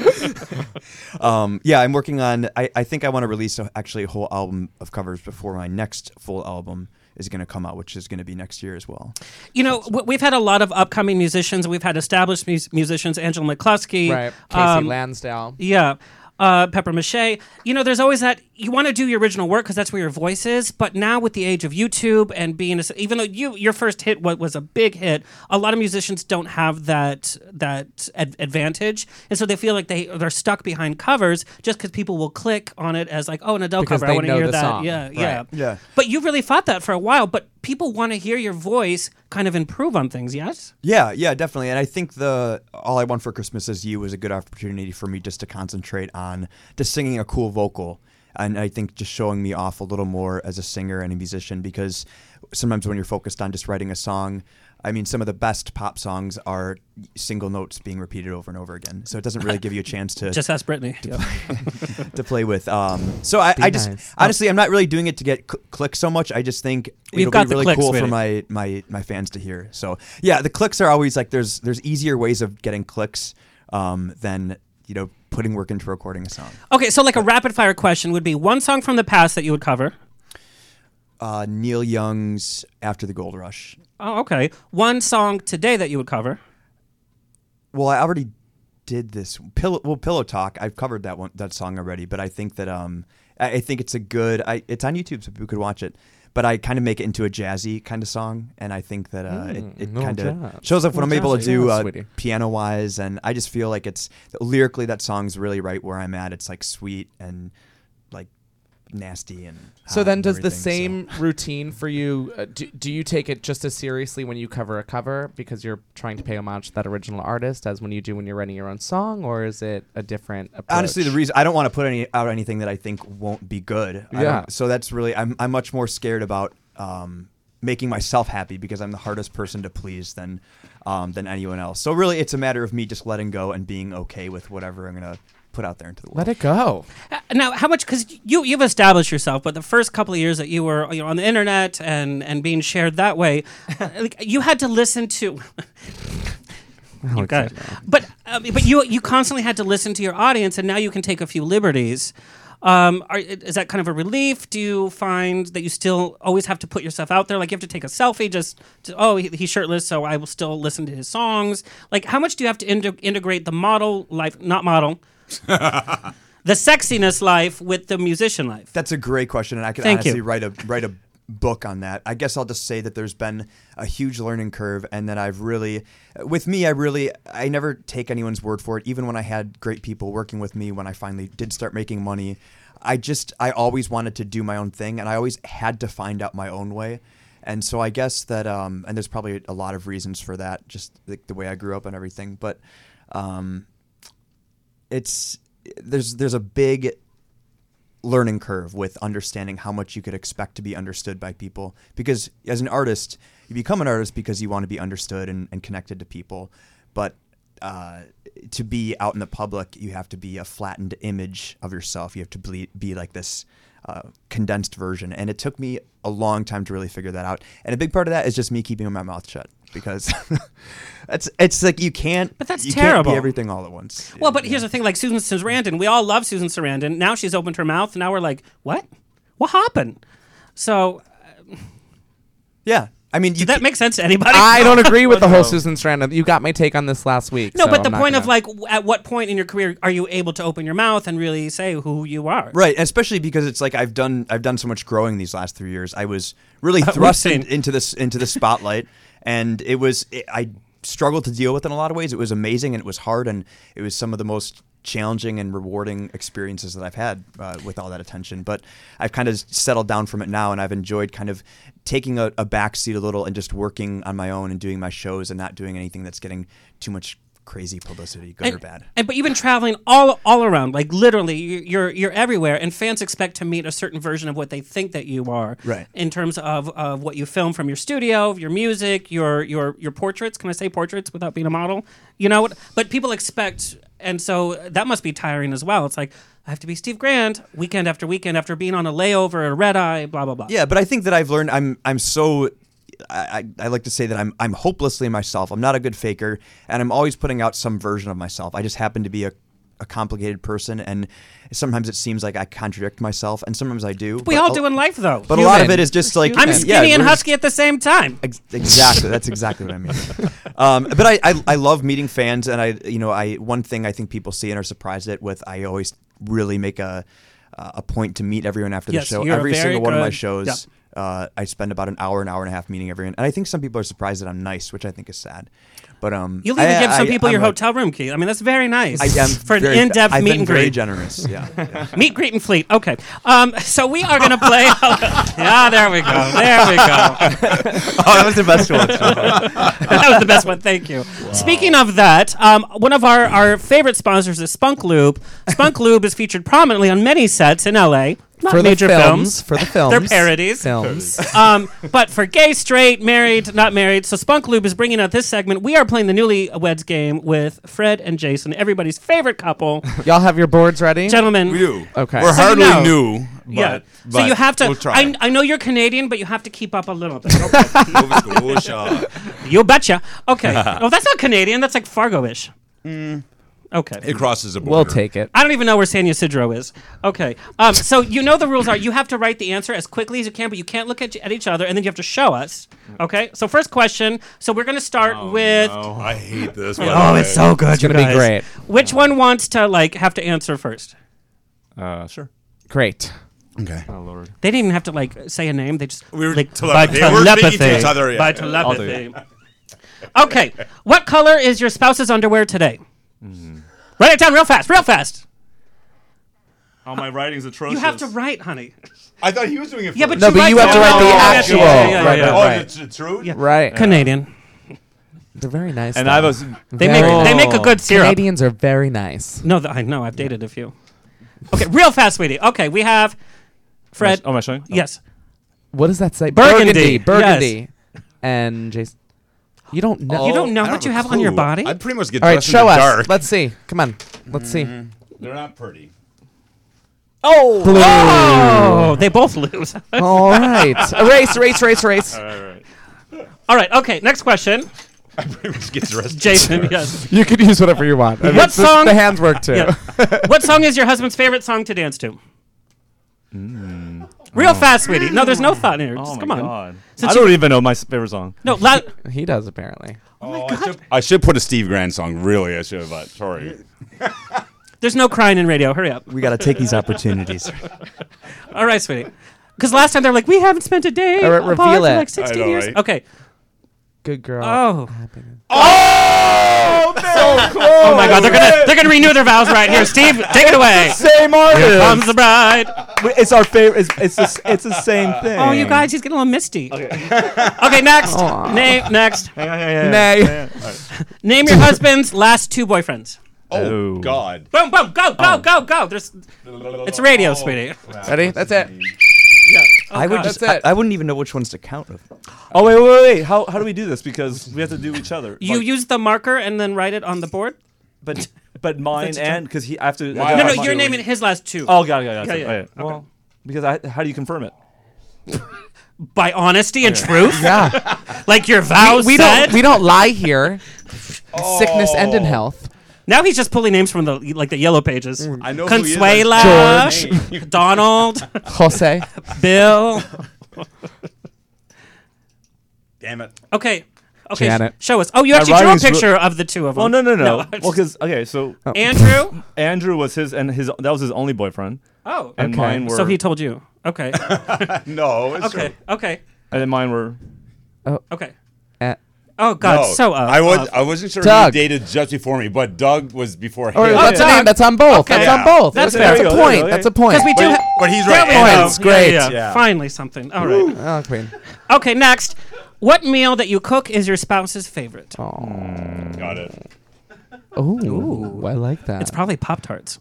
Speaker 11: um, yeah, I'm working on. I, I think I want to release a, actually a whole album of covers before my next full album is going to come out, which is going to be next year as well.
Speaker 5: You know, w- we've had a lot of upcoming musicians. We've had established mus- musicians, Angela McCluskey, um,
Speaker 8: Right. Casey Lansdale.
Speaker 5: yeah, uh, Pepper Mache. You know, there's always that you want to do your original work because that's where your voice is. But now with the age of YouTube and being, a s even though you your first hit was, was a big hit, a lot of musicians don't have that that ad- advantage, and so they feel like they they're stuck behind covers just because people will click on it as like, oh, an Adele
Speaker 8: Because
Speaker 5: cover, I
Speaker 8: they
Speaker 5: want to
Speaker 8: know
Speaker 5: hear
Speaker 8: the
Speaker 5: that.
Speaker 8: song.
Speaker 5: Yeah,
Speaker 8: Right.
Speaker 5: yeah,
Speaker 8: Yeah.
Speaker 5: But you really fought that for a while. But people want to hear your voice, kind of improve on things. Yes.
Speaker 11: Yeah, yeah, definitely. And I think the All I Want for Christmas Is You was a good opportunity for me just to concentrate on just singing a cool vocal. And I think just showing me off a little more as a singer and a musician because sometimes when you're focused on just writing a song, I mean, some of the best pop songs are single notes being repeated over and over again. So it doesn't really give you a chance to
Speaker 5: [LAUGHS] Just ask Brittany.
Speaker 11: to,
Speaker 5: Yeah.
Speaker 11: play, [LAUGHS] to play with. Um, so I,
Speaker 5: Be
Speaker 11: I just
Speaker 5: nice.
Speaker 11: honestly, I'm not really doing it to get cl- clicks so much. I just think
Speaker 5: We've
Speaker 11: it'll
Speaker 5: got
Speaker 11: be
Speaker 5: the
Speaker 11: really
Speaker 5: clicks
Speaker 11: cool
Speaker 5: with
Speaker 11: for
Speaker 5: it.
Speaker 11: my my my fans to hear. So yeah, the clicks are always like there's there's easier ways of getting clicks um, than you know putting work into recording a song.
Speaker 5: [LAUGHS] Okay, so like a rapid fire question would be one song from the past that you would cover.
Speaker 11: Uh, Neil Young's After the Gold Rush.
Speaker 5: Oh, okay. One song today that you would cover.
Speaker 11: Well, I already did this. Pillow, well, Pillow Talk. I've covered that one that song already, but I think that um, I, I think it's a good. I it's on YouTube, so people could watch it. But I kind of make it into a jazzy kind of song, and I think that uh, it, it
Speaker 8: Mm,
Speaker 11: kind
Speaker 8: little jazz.
Speaker 11: of shows up what I'm
Speaker 8: Little
Speaker 11: able to
Speaker 8: jazzy.
Speaker 11: do
Speaker 8: Yeah,
Speaker 11: uh,
Speaker 8: sweetie.
Speaker 11: piano wise, and I just feel like it's lyrically that song's really right where I'm at. It's like sweet and like nasty and
Speaker 8: Ah, So
Speaker 11: hot
Speaker 8: then,
Speaker 11: and
Speaker 8: does the
Speaker 11: everything, so-
Speaker 8: same routine for you? Uh, do, do you take it just as seriously when you cover a cover because you're trying to pay homage to that original artist as when you do when you're writing your own song, or is it a different approach?
Speaker 11: Honestly, the reason I don't want to put any out anything that I think won't be good. I don't-
Speaker 8: Yeah.
Speaker 11: So that's really I'm I'm much more scared about um, making myself happy because I'm the hardest person to please than um, than anyone else. So really, it's a matter of me just letting go and being okay with whatever I'm gonna put out there into the world.
Speaker 8: Let it go.
Speaker 5: Uh, Now, how much? Because you you've established yourself, but the first couple of years that you were you know, on the internet and and being shared that way, [LAUGHS] uh, like you had to listen to. You got it. But um, but you you constantly had to listen to your audience, and now you can take a few liberties. Um, are, is that kind of a relief? Do you find that you still always have to put yourself out there? Like you have to take a selfie, just to, oh he, he's shirtless, so I will still listen to his songs. Like how much do you have to inte- integrate the model life, not model, the sexiness life with the musician life?
Speaker 11: That's a great question, and I could
Speaker 5: Thank you.
Speaker 11: honestly write a write a book on that. I guess I'll just say that there's been a huge learning curve, and that I've really, with me, I really, I never take anyone's word for it. Even when I had great people working with me, when I finally did start making money, I just, I always wanted to do my own thing, and I always had to find out my own way. And so I guess that, um, and there's probably a lot of reasons for that, just the, the way I grew up and everything. But um, it's there's there's a big learning curve with understanding how much you could expect to be understood by people because as an artist you become an artist because you want to be understood and, and connected to people but uh, to be out in the public you have to be a flattened image of yourself you have to be, be like this uh, condensed version and it took me a long time to really figure that out and a big part of that is just me keeping my mouth shut because [LAUGHS] it's it's like you can't but
Speaker 5: that's
Speaker 11: you can't be
Speaker 5: terrible.
Speaker 11: everything all at once
Speaker 5: Well, but here's the thing: like Susan Sarandon, we all love Susan Sarandon. Now she's opened her mouth. Now we're like, what? What happened? So
Speaker 11: yeah I mean,
Speaker 5: did that make sense to anybody?
Speaker 8: I
Speaker 5: [LAUGHS]
Speaker 8: don't agree with the
Speaker 4: Oh,
Speaker 8: whole Susan Sarandon. You got my take on this last week.
Speaker 5: No,
Speaker 8: so
Speaker 5: but the
Speaker 8: I'm not
Speaker 5: point of
Speaker 8: gonna-
Speaker 5: like, w- at what point in your career are you able to open your mouth and really say who you are?
Speaker 11: Right, especially because it's like I've done I've done so much growing these last three years. I was really
Speaker 5: Uh, [LAUGHS] we've
Speaker 11: thrust in-
Speaker 5: seen.
Speaker 11: into this into the spotlight, and it was I struggled to deal with in a lot of ways. It was amazing and it was hard, and it was some of the most challenging and rewarding experiences that I've had uh, with all that attention. But I've kind of settled down from it now, and I've enjoyed kind of taking a, a back seat a little and just working on my own and doing my shows and not doing anything that's getting too much crazy publicity, good
Speaker 5: and,
Speaker 11: or bad.
Speaker 5: And but you've been traveling all all around, like literally, you- you're you're everywhere, and fans expect to meet a certain version of what they think that you are,
Speaker 11: Right.
Speaker 5: In terms of, of what you film from your studio, your music, your your your portraits. Can I say portraits without being a model? You know, what? but people expect, and so that must be tiring as well. It's like I have to be Steve Grant weekend after weekend after being on a layover, a red eye, blah blah blah.
Speaker 11: Yeah, but I think that I've learned. I'm I'm so. I, I I like to say that I'm I'm hopelessly myself. I'm not a good faker, and I'm always putting out some version of myself. I just happen to be a a complicated person, and sometimes it seems like I contradict myself, and sometimes I do. but
Speaker 5: We all
Speaker 11: a-
Speaker 5: do in life, though.
Speaker 11: But a lot of it is just like
Speaker 5: I'm
Speaker 11: yeah,
Speaker 5: skinny and
Speaker 11: we're just-
Speaker 5: husky at the same time.
Speaker 11: Ex- exactly. That's exactly what I
Speaker 5: [LAUGHS]
Speaker 11: mean. Um, but I, I, I love meeting fans, and I, you know, I one thing I think people see and are surprised at with I always really make a uh, a point to meet everyone after
Speaker 5: Yes,
Speaker 11: the show.
Speaker 5: you're
Speaker 11: Every
Speaker 5: very
Speaker 11: single one of my
Speaker 5: good-
Speaker 11: shows.
Speaker 5: yeah.
Speaker 11: Uh, I spend about an hour, an hour and a half meeting everyone, and I think some people are surprised that I'm nice, which I think is sad. But um,
Speaker 5: You'll even
Speaker 11: I-
Speaker 5: give some
Speaker 11: I-
Speaker 5: people
Speaker 11: I'm
Speaker 5: your
Speaker 11: a-
Speaker 5: hotel room key. I mean, that's very nice.
Speaker 11: I am
Speaker 5: for an
Speaker 11: very-
Speaker 5: in-depth
Speaker 11: I've
Speaker 5: meet
Speaker 11: been
Speaker 5: and
Speaker 11: very
Speaker 5: greet.
Speaker 11: generous, yeah, yeah.
Speaker 5: [LAUGHS] meet, greet, and fleet. Okay. Um, so we are going to play. [LAUGHS] yeah, there we go. There we go.
Speaker 11: [LAUGHS] Oh, that was the
Speaker 5: [LAUGHS]
Speaker 11: best one.
Speaker 5: that was the best one. Thank you. Speaking of that, um, one of our, our favorite sponsors is Spunk Lube. Spunk Lube is featured prominently on many sets in LA. Not
Speaker 8: For the
Speaker 5: major
Speaker 8: films, for the
Speaker 5: They're
Speaker 8: films.
Speaker 5: parodies.
Speaker 8: Films.
Speaker 5: [LAUGHS] um, but for gay, straight, married, not married. So Spunk Lube is bringing out this segment. We are playing the Newlyweds game with Fred and Jason, everybody's favorite couple.
Speaker 8: [LAUGHS] Y'all have your boards ready,
Speaker 5: gentlemen.
Speaker 8: We do. Okay.
Speaker 10: We're
Speaker 5: So
Speaker 10: hardly
Speaker 5: you know-
Speaker 10: new, but,
Speaker 5: yeah. so
Speaker 10: but
Speaker 5: you have to.
Speaker 10: We'll try.
Speaker 5: I, I know you're Canadian, but you have to keep up a little bit.
Speaker 10: Nova Scotia.
Speaker 5: you betcha.
Speaker 4: [LAUGHS]
Speaker 5: Okay. well, that's not Canadian. That's like Fargo-ish.
Speaker 4: Mm.
Speaker 5: Okay.
Speaker 10: It crosses a border.
Speaker 8: We'll take it.
Speaker 5: I don't even know where San Ysidro is. Okay. Um, so you know the rules are you have to write the answer as quickly as you can, but you can't look at, at each other, and then you have to show us. Okay. So first question. So we're gonna start with.
Speaker 10: Oh, I hate this. by
Speaker 5: Oh,
Speaker 10: the
Speaker 5: it's
Speaker 10: way.
Speaker 5: so good.
Speaker 8: It's gonna
Speaker 5: you
Speaker 8: be
Speaker 5: guys.
Speaker 8: great.
Speaker 5: Which one wants to like have to answer first?
Speaker 4: Uh, sure.
Speaker 8: Great.
Speaker 10: Okay.
Speaker 4: Oh lord.
Speaker 5: They didn't even have to like say a name. They just
Speaker 4: We were
Speaker 5: like
Speaker 4: telepathy.
Speaker 5: by
Speaker 4: We were
Speaker 5: telepathy.
Speaker 4: speaking to each other, yeah.
Speaker 5: By
Speaker 4: I'll do
Speaker 5: telepathy. okay. What color is your spouse's underwear today?
Speaker 4: Hmm.
Speaker 5: Write it down real fast. Real fast.
Speaker 4: Oh, my writing's atrocious.
Speaker 5: You have to write, honey.
Speaker 10: I thought he was doing it.
Speaker 5: Yeah,
Speaker 10: first.
Speaker 5: but No, you but write you have to the- write the actual- right, right,
Speaker 10: Oh,
Speaker 5: right.
Speaker 10: it's it's true.
Speaker 5: Yeah.
Speaker 8: Right.
Speaker 5: Canadian.
Speaker 8: They're very nice.
Speaker 4: And
Speaker 8: though.
Speaker 4: I was-
Speaker 5: They make- they make a good syrup.
Speaker 8: Canadians are very nice.
Speaker 5: No, th- I know. I've dated a few. Okay, real fast, sweetie. Okay, we have Fred.
Speaker 4: Oh, Am I showing? No.
Speaker 5: Yes.
Speaker 8: What does that say?
Speaker 5: Burgundy,
Speaker 8: Burgundy.
Speaker 5: yes.
Speaker 8: And Jason, you don't know.
Speaker 5: you don't know
Speaker 10: Oh,
Speaker 5: what you have on your body?
Speaker 10: I'd pretty much get
Speaker 8: All right,
Speaker 10: dressed
Speaker 8: show
Speaker 10: in the
Speaker 8: us.
Speaker 10: dark.
Speaker 8: Let's see. Come on. Let's see.
Speaker 10: Mm, They're not pretty.
Speaker 5: Oh,
Speaker 8: Blue.
Speaker 5: oh, they both lose.
Speaker 8: All right. Erase, erase, erase, erase.
Speaker 5: All right. Okay. Next
Speaker 10: [LAUGHS]
Speaker 5: question,
Speaker 10: I pretty much get dressed. in the
Speaker 4: [LAUGHS]
Speaker 8: [LAUGHS]
Speaker 5: Jason.
Speaker 10: dark.
Speaker 5: Yes.
Speaker 8: You can use whatever you want. I mean,
Speaker 5: What
Speaker 8: it's just-
Speaker 5: song?
Speaker 8: The hands work too. [LAUGHS]
Speaker 5: Yeah. what song is your husband's favorite song to dance to? Real fast, sweetie. No, there's no thought in here. Just
Speaker 4: Hmm. Oh my
Speaker 5: come on.
Speaker 4: god.
Speaker 5: Since
Speaker 4: I
Speaker 5: you-
Speaker 4: don't even know my s- favorite song.
Speaker 5: No, loud.
Speaker 8: He does apparently.
Speaker 10: Oh, I should- I should put a Steve Grand song. Really, I should have. But sorry.
Speaker 5: There's no crying in radio. Hurry up.
Speaker 11: We got to take
Speaker 10: [LAUGHS]
Speaker 11: these opportunities.
Speaker 5: All right, sweetie. Because last time they're like, we haven't spent a day
Speaker 8: All right,
Speaker 5: apart
Speaker 8: reveal
Speaker 5: for
Speaker 8: it.
Speaker 5: like 16
Speaker 10: I know,
Speaker 5: years.
Speaker 10: right?
Speaker 5: Okay.
Speaker 8: Good girl.
Speaker 5: Oh.
Speaker 10: Oh, so close.
Speaker 5: Oh my God, they're gonna they're gonna renew their vows
Speaker 4: [LAUGHS]
Speaker 5: right here. Steve, take it away.
Speaker 4: Same
Speaker 5: Here
Speaker 4: artist.
Speaker 5: comes the bride.
Speaker 4: It's our favorite. It's it's, the- it's the same
Speaker 8: Uh,
Speaker 4: thing.
Speaker 5: Oh, you guys, he's getting a little misty. [LAUGHS] Okay, next. Name next.
Speaker 4: Hang on, hang on, hang on,
Speaker 8: Nay.
Speaker 4: hang on. All right.
Speaker 5: Name your husband's last two boyfriends.
Speaker 10: Oh
Speaker 4: Oh.
Speaker 10: God.
Speaker 5: Boom, boom, go, go, go, go. There's, it's radio, sweetie.
Speaker 8: Oh.
Speaker 5: Oh,
Speaker 8: Ready? That's it.
Speaker 11: I would just.
Speaker 8: That's it.
Speaker 11: I, I wouldn't even know which ones to count. Of.
Speaker 4: Oh wait, wait, wait, wait. How how do we do this? Because we have to do each other.
Speaker 5: You
Speaker 4: Like,
Speaker 5: use the marker and then write it on the board.
Speaker 4: but but mine and because he I have to.
Speaker 10: Why-
Speaker 5: No, no,
Speaker 10: Uh,
Speaker 5: you're naming his last two.
Speaker 4: Oh, got it, got it, got it.
Speaker 5: Yeah,
Speaker 4: All
Speaker 5: yeah.
Speaker 4: right. Well, because I, how do you confirm it?
Speaker 5: [LAUGHS] By honesty and truth,
Speaker 8: Yeah.
Speaker 5: [LAUGHS] like your vows
Speaker 8: we
Speaker 5: said.
Speaker 8: don't. We don't lie
Speaker 4: [LAUGHS]
Speaker 8: here.
Speaker 4: Oh.
Speaker 8: Sickness and in health.
Speaker 5: now he's just pulling names from the like the yellow pages.
Speaker 10: I know who he is.
Speaker 5: Consuela, [LAUGHS] Donald,
Speaker 8: [LAUGHS] Jose.
Speaker 5: Bill.
Speaker 10: Damn it.
Speaker 5: Okay. Okay. sh-
Speaker 8: Janet.
Speaker 5: show us. Oh, you
Speaker 4: My
Speaker 5: actually drew a
Speaker 4: writing's real-
Speaker 5: picture of the two of them. Oh.
Speaker 4: Well, Oh, no, no, no.
Speaker 5: I'm
Speaker 4: well, because
Speaker 5: just-
Speaker 4: okay, so
Speaker 8: Oh.
Speaker 5: Andrew.
Speaker 4: [LAUGHS] Andrew was his and his that was his only boyfriend,
Speaker 5: Oh.
Speaker 4: and
Speaker 8: Okay.
Speaker 4: mine were
Speaker 5: So he told you.
Speaker 4: [LAUGHS]
Speaker 5: Okay.
Speaker 10: No. It's
Speaker 5: Okay.
Speaker 10: True.
Speaker 5: Okay. Oh.
Speaker 4: and then mine were
Speaker 5: Okay.
Speaker 8: Uh,
Speaker 5: Oh, Oh God,
Speaker 13: No,
Speaker 5: so uh, up.
Speaker 13: I was
Speaker 5: up.
Speaker 13: I wasn't sure
Speaker 5: Doug.
Speaker 13: who dated just before me, but Doug was before
Speaker 8: Or
Speaker 13: him.
Speaker 8: what's the name? Oh, That's on both. That's on both. That's, that's a point. That's a point.
Speaker 5: Because we do. ha- There we go.
Speaker 8: Points. Great.
Speaker 5: Yeah, yeah. Finally, something. All right.
Speaker 8: Oh, Queen.
Speaker 5: Okay, next. What meal that you cook is your spouse's favorite?
Speaker 4: Mm,
Speaker 13: Got it.
Speaker 8: Oh,
Speaker 5: Ooh.
Speaker 8: I like that.
Speaker 5: It's probably Pop Tarts.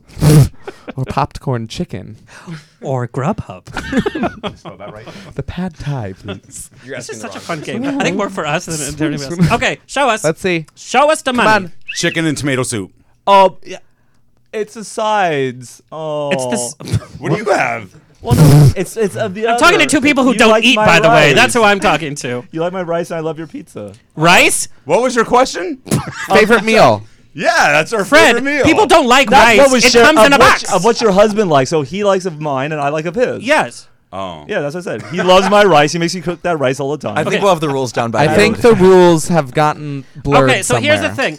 Speaker 8: or popcorn chicken.
Speaker 5: [GASPS] Or Grubhub.
Speaker 8: [LAUGHS] The pad thai, please.
Speaker 5: You're [LAUGHS] This asking is the such a wrong fun
Speaker 8: person.
Speaker 5: game. I think more for us than-
Speaker 8: [LAUGHS]
Speaker 5: than anybody else. Okay, show us.
Speaker 8: Let's see.
Speaker 5: Show us the
Speaker 8: Come
Speaker 5: money.
Speaker 10: Chicken and tomato soup.
Speaker 4: Oh, yeah. It's the sides. Oh.
Speaker 5: It's the
Speaker 4: [LAUGHS]
Speaker 5: s-
Speaker 13: What do you have?
Speaker 4: Well, no, it's it's of the.
Speaker 5: I'm
Speaker 4: other.
Speaker 5: talking to two people who
Speaker 4: You
Speaker 5: don't
Speaker 4: like
Speaker 5: eat,
Speaker 4: my
Speaker 5: by the way.
Speaker 4: rice.
Speaker 5: That's who I'm talking to.
Speaker 4: [LAUGHS] You like my rice, and I love your pizza.
Speaker 5: Rice?
Speaker 13: What was your question?
Speaker 8: Favorite
Speaker 13: Oh,
Speaker 8: meal.
Speaker 13: Yeah, that's our
Speaker 5: Fred,
Speaker 13: favorite meal.
Speaker 5: people don't like
Speaker 4: That's
Speaker 5: rice.
Speaker 4: what we
Speaker 5: It
Speaker 4: share
Speaker 5: comes
Speaker 4: of
Speaker 5: in a
Speaker 4: what-
Speaker 5: box.
Speaker 4: of what your husband likes. So he likes of mine, and I like of his.
Speaker 5: Yes.
Speaker 13: Oh.
Speaker 4: Yeah, that's what
Speaker 13: [LAUGHS]
Speaker 4: I said. He loves my rice. He makes me cook that rice all the time.
Speaker 11: I think we'll have the rules down by
Speaker 8: I
Speaker 11: now.
Speaker 8: think the rules have gotten blurred.
Speaker 5: Okay, so here's the
Speaker 8: somewhere.
Speaker 5: thing.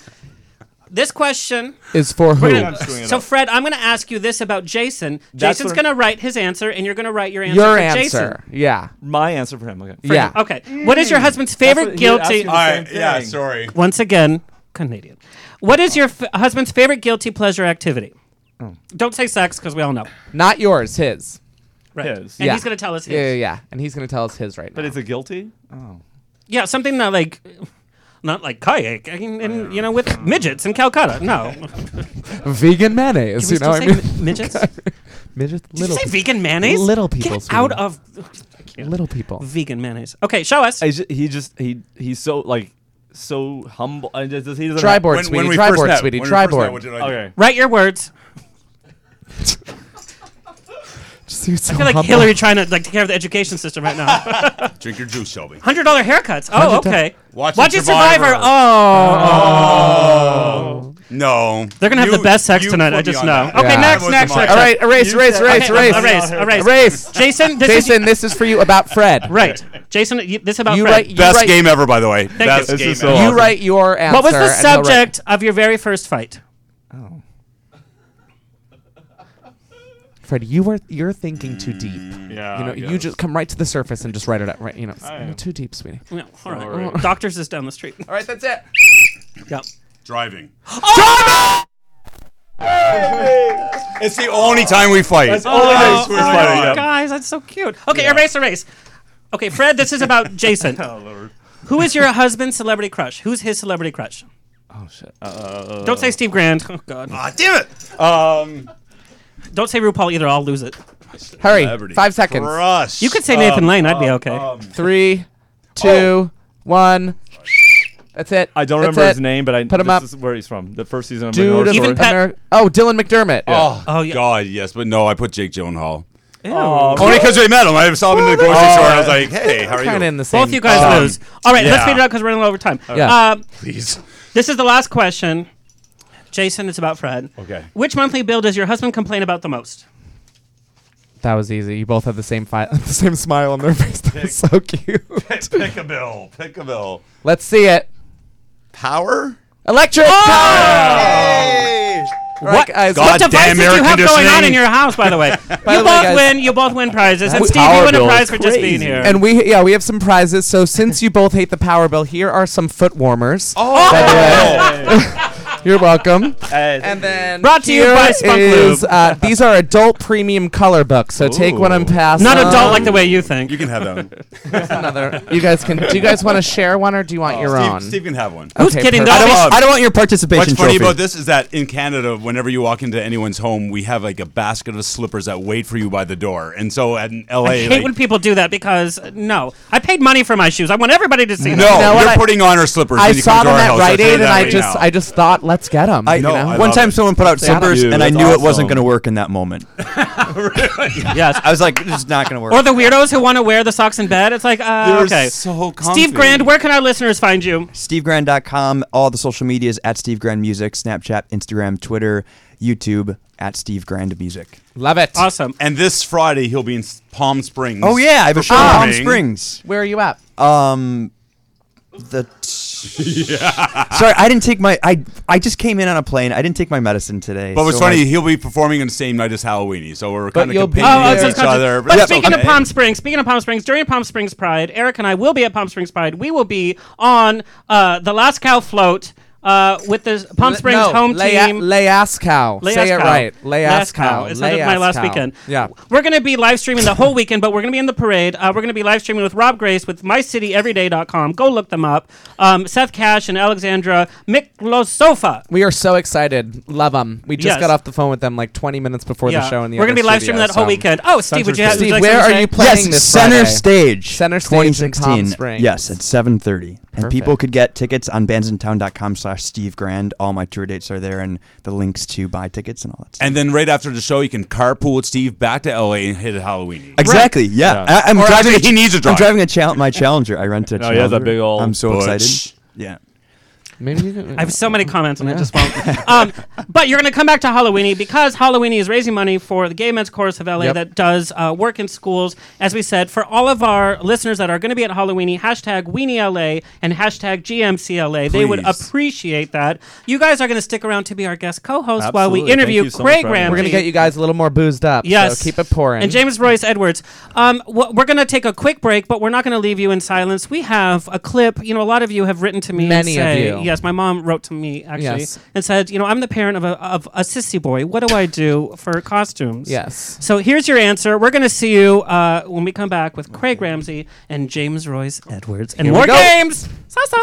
Speaker 5: This question
Speaker 8: Is for
Speaker 5: We're
Speaker 8: who?
Speaker 5: gonna- so, Fred, I'm going to ask you this about Jason.
Speaker 4: That's
Speaker 5: Jason's
Speaker 4: what-
Speaker 5: going to write his answer, and you're going to write your answer
Speaker 8: Your
Speaker 5: for
Speaker 8: answer.
Speaker 5: Jason.
Speaker 8: Yeah.
Speaker 4: My answer for him. Okay.
Speaker 5: For
Speaker 8: Yeah.
Speaker 5: you. Okay. What is your husband's favorite guilty?
Speaker 13: yeah, sorry.
Speaker 5: Once again, Canadian. What is your f- husband's favorite guilty pleasure activity? Don't say sex because we all know.
Speaker 8: Not yours, his.
Speaker 5: Right.
Speaker 4: His.
Speaker 5: And
Speaker 8: yeah.
Speaker 5: he's going to tell us his.
Speaker 8: Yeah, yeah, yeah. And he's going to tell us his right now.
Speaker 4: But it's a guilty. Oh.
Speaker 5: Yeah, something not like, not like kayak, I mean, and, you know, with midgets in Calcutta.
Speaker 8: [LAUGHS]
Speaker 5: No.
Speaker 8: Vegan mayonnaise. you
Speaker 5: Can we
Speaker 8: know
Speaker 5: still
Speaker 8: what I
Speaker 5: say
Speaker 8: mean? [LAUGHS]
Speaker 5: mi- midgets?
Speaker 8: midgets.
Speaker 5: Did
Speaker 8: little
Speaker 5: you say
Speaker 8: people.
Speaker 5: vegan mayonnaise?
Speaker 8: Little people.
Speaker 5: Get out
Speaker 8: sweetie.
Speaker 5: of
Speaker 8: Little people.
Speaker 5: vegan mayonnaise. Okay, show us.
Speaker 4: He's just, he just he he's so like so humble. I just- he doesn't
Speaker 8: Try board,
Speaker 4: When-
Speaker 8: sweetie.
Speaker 4: when we
Speaker 8: try
Speaker 4: first
Speaker 8: board,
Speaker 4: met-
Speaker 8: sweetie.
Speaker 4: when we
Speaker 8: Try
Speaker 4: first met,
Speaker 8: board.
Speaker 4: what did I do? Okay.
Speaker 5: Write your words.
Speaker 8: [LAUGHS] Just seems so
Speaker 5: I feel like
Speaker 8: humble.
Speaker 5: Hillary trying to like take care of the education system right now.
Speaker 8: [LAUGHS]
Speaker 5: [LAUGHS]
Speaker 13: Drink your juice, Shelby.
Speaker 5: Hundred dollar haircuts. Oh,
Speaker 13: $100
Speaker 5: okay.
Speaker 13: Watch
Speaker 5: it,
Speaker 13: it,
Speaker 5: Survivor.
Speaker 13: Survivor.
Speaker 5: Oh.
Speaker 13: No.
Speaker 5: They're gonna have the best sex tonight. I just know. Okay,
Speaker 8: Yeah.
Speaker 5: next, next, next.
Speaker 8: All right, erase,
Speaker 5: You
Speaker 8: erase,
Speaker 5: said-
Speaker 8: erase,
Speaker 5: okay,
Speaker 8: erase,
Speaker 5: erase, erase,
Speaker 8: erase.
Speaker 5: Jason, this is
Speaker 8: Jason, this is for you about Fred.
Speaker 5: [LAUGHS] right. Jason, you, this about
Speaker 8: You
Speaker 5: Fred.
Speaker 8: write- you Best write- game
Speaker 13: ever, by the way.
Speaker 5: Thank
Speaker 13: Best
Speaker 5: you.
Speaker 13: game This is so ever.
Speaker 8: You
Speaker 13: awesome.
Speaker 8: write your answer.
Speaker 5: What was the
Speaker 8: and he'll write-
Speaker 5: subject of your very first fight?
Speaker 8: Fred, you were you're thinking too deep.
Speaker 4: Mm, Yeah,
Speaker 8: You know,
Speaker 4: I
Speaker 8: you
Speaker 4: guess.
Speaker 8: just come right to the surface and just write it out. Right. You know,
Speaker 4: I
Speaker 8: you know,
Speaker 4: am.
Speaker 8: too deep, sweetie.
Speaker 5: No, all right.
Speaker 4: Sorry.
Speaker 5: Doctors is down the street. All
Speaker 8: right, that's it.
Speaker 5: Yep. [GASPS]
Speaker 13: Driving.
Speaker 5: Oh!
Speaker 13: It's the only time we fight.
Speaker 5: Oh, oh, guys, that's so cute. Okay, erase, erase. Okay, Fred, this
Speaker 13: [LAUGHS]
Speaker 5: is about Jason.
Speaker 13: Oh,
Speaker 5: Who is your husband's celebrity crush? Who's his celebrity crush?
Speaker 4: Oh shit. Uh,
Speaker 5: Don't say Steve Grand. Oh God.
Speaker 13: Ah, damn it. Um,
Speaker 5: Don't say RuPaul either. I'll lose it.
Speaker 8: Hurry.
Speaker 13: Celebrity
Speaker 8: Five seconds.
Speaker 13: crush. Um,
Speaker 5: You could say Nathan Lane. I'd
Speaker 4: Um,
Speaker 5: be okay.
Speaker 4: [LAUGHS]
Speaker 8: Three,
Speaker 4: Oh.
Speaker 8: two, one. That's it.
Speaker 4: I don't
Speaker 8: That's it.
Speaker 4: remember his name, but I
Speaker 8: put him
Speaker 4: this
Speaker 8: up.
Speaker 4: is where he's from. The first season of
Speaker 8: Dude,
Speaker 4: Minority
Speaker 8: of
Speaker 4: Story.
Speaker 8: Amer- oh, Dylan McDermott.
Speaker 13: Oh,
Speaker 5: Oh, yeah.
Speaker 13: God, yes, but no, I put Jake Gyllenhaal.
Speaker 5: Ew.
Speaker 13: Only because we met him. I saw him in the grocery
Speaker 8: Oh,
Speaker 13: store, and I was
Speaker 8: yeah.
Speaker 13: like, "Hey, how are you?"
Speaker 8: Kinda in the same. [LAUGHS]
Speaker 5: Both you guys
Speaker 13: Um,
Speaker 5: lose. All right, let's
Speaker 13: yeah.
Speaker 5: fade it out because we're running over time.
Speaker 8: Yeah.
Speaker 5: Um,
Speaker 13: [LAUGHS] Please.
Speaker 5: this is the last question. Jason, it's about Fred.
Speaker 13: Okay.
Speaker 5: Which monthly bill does your husband complain about the most?
Speaker 8: That was easy. You both have the same fi- [LAUGHS] the same smile on their face. That was so cute.
Speaker 13: pick a bill. Pick a bill.
Speaker 8: [LAUGHS] Let's see it.
Speaker 13: Power.
Speaker 8: Electric
Speaker 4: Oh!
Speaker 8: power. All right, guys.
Speaker 13: God
Speaker 5: what devices
Speaker 13: damn air
Speaker 5: do you have going on
Speaker 13: conditioning.
Speaker 5: in your house, by
Speaker 4: [LAUGHS]
Speaker 5: the [LAUGHS] way?
Speaker 8: By
Speaker 5: you
Speaker 8: the way,
Speaker 5: both
Speaker 8: guys-
Speaker 5: win. You both win prizes, and
Speaker 4: That
Speaker 5: Steve, you
Speaker 4: power
Speaker 5: win a
Speaker 4: bill
Speaker 5: prize
Speaker 4: is
Speaker 5: for just being
Speaker 4: crazy.
Speaker 5: here.
Speaker 8: And we yeah we have some prizes. So since you both hate the power bill, here are some foot warmers.
Speaker 13: Oh.
Speaker 8: By the way. [LAUGHS] You're welcome.
Speaker 4: Hey,
Speaker 8: And then
Speaker 5: Brought to you
Speaker 8: here
Speaker 5: by Spunk
Speaker 8: is,
Speaker 5: Lube.
Speaker 8: uh, these are adult premium color books. So take one and pass.
Speaker 5: Not adult
Speaker 8: on.
Speaker 5: like the way you think.
Speaker 13: You can have that one.
Speaker 8: another. You guys can. Do you guys want to share one or do you want your own?
Speaker 13: Oh, Steve, Steve can have one.
Speaker 5: Who's
Speaker 8: Okay,
Speaker 5: kidding?
Speaker 8: perfect.
Speaker 11: I don't,
Speaker 5: Dog?
Speaker 11: want, I don't want your participation
Speaker 13: What's funny
Speaker 11: trophy.
Speaker 13: about this is that in Canada, whenever you walk into anyone's home, we have like a basket of slippers that wait for you by the door. And so at in LA,
Speaker 5: I hate
Speaker 13: like,
Speaker 5: when people do that because uh, no, I paid money for my shoes. I want everybody to see.
Speaker 13: no,
Speaker 5: them.
Speaker 8: know what
Speaker 13: you're
Speaker 8: I-
Speaker 13: putting on our slippers.
Speaker 8: I
Speaker 13: when you
Speaker 8: saw
Speaker 13: come to
Speaker 8: them
Speaker 13: our
Speaker 8: at
Speaker 13: house.
Speaker 8: Rite
Speaker 13: feel
Speaker 8: Aid, and
Speaker 13: that
Speaker 8: I
Speaker 13: way
Speaker 8: just
Speaker 13: now.
Speaker 8: I just thought, let's get them.
Speaker 11: I,
Speaker 8: you know?
Speaker 13: I
Speaker 11: one
Speaker 13: love
Speaker 11: time
Speaker 13: it.
Speaker 11: someone put out
Speaker 8: Thank
Speaker 11: slippers,
Speaker 4: you.
Speaker 11: and I
Speaker 4: That's
Speaker 11: knew it wasn't
Speaker 4: awesome.
Speaker 11: going to work in that
Speaker 5: [LAUGHS]
Speaker 11: moment.
Speaker 5: Yes.
Speaker 11: I was like, this is not going to work.
Speaker 5: Or the weirdos who want to wear the socks in bed. It's like, uh,
Speaker 13: They're
Speaker 5: okay.
Speaker 13: so
Speaker 5: Steve
Speaker 13: comfy.
Speaker 5: Grand, where can our listeners find you?
Speaker 11: SteveGrand.com, all the social medias at Steve Grand Music, Snapchat, Instagram, Twitter, YouTube, at Steve Grand Music.
Speaker 8: Love it.
Speaker 5: Awesome.
Speaker 13: And this Friday, he'll be in S- Palm Springs.
Speaker 11: Oh, yeah, I have a show in Palm
Speaker 13: Performing.
Speaker 11: Springs.
Speaker 13: [LAUGHS]
Speaker 8: Where are you at?
Speaker 11: Um, the
Speaker 13: yeah.
Speaker 11: Sorry, I didn't take my. I I just came in on a plane. I didn't take my medicine today.
Speaker 13: But what's
Speaker 11: so,
Speaker 13: funny,
Speaker 11: like-
Speaker 13: he'll be performing on the same night as Halloweeny, so we're
Speaker 11: But
Speaker 13: kind of
Speaker 11: you'll
Speaker 13: competing
Speaker 11: be
Speaker 5: Oh, I was
Speaker 13: against
Speaker 5: just
Speaker 13: each
Speaker 5: conscious-
Speaker 13: other.
Speaker 5: But
Speaker 13: that's
Speaker 5: speaking of
Speaker 13: okay.
Speaker 5: Palm Springs, speaking of Palm Springs, during Palm Springs Pride, Eric and I will be at Palm Springs Pride. We will be on uh, the Last Cow float uh, with the Palm
Speaker 8: Le-
Speaker 5: Springs
Speaker 8: no,
Speaker 5: home
Speaker 8: lay
Speaker 5: team.
Speaker 8: lay ass cow.
Speaker 5: Lay
Speaker 8: Say
Speaker 5: ass
Speaker 8: it
Speaker 5: cow.
Speaker 8: right. Lay ass cow.
Speaker 5: It's
Speaker 8: Lay
Speaker 5: my
Speaker 8: ass
Speaker 5: last
Speaker 8: cow.
Speaker 5: weekend.
Speaker 8: Yeah.
Speaker 5: We're going to be live streaming the whole weekend, but we're going to be in the parade. Uh, we're going to be live streaming with Rob Grace with mycityeveryday.com. Go look them up. Um, Seth Cash and Alexandra Miklosofa.
Speaker 8: We are so excited. Love them. We just
Speaker 5: Yes.
Speaker 8: got off the phone with them like 20 minutes before the show. In the
Speaker 5: We're
Speaker 8: going
Speaker 5: gonna
Speaker 8: to
Speaker 5: be live streaming that whole weekend. Oh, Steve, would you have? would
Speaker 8: Steve,
Speaker 5: you like
Speaker 8: where
Speaker 5: something to
Speaker 8: are you
Speaker 5: say?
Speaker 8: playing
Speaker 11: yes,
Speaker 8: this
Speaker 11: center
Speaker 8: Friday?
Speaker 11: stage,
Speaker 8: Center stage in Palm
Speaker 11: 2016.
Speaker 8: Springs.
Speaker 11: yes, at 7:30, and
Speaker 8: Perfect.
Speaker 11: people could get tickets on bandsintown.com/slash Steve Grand. All my tour dates are there, and the links to buy tickets and all that. stuff.
Speaker 13: And then right after the show, you can carpool with Steve back to LA and hit Halloweeny.
Speaker 11: Exactly. Yeah, I, am
Speaker 13: Or
Speaker 11: driving.
Speaker 13: actually, he
Speaker 11: a-
Speaker 13: needs a drive.
Speaker 11: I'm driving a chal- my Challenger. I rent
Speaker 13: No,
Speaker 11: a
Speaker 8: Oh,
Speaker 11: Challenger.
Speaker 13: Oh, he has a big old
Speaker 11: I'm so
Speaker 13: butch.
Speaker 11: excited. Yeah.
Speaker 8: Maybe you
Speaker 5: I have so many comments and I just won't. um, but you're going to come back to Halloweeny because Halloweeny is raising money for the Gay Men's Chorus of LA
Speaker 8: Yep.
Speaker 5: that does uh, work in schools. As we said, for all of our listeners that are going to be at Halloweeny, hashtag WeenieLA and hashtag GMCLA. They would
Speaker 8: Please.
Speaker 5: appreciate that. You guys are going to stick around to be our guest co-host while
Speaker 8: Absolutely.
Speaker 5: we
Speaker 8: Thank
Speaker 5: interview
Speaker 8: you so much
Speaker 5: Craig
Speaker 8: for having me.
Speaker 5: Ramsey.
Speaker 8: We're gonna get you guys a little more boozed up.
Speaker 5: Yes.
Speaker 8: So keep it pouring.
Speaker 5: And James Royce Edwards. Um, wh- we're going to take a quick break, but we're not going to leave you in silence. We have a clip. You know, a lot of you have written to me. and
Speaker 8: Many of
Speaker 5: say-
Speaker 8: you.
Speaker 5: Yes, my mom wrote to me actually
Speaker 8: Yes.
Speaker 5: and said, you know, I'm the parent of a of a sissy boy. What do I do for costumes?
Speaker 8: Yes.
Speaker 5: So here's your answer. We're going to see you uh, when we come back with Craig Ramsey and James Royce Edwards and
Speaker 8: Here we
Speaker 5: more
Speaker 8: go.
Speaker 5: games. Sasa.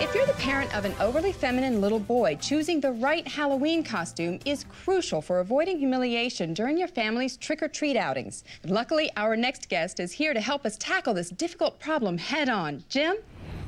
Speaker 14: If you're the parent of an overly feminine little boy, choosing the right Halloween costume is crucial for avoiding humiliation during your family's trick or treat outings. Luckily, our next guest is here to help us tackle this difficult problem head on. Jim?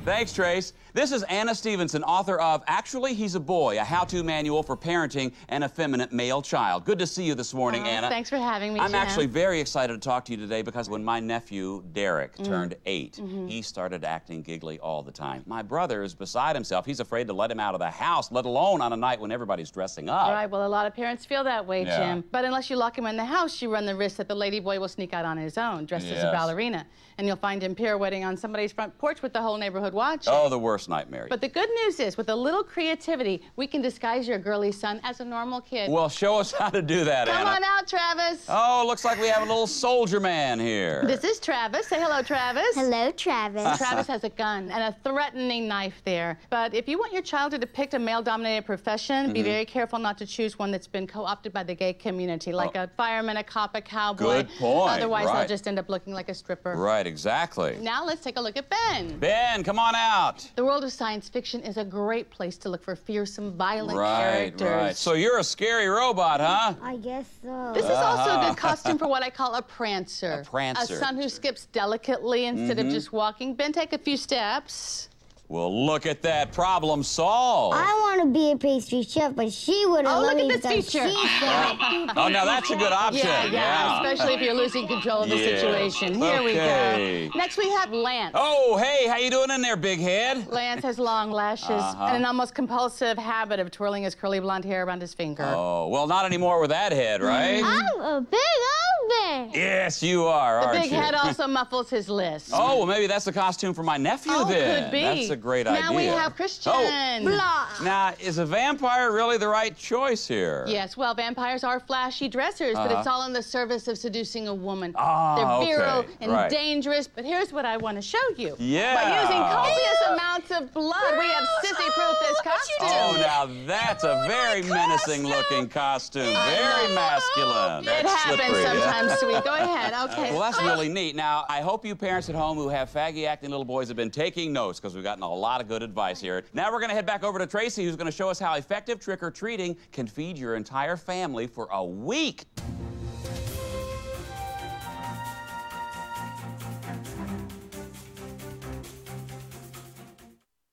Speaker 15: Thanks, Trace. This is Anna Stevenson, author of Actually He's a Boy, a how to manual for parenting an effeminate male child. Good to see you this morning,
Speaker 16: Oh,
Speaker 15: Anna.
Speaker 16: Thanks for having me.
Speaker 15: I'm
Speaker 16: Jim.
Speaker 15: actually very excited to talk to you today because when my nephew, Derek,
Speaker 16: Mm.
Speaker 15: turned eight,
Speaker 16: Mhm.
Speaker 15: he started acting giggly all the time. My brother is beside himself. He's afraid to let him out of the house, let alone on a night when everybody's dressing up.
Speaker 16: Right. Well, a lot of parents feel that way,
Speaker 15: Yeah.
Speaker 16: Jim. But unless you lock him in the house, you run the risk that the lady boy will sneak out on his own, dressed as a
Speaker 15: Yes.
Speaker 16: ballerina, and you'll find him pirouetting on somebody's front porch with the whole neighborhood watching.
Speaker 15: Oh, the worst nightmare.
Speaker 16: But the good news is, with a little creativity, we can disguise your girly son as a normal kid.
Speaker 15: Well, show us how to do that,
Speaker 16: Come
Speaker 15: Anna.
Speaker 16: on out, Travis.
Speaker 15: Oh, looks like we have a little soldier man here.
Speaker 16: This is Travis. Say hello, Travis.
Speaker 15: [LAUGHS]
Speaker 16: Hello, Travis. Travis has a gun and a threatening knife there. But if you want your child to depict a male dominated profession, be
Speaker 15: Mhm.
Speaker 16: very careful not to choose one that's been co opted by the gay community, like a fireman, a cop, a cowboy.
Speaker 15: Oh. Good point,
Speaker 16: Otherwise,
Speaker 15: right.
Speaker 16: they'll just end up looking like a stripper.
Speaker 15: Right, exactly.
Speaker 16: Now let's take a look at Ben.
Speaker 15: Ben, come on out.
Speaker 16: The world of science fiction is a great place to look for fearsome, violent
Speaker 15: right,
Speaker 16: characters.
Speaker 15: right. So you're a scary robot, huh?
Speaker 16: I guess so. This is also a
Speaker 15: Ah.
Speaker 16: good costume for what
Speaker 15: [LAUGHS]
Speaker 16: I call a prancer. A
Speaker 15: prancer.
Speaker 16: A son who skips delicately instead
Speaker 15: Mhm.
Speaker 16: of just walking. Ben, take a few steps.
Speaker 15: Well, look at that. Problem solved.
Speaker 17: I want to be a pastry chef, but she wouldn't
Speaker 16: Oh,
Speaker 17: let
Speaker 16: look at
Speaker 17: me
Speaker 16: this
Speaker 17: because
Speaker 16: feature.
Speaker 17: she's the-
Speaker 15: Oh, now that's a good option.
Speaker 16: [LAUGHS] Yeah, yeah,
Speaker 15: Yeah.
Speaker 16: especially if you're losing control of the
Speaker 15: Yeah.
Speaker 16: situation. Here
Speaker 15: Okay.
Speaker 16: we go. Next, we have Lance.
Speaker 15: Oh, hey, how you doing in there, big head?
Speaker 16: Lance has long lashes
Speaker 15: Uh-huh.
Speaker 16: and an almost compulsive habit of twirling his curly blonde hair around his finger.
Speaker 15: Oh, well, not anymore with that head, right?
Speaker 16: I'm a big old man.
Speaker 15: Yes, you are,
Speaker 16: Ah. The
Speaker 15: aren't
Speaker 16: big
Speaker 15: you?
Speaker 16: head also muffles his list.
Speaker 15: [LAUGHS] Oh, well, maybe that's the costume for my nephew
Speaker 16: Oh,
Speaker 15: then.
Speaker 16: could be.
Speaker 15: That's a great idea.
Speaker 16: Now we have Christian.
Speaker 15: Oh. Now, is a vampire really the right choice here?
Speaker 16: Yes, well, vampires are flashy dressers, but
Speaker 15: Uh-huh.
Speaker 16: it's all in the service of seducing a woman.
Speaker 15: Ah,
Speaker 16: They're virile
Speaker 15: okay,
Speaker 16: and
Speaker 15: right.
Speaker 16: dangerous, but here's what I want to show you. By
Speaker 15: Yeah.
Speaker 16: using copious
Speaker 15: Ew.
Speaker 16: amounts of blood, we have sissy proof this costume.
Speaker 15: Oh, now that's a very menacing looking costume. Very masculine.
Speaker 16: It happens
Speaker 15: Oh, slippery, yeah.
Speaker 16: sometimes,
Speaker 15: [LAUGHS]
Speaker 16: sweet. Go ahead. Okay.
Speaker 15: Well, that's
Speaker 16: Oh.
Speaker 15: really neat. Now, I hope you parents at home who have faggy acting little boys have been taking notes because we've gotten a lot of good advice here. Now we're going to head back over to Tracy, who's going to show us how effective trick or treating can feed your entire family for a week.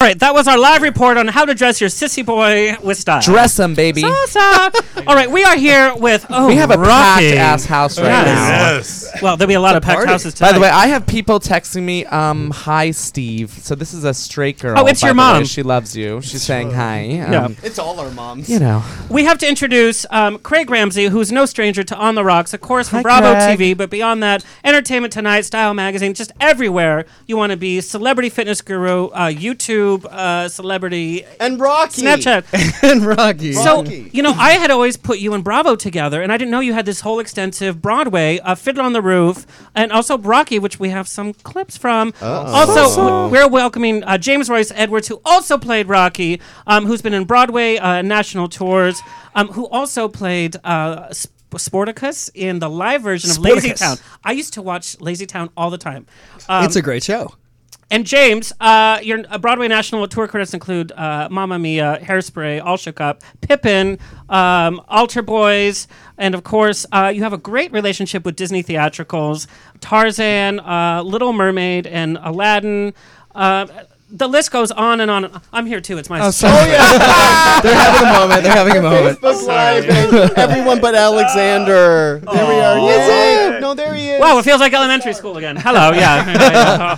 Speaker 5: All right, that was our live report on how to dress your sissy boy with style.
Speaker 8: Dress 'em, baby.
Speaker 5: Salsa. All right, we are here with oh,
Speaker 8: we have a packed
Speaker 5: rocking.
Speaker 8: ass house right
Speaker 5: Yes.
Speaker 8: now.
Speaker 5: Well, there'll be a lot of packed houses tonight.
Speaker 8: By the way, I have people texting me, um, "Hi, Steve." So this is a straight girl.
Speaker 5: Oh, it's
Speaker 8: by
Speaker 5: your
Speaker 8: the way.
Speaker 5: mom.
Speaker 8: She loves you. She's saying hi.
Speaker 5: Yeah.
Speaker 8: Um,
Speaker 11: It's all our moms.
Speaker 8: You
Speaker 18: [LAUGHS]
Speaker 8: know.
Speaker 5: we have to introduce um, Craig Ramsey, who's no stranger to On the Rocks, of course, from Bravo
Speaker 8: Craig.
Speaker 5: TV, but beyond that, Entertainment Tonight, Style Magazine, just everywhere you want to be. Celebrity fitness guru, uh, YouTube uh, celebrity,
Speaker 18: and Rocky,
Speaker 5: Snapchat,
Speaker 18: [LAUGHS] and Rocky.
Speaker 5: So
Speaker 18: Rocky.
Speaker 5: you know, I had always put you and Bravo together, and I didn't know you had this whole extensive Broadway, uh, Fiddler on the Roof, and also Rocky, which we have some clips from.
Speaker 18: Uh-oh.
Speaker 5: Also,
Speaker 18: Uh-oh.
Speaker 5: we're welcoming uh, James Royce Edwards, who also played Rocky, um, who's been in Broadway uh, national tours, um, who also played. Uh, Sp- Sporticus in the live version of Lazy
Speaker 18: Sportacus.
Speaker 5: Town. I used to watch Lazy Town all the time. Um,
Speaker 18: it's a great show.
Speaker 5: and James, uh, your uh, Broadway national tour credits include uh, Mamma Mia, Hairspray, All Shook Up, Pippin, um, Altar Boys, and of course, uh, you have a great relationship with Disney theatricals, Tarzan, uh, Little Mermaid, and Aladdin. Uh, the list goes on and on. I'm here too. It's my
Speaker 18: Oh, sorry. [LAUGHS] They're having a moment. They're [LAUGHS]
Speaker 5: [LAUGHS]
Speaker 18: having a moment. Facebook Live and everyone but Alexander. There we are. Yes, I- No, there he is.
Speaker 5: Oh, Wow, it feels like elementary school again. Hello,
Speaker 18: [LAUGHS]
Speaker 5: yeah.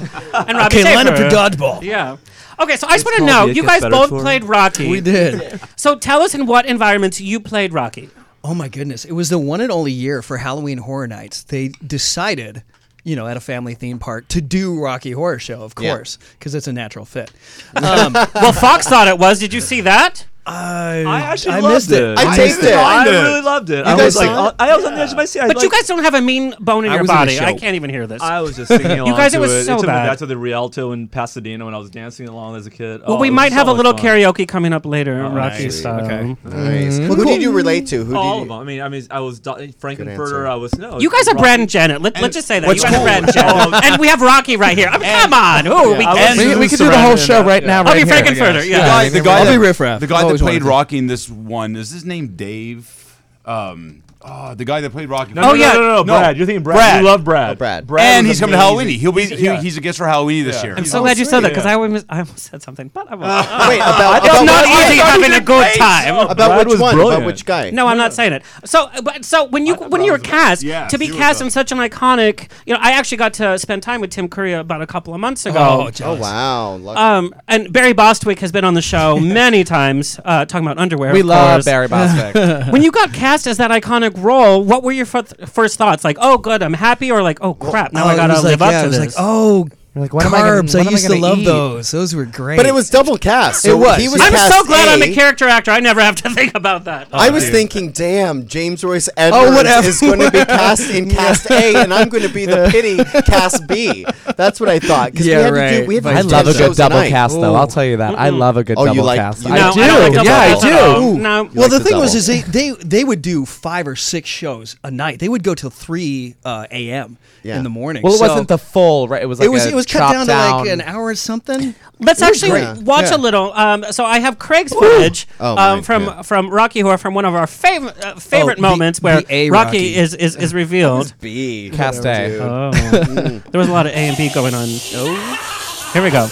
Speaker 5: and Robbie
Speaker 18: Okay, line up
Speaker 5: Schaefer.
Speaker 18: for dodgeball.
Speaker 5: Yeah. Okay, so I just want
Speaker 18: called
Speaker 5: to know,
Speaker 18: the It
Speaker 5: you
Speaker 18: Gets
Speaker 5: guys
Speaker 18: Better
Speaker 5: both
Speaker 18: Tour.
Speaker 5: played Rocky.
Speaker 18: We did.
Speaker 5: So tell us in what environments you played Rocky.
Speaker 18: Oh my goodness. It was the one and only year for Halloween Horror Nights. They decided, you know, at a family theme park to do Rocky Horror Show, of
Speaker 5: Yeah.
Speaker 18: course, because it's a natural fit.
Speaker 5: [LAUGHS] Um, well, Fox thought it was. Did you see that?
Speaker 18: Um, I,
Speaker 4: actually
Speaker 18: I
Speaker 4: loved
Speaker 18: missed it.
Speaker 4: it.
Speaker 18: I
Speaker 4: I
Speaker 18: tasted
Speaker 4: did.
Speaker 18: it.
Speaker 4: I really loved it.
Speaker 18: You
Speaker 4: I
Speaker 18: guys
Speaker 4: was like,
Speaker 18: saw it?
Speaker 4: I I was on the edge of my seat. I
Speaker 5: But you
Speaker 4: like-
Speaker 5: guys don't have a mean bone in
Speaker 4: I
Speaker 5: your
Speaker 4: was in a
Speaker 5: body. I
Speaker 4: show.
Speaker 5: can't even hear this.
Speaker 4: I was just singing along
Speaker 5: [LAUGHS] you guys,
Speaker 4: to
Speaker 5: it was
Speaker 4: it.
Speaker 5: so
Speaker 4: it took
Speaker 5: bad.
Speaker 4: Me back to the Rialto in Pasadena when I was dancing along as a kid.
Speaker 5: well,
Speaker 4: Oh,
Speaker 5: we
Speaker 4: it was
Speaker 5: might
Speaker 4: so
Speaker 5: have a
Speaker 4: much
Speaker 5: little
Speaker 4: fun.
Speaker 5: karaoke Mm-hmm. coming up later,
Speaker 4: Oh,
Speaker 5: Rocky
Speaker 4: nice.
Speaker 5: style. Mm.
Speaker 4: Okay.
Speaker 18: Nice. Well, who did you relate to? Who did
Speaker 4: all
Speaker 18: you-
Speaker 4: of them. I mean, I mean, I was Do-
Speaker 18: answer.
Speaker 4: Frankenfurter. I was no.
Speaker 5: You guys are
Speaker 4: Rocky.
Speaker 5: Brad and Janet. Let,
Speaker 4: And-
Speaker 5: let's just say that.
Speaker 4: What's
Speaker 5: you guys
Speaker 4: cool-
Speaker 5: are Brad and
Speaker 4: Oh,
Speaker 5: Janet. and we have Rocky right here. I mean, come on. Ooh, we,
Speaker 4: And
Speaker 8: we, we could do the whole show right now.
Speaker 5: I'll
Speaker 8: right
Speaker 5: be
Speaker 8: here.
Speaker 5: Frankenfurter,
Speaker 10: The guy, the guy, that, the guy that
Speaker 8: Always wanted
Speaker 10: played
Speaker 8: to.
Speaker 10: Rocky in this one is his name Dave. Um, oh, the guy that played Rocky.
Speaker 4: No, no, no, no, no, Brad. You're thinking Brad. You love Brad. Brad. Brad
Speaker 10: and
Speaker 4: is
Speaker 10: he's coming to
Speaker 4: amazing.
Speaker 10: Halloween. He'll be
Speaker 4: He's-
Speaker 10: he,
Speaker 4: yeah.
Speaker 10: he's a guest for Halloween this year.
Speaker 5: I'm so glad you said that because I, almost- I almost said something, but [LAUGHS] I won't.
Speaker 18: Uh, Wait, about-
Speaker 5: it's
Speaker 18: about
Speaker 5: not
Speaker 18: what- I
Speaker 5: easy
Speaker 18: thought you
Speaker 5: having a
Speaker 18: did
Speaker 5: good
Speaker 18: base.
Speaker 5: time.
Speaker 18: About Brad which was one? About brilliant. which guy?
Speaker 5: No, I'm not saying it. So, but so when you when you were cast,
Speaker 18: Yes,
Speaker 5: to be
Speaker 18: you were
Speaker 5: cast
Speaker 18: the-
Speaker 5: in such an iconic, you know, I actually got to spend time with Tim Curry about a couple of months ago.
Speaker 18: oh wow. Lucky.
Speaker 5: Um, and Barry Bostwick has been on
Speaker 18: [LAUGHS]
Speaker 5: the show many times, uh, talking about underwear.
Speaker 8: We
Speaker 5: of
Speaker 8: love
Speaker 5: course.
Speaker 8: Barry Bostwick.
Speaker 5: [LAUGHS] when you got cast as that iconic role, what were your fir- first thoughts? Like, oh, good, I'm happy, or like, oh, crap, now
Speaker 18: Oh,
Speaker 5: I
Speaker 18: it
Speaker 5: gotta
Speaker 18: was
Speaker 5: live
Speaker 18: like,
Speaker 5: up
Speaker 18: yeah,
Speaker 5: to
Speaker 18: it was
Speaker 5: this.
Speaker 18: Like, oh,
Speaker 8: like,
Speaker 5: what am I gonna-
Speaker 18: carbs. I,
Speaker 5: what am I
Speaker 18: used to
Speaker 5: gonna
Speaker 18: love
Speaker 5: eat?
Speaker 18: those. Those were great.
Speaker 5: But it was
Speaker 18: double cast.
Speaker 5: So
Speaker 18: it was. He was
Speaker 5: I'm
Speaker 18: cast
Speaker 5: so glad i I'm a
Speaker 18: A. Oh,
Speaker 5: character actor. I never have to [LAUGHS] think about that.
Speaker 18: I was thinking, damn, James Royce Edwards
Speaker 5: Oh, whatever.
Speaker 18: is going to be [LAUGHS] cast in cast A, and I'm going to be the pity cast B. That's what I thought. 'cause we
Speaker 8: Yeah,
Speaker 18: had To do,
Speaker 8: right.
Speaker 18: we had
Speaker 8: I
Speaker 18: like
Speaker 8: love
Speaker 18: 10
Speaker 8: a good
Speaker 18: shows
Speaker 8: double
Speaker 18: night.
Speaker 8: cast, though. I'll tell you that. I love a good
Speaker 18: Oh, you
Speaker 8: double
Speaker 18: like-
Speaker 8: cast.
Speaker 18: you
Speaker 8: I
Speaker 18: like-
Speaker 8: do.
Speaker 18: No, I don't like double
Speaker 8: yeah, I
Speaker 18: cast
Speaker 8: do.
Speaker 18: at all. No.
Speaker 8: You
Speaker 18: Well,
Speaker 8: like
Speaker 18: the
Speaker 8: the
Speaker 18: thing was,
Speaker 8: double.
Speaker 18: is they, they they would do five or six shows a night. They would go till three uh, a.m. in the morning.
Speaker 8: Well, it
Speaker 18: So
Speaker 8: wasn't the full, right? It was like
Speaker 18: it was
Speaker 8: a
Speaker 18: it was cut
Speaker 8: chopped
Speaker 18: down to like an hour or something.
Speaker 5: Let's
Speaker 18: It was
Speaker 5: actually
Speaker 18: great.
Speaker 5: watch
Speaker 18: Yeah.
Speaker 5: a little. Um, so I have Craig's footage
Speaker 18: Oh,
Speaker 5: um,
Speaker 18: mine,
Speaker 5: from
Speaker 18: yeah.
Speaker 5: from Rocky Horror from one of our favorite uh, favorite
Speaker 18: Oh, B-
Speaker 5: moments where
Speaker 18: B.A.
Speaker 5: Rocky,
Speaker 18: Rocky.
Speaker 5: is is,
Speaker 18: [LAUGHS]
Speaker 5: is revealed.
Speaker 18: B.
Speaker 8: Cast A.
Speaker 18: Dude.
Speaker 5: Oh.
Speaker 18: [LAUGHS] Mm.
Speaker 5: there was a lot of A and B going on. Here we go.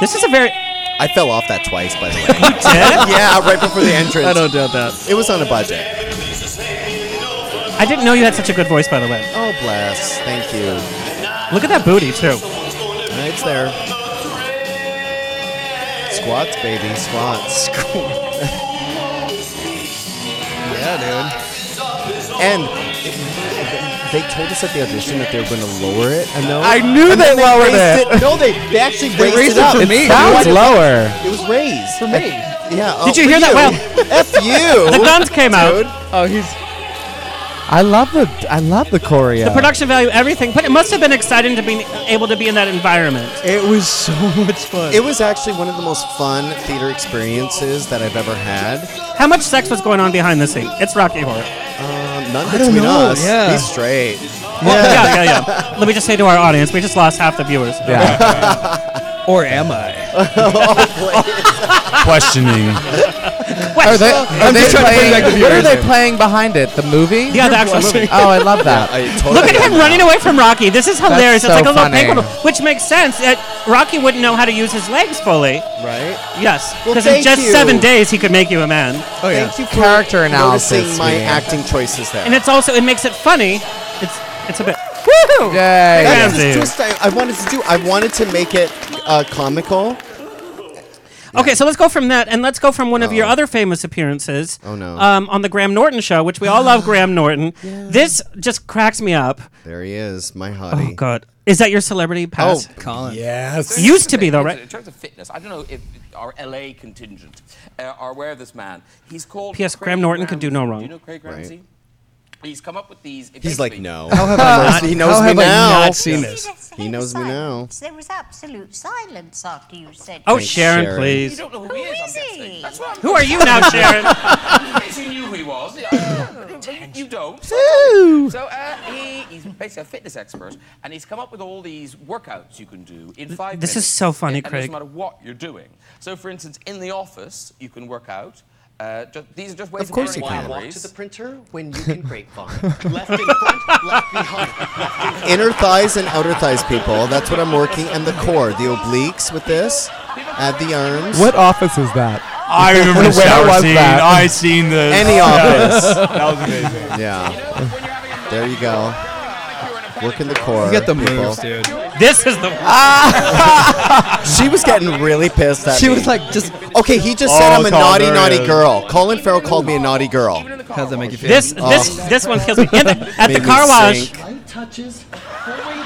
Speaker 5: This is a very.
Speaker 18: I fell off that twice, by the way.
Speaker 5: [LAUGHS] you did?
Speaker 18: [LAUGHS] yeah, right before the entrance.
Speaker 5: I
Speaker 18: don't doubt that. It was on a budget.
Speaker 5: I didn't know you had such a good voice, by the way.
Speaker 18: Oh, bless. Thank you.
Speaker 5: Look at that booty too.
Speaker 18: It's there. Squats, baby. Squats. [LAUGHS] yeah, dude. And they told us at the audition that they were going to lower it a note.
Speaker 8: I knew
Speaker 18: And
Speaker 8: they
Speaker 18: then
Speaker 8: lowered
Speaker 18: raised
Speaker 8: it.
Speaker 18: No, they, they actually
Speaker 8: They
Speaker 18: raised,
Speaker 8: raised
Speaker 18: it
Speaker 8: it
Speaker 18: up.
Speaker 8: to me. It sounds
Speaker 18: It was-
Speaker 8: lower.
Speaker 18: It was raised for me. yeah. oh,
Speaker 5: Did you hear that? Well,
Speaker 18: F
Speaker 5: [LAUGHS]
Speaker 18: you.
Speaker 5: The guns came
Speaker 18: Dude.
Speaker 5: out.
Speaker 18: Oh, he's
Speaker 8: I love the I love the choreo.
Speaker 5: the production value, everything. But it must have been exciting to be able to be in that environment.
Speaker 18: It was so [LAUGHS] much fun. It was actually one of the most fun theater experiences that I've ever had.
Speaker 5: How much sex was going on behind the scene? It's Rocky Horror.
Speaker 18: Um, none
Speaker 5: I don't
Speaker 18: between
Speaker 5: know,
Speaker 18: us.
Speaker 5: yeah.
Speaker 18: He's straight.
Speaker 5: Well, yeah, yeah, yeah. Let me just say to our audience, we just lost half the viewers.
Speaker 18: Yeah. [LAUGHS] or am I? Oh,
Speaker 13: questioning.
Speaker 8: Are they,
Speaker 13: Well,
Speaker 8: are
Speaker 13: I'm
Speaker 8: they
Speaker 13: just trying to bring
Speaker 8: playing,
Speaker 13: back the
Speaker 8: what are
Speaker 13: viewers
Speaker 8: they
Speaker 13: here.
Speaker 8: playing behind it? The movie?
Speaker 5: Yeah, the actual movie.
Speaker 8: Oh, I love
Speaker 18: [LAUGHS]
Speaker 8: that.
Speaker 5: Look at him running away from Rocky. This is
Speaker 8: That's
Speaker 5: hilarious.
Speaker 8: so
Speaker 5: it's like a little
Speaker 8: funny.
Speaker 5: paintball, which makes sense that Rocky wouldn't know how to use his legs fully.
Speaker 18: Right?
Speaker 5: Yes.
Speaker 18: Well,
Speaker 5: Because in
Speaker 18: thank
Speaker 5: just
Speaker 18: you.
Speaker 5: seven days, he could make you a man.
Speaker 18: Oh, yeah. Thank you for
Speaker 8: Character analysis,
Speaker 18: Noticing my
Speaker 8: yeah.
Speaker 18: acting choices there.
Speaker 5: And it's also, it makes it funny. It's it's a bit.
Speaker 18: [LAUGHS]
Speaker 5: Woohoo!
Speaker 18: That was
Speaker 5: Ramsey.
Speaker 18: the twist I, I wanted to do. I wanted to make it uh, comical.
Speaker 5: Okay, so let's go from that, and let's go from one of your other famous appearances.
Speaker 18: Oh, no.
Speaker 5: Um, on the Graham Norton show, which we
Speaker 18: [GASPS]
Speaker 5: all love Graham Norton. This just cracks me up.
Speaker 18: There he is, my hottie. Oh,
Speaker 5: Oh God, is that your celebrity pass?
Speaker 19: Colin.
Speaker 18: Yes.
Speaker 5: Used to be
Speaker 18: [LAUGHS]
Speaker 5: though, right?
Speaker 19: In terms of fitness, I don't know if our LA contingent uh, are aware of this man. He's called.
Speaker 5: P.S.
Speaker 19: Craig
Speaker 5: Graham Norton could do no
Speaker 19: Ramsey.
Speaker 5: wrong.
Speaker 19: Do you know Craig Ramsey? He's come up with these.
Speaker 18: He's
Speaker 19: basically-
Speaker 18: like, no. How have I
Speaker 19: [LAUGHS]
Speaker 18: not- [LAUGHS] he knows
Speaker 5: how
Speaker 18: me
Speaker 5: have I
Speaker 18: now.
Speaker 5: not seen this?
Speaker 18: He knows me now.
Speaker 20: There was absolute silence after you said.
Speaker 5: Oh,
Speaker 18: Thanks,
Speaker 5: Sharon,
Speaker 18: Sharon.
Speaker 5: please.
Speaker 19: You don't know who he is. I'm guessing. That's what I'm
Speaker 5: Who are you now,
Speaker 19: [LAUGHS]
Speaker 5: Sharon?
Speaker 19: In case you knew who
Speaker 20: [LAUGHS]
Speaker 19: he was. Yeah, you don't. So, so uh, he, he's basically a fitness expert, and he's come up with all these workouts you can do in five minutes.
Speaker 5: This is so funny,
Speaker 19: and It
Speaker 5: Craig.
Speaker 19: doesn't matter what you're doing. So, for instance, in the office, you can work out. Uh, ju- these are just ways of,
Speaker 18: you
Speaker 19: burning
Speaker 18: can.
Speaker 19: calories.
Speaker 18: Walk to the
Speaker 19: printer
Speaker 18: when
Speaker 19: you
Speaker 18: [LAUGHS]
Speaker 19: can grapevine.
Speaker 18: Left in front, left behind. Inner thighs and outer thighs, people. That's what I'm working. And the core, the obliques with this. Add the arms.
Speaker 8: What office is that?
Speaker 18: [LAUGHS] I
Speaker 9: [LAUGHS]
Speaker 18: remember the
Speaker 8: Where
Speaker 18: shower
Speaker 8: was
Speaker 18: scene.
Speaker 8: that?
Speaker 18: I
Speaker 13: seen the
Speaker 18: [LAUGHS] Any office.
Speaker 5: [LAUGHS]
Speaker 13: that was amazing.
Speaker 18: Yeah. There you go. Working the core.
Speaker 13: You get the
Speaker 18: people. Ah!
Speaker 13: moves,
Speaker 19: dude.
Speaker 5: This is the.
Speaker 18: [LAUGHS] she was getting really pissed at
Speaker 5: She
Speaker 18: me.
Speaker 5: was
Speaker 18: like, just. Okay, he just said
Speaker 5: Oh,
Speaker 18: I'm a
Speaker 5: Colin,
Speaker 18: naughty,
Speaker 5: there it
Speaker 18: naughty
Speaker 5: is.
Speaker 18: girl. Colin Farrell called me a naughty girl.
Speaker 19: How does that make you feel?
Speaker 5: This this this one kills me.
Speaker 18: [LAUGHS]
Speaker 5: At the, at
Speaker 18: Oh.
Speaker 5: the
Speaker 18: Made me
Speaker 5: car wash.
Speaker 18: [LAUGHS] sink.
Speaker 19: Light touches.
Speaker 18: [LAUGHS]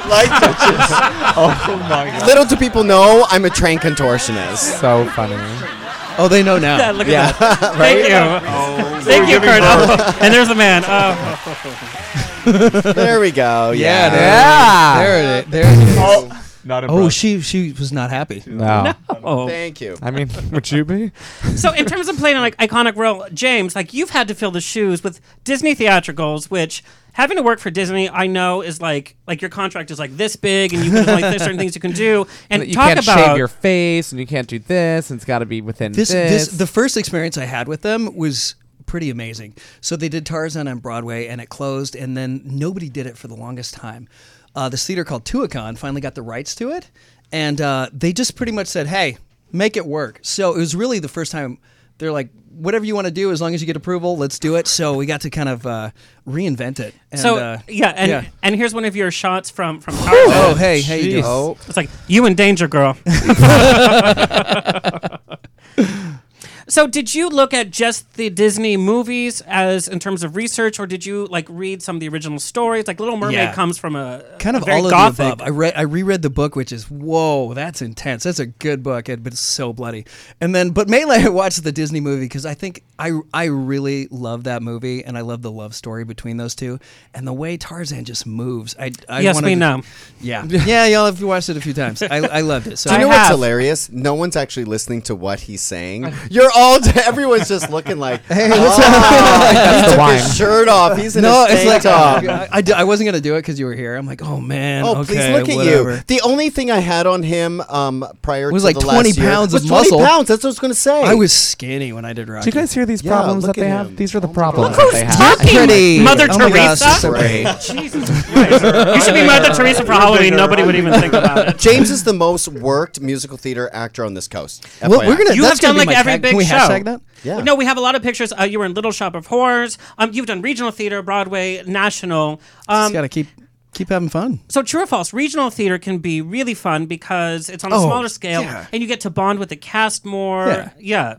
Speaker 18: Light touches.
Speaker 8: Oh my God.
Speaker 18: Little do people know, I'm a train contortionist.
Speaker 8: So funny.
Speaker 18: Oh, they
Speaker 21: [LAUGHS]
Speaker 18: know
Speaker 5: Yeah, look at
Speaker 18: yeah. [LAUGHS]
Speaker 5: that. Thank
Speaker 18: Right?
Speaker 5: you. Thank you, Kurt. [LAUGHS] and there's the man. Oh.
Speaker 18: [LAUGHS] There we
Speaker 21: [LAUGHS]
Speaker 18: go. Yeah.
Speaker 5: Yeah.
Speaker 18: There
Speaker 19: There
Speaker 18: it
Speaker 19: it is.
Speaker 18: is.
Speaker 19: There it is.
Speaker 18: Oh.
Speaker 19: Not
Speaker 18: impressed.
Speaker 19: she she was not happy.
Speaker 8: No.
Speaker 5: No.
Speaker 18: Thank you.
Speaker 8: I mean, would you be?
Speaker 5: Oh. so in terms of playing an like, iconic role, James, like you've had to fill the shoes with Disney theatricals, which having to work for Disney, I know is like like your contract is like this big, and you can like there's certain things you
Speaker 8: [LAUGHS]
Speaker 5: can do, and
Speaker 8: you
Speaker 5: talk
Speaker 8: can't
Speaker 5: about
Speaker 8: shave your face, and you can't do this, and it's got to be within
Speaker 19: This-
Speaker 8: this.
Speaker 19: this-
Speaker 21: the first experience I had with them was pretty amazing. So they did Tarzan on Broadway and it closed, and then nobody did it for the longest time. Uh, this theater called Tuacon finally got the rights to it, and uh, they just pretty much said, "Hey, make it work." So it was really the first time they're like, "Whatever you want to do, as long as you get approval, let's do it." So we got to kind of uh, reinvent it. And,
Speaker 5: so
Speaker 21: uh,
Speaker 5: yeah, and
Speaker 21: yeah.
Speaker 5: and here's one of your shots from from.
Speaker 21: Oh, hey, how you doing?
Speaker 5: Oh.
Speaker 21: Oh.
Speaker 5: It's like you in danger,
Speaker 21: [LAUGHS]
Speaker 5: girl. [LAUGHS] so, did you look at just the Disney movies as in terms of research, or did you like read some of the original stories? Like Little Mermaid
Speaker 21: Yeah.
Speaker 5: comes from a a
Speaker 21: kind of
Speaker 5: very
Speaker 21: all of
Speaker 5: gothic.
Speaker 21: the above. I read, I reread the book, which is whoa, that's intense. That's a good book, and- but it's so bloody. And then, but mainly [LAUGHS] I watched the Disney movie because I think I I really love that movie, and I love the love story between those two, and the way Tarzan just moves. I, I
Speaker 5: Yes,
Speaker 21: wanted
Speaker 5: we
Speaker 21: to-
Speaker 5: know. [LAUGHS]
Speaker 21: Yeah, yeah, y'all have watched it a few times. I, I loved it. So
Speaker 18: Do you know what's hilarious? No one's actually listening to what he's saying. You're all. [LAUGHS] everyone's just looking like, hey,
Speaker 21: what's [LAUGHS]
Speaker 18: he took his shirt off. He's in
Speaker 21: no,
Speaker 18: his
Speaker 21: it's
Speaker 18: tank
Speaker 21: like
Speaker 18: top.
Speaker 21: I, I, d- I wasn't gonna do it because you were here. I'm like, oh man.
Speaker 18: Oh,
Speaker 21: okay,
Speaker 18: please look at
Speaker 21: whatever.
Speaker 18: you. The only thing I had on him um, prior
Speaker 21: It was
Speaker 18: to
Speaker 21: like
Speaker 18: the
Speaker 21: 20
Speaker 18: last year
Speaker 21: pounds
Speaker 18: was
Speaker 21: of
Speaker 18: 20
Speaker 21: muscle.
Speaker 18: pounds. That's what I was going to say.
Speaker 21: I was skinny when I did rock.
Speaker 8: Do you guys hear these
Speaker 18: Yeah,
Speaker 8: problems that
Speaker 18: look
Speaker 8: they
Speaker 18: at
Speaker 8: have? These are the problems that
Speaker 21: Look
Speaker 8: they
Speaker 21: who's
Speaker 8: have.
Speaker 21: talking! Pretty. Mother
Speaker 8: Oh my gosh,
Speaker 21: Teresa?
Speaker 8: so pretty.
Speaker 18: [LAUGHS]
Speaker 5: You should be Mother Teresa for Halloween. Nobody would even think about it.
Speaker 18: James is the most worked musical theater actor on this coast.
Speaker 21: Well,
Speaker 18: FYI.
Speaker 21: we're gonna-
Speaker 5: you have done like every big
Speaker 21: Can we
Speaker 5: show.
Speaker 21: hashtag that?
Speaker 18: Yeah.
Speaker 5: No, we have a lot of pictures. Uh, you were in Little Shop of Horrors. Um, you've done regional theater, Broadway, national. Um,
Speaker 21: Just gotta keep keep having fun.
Speaker 5: So true or false, regional theater can be really fun because it's on a
Speaker 21: Oh,
Speaker 5: smaller scale
Speaker 21: yeah.
Speaker 5: and you get to bond with the cast more.
Speaker 21: Yeah.
Speaker 5: Yeah.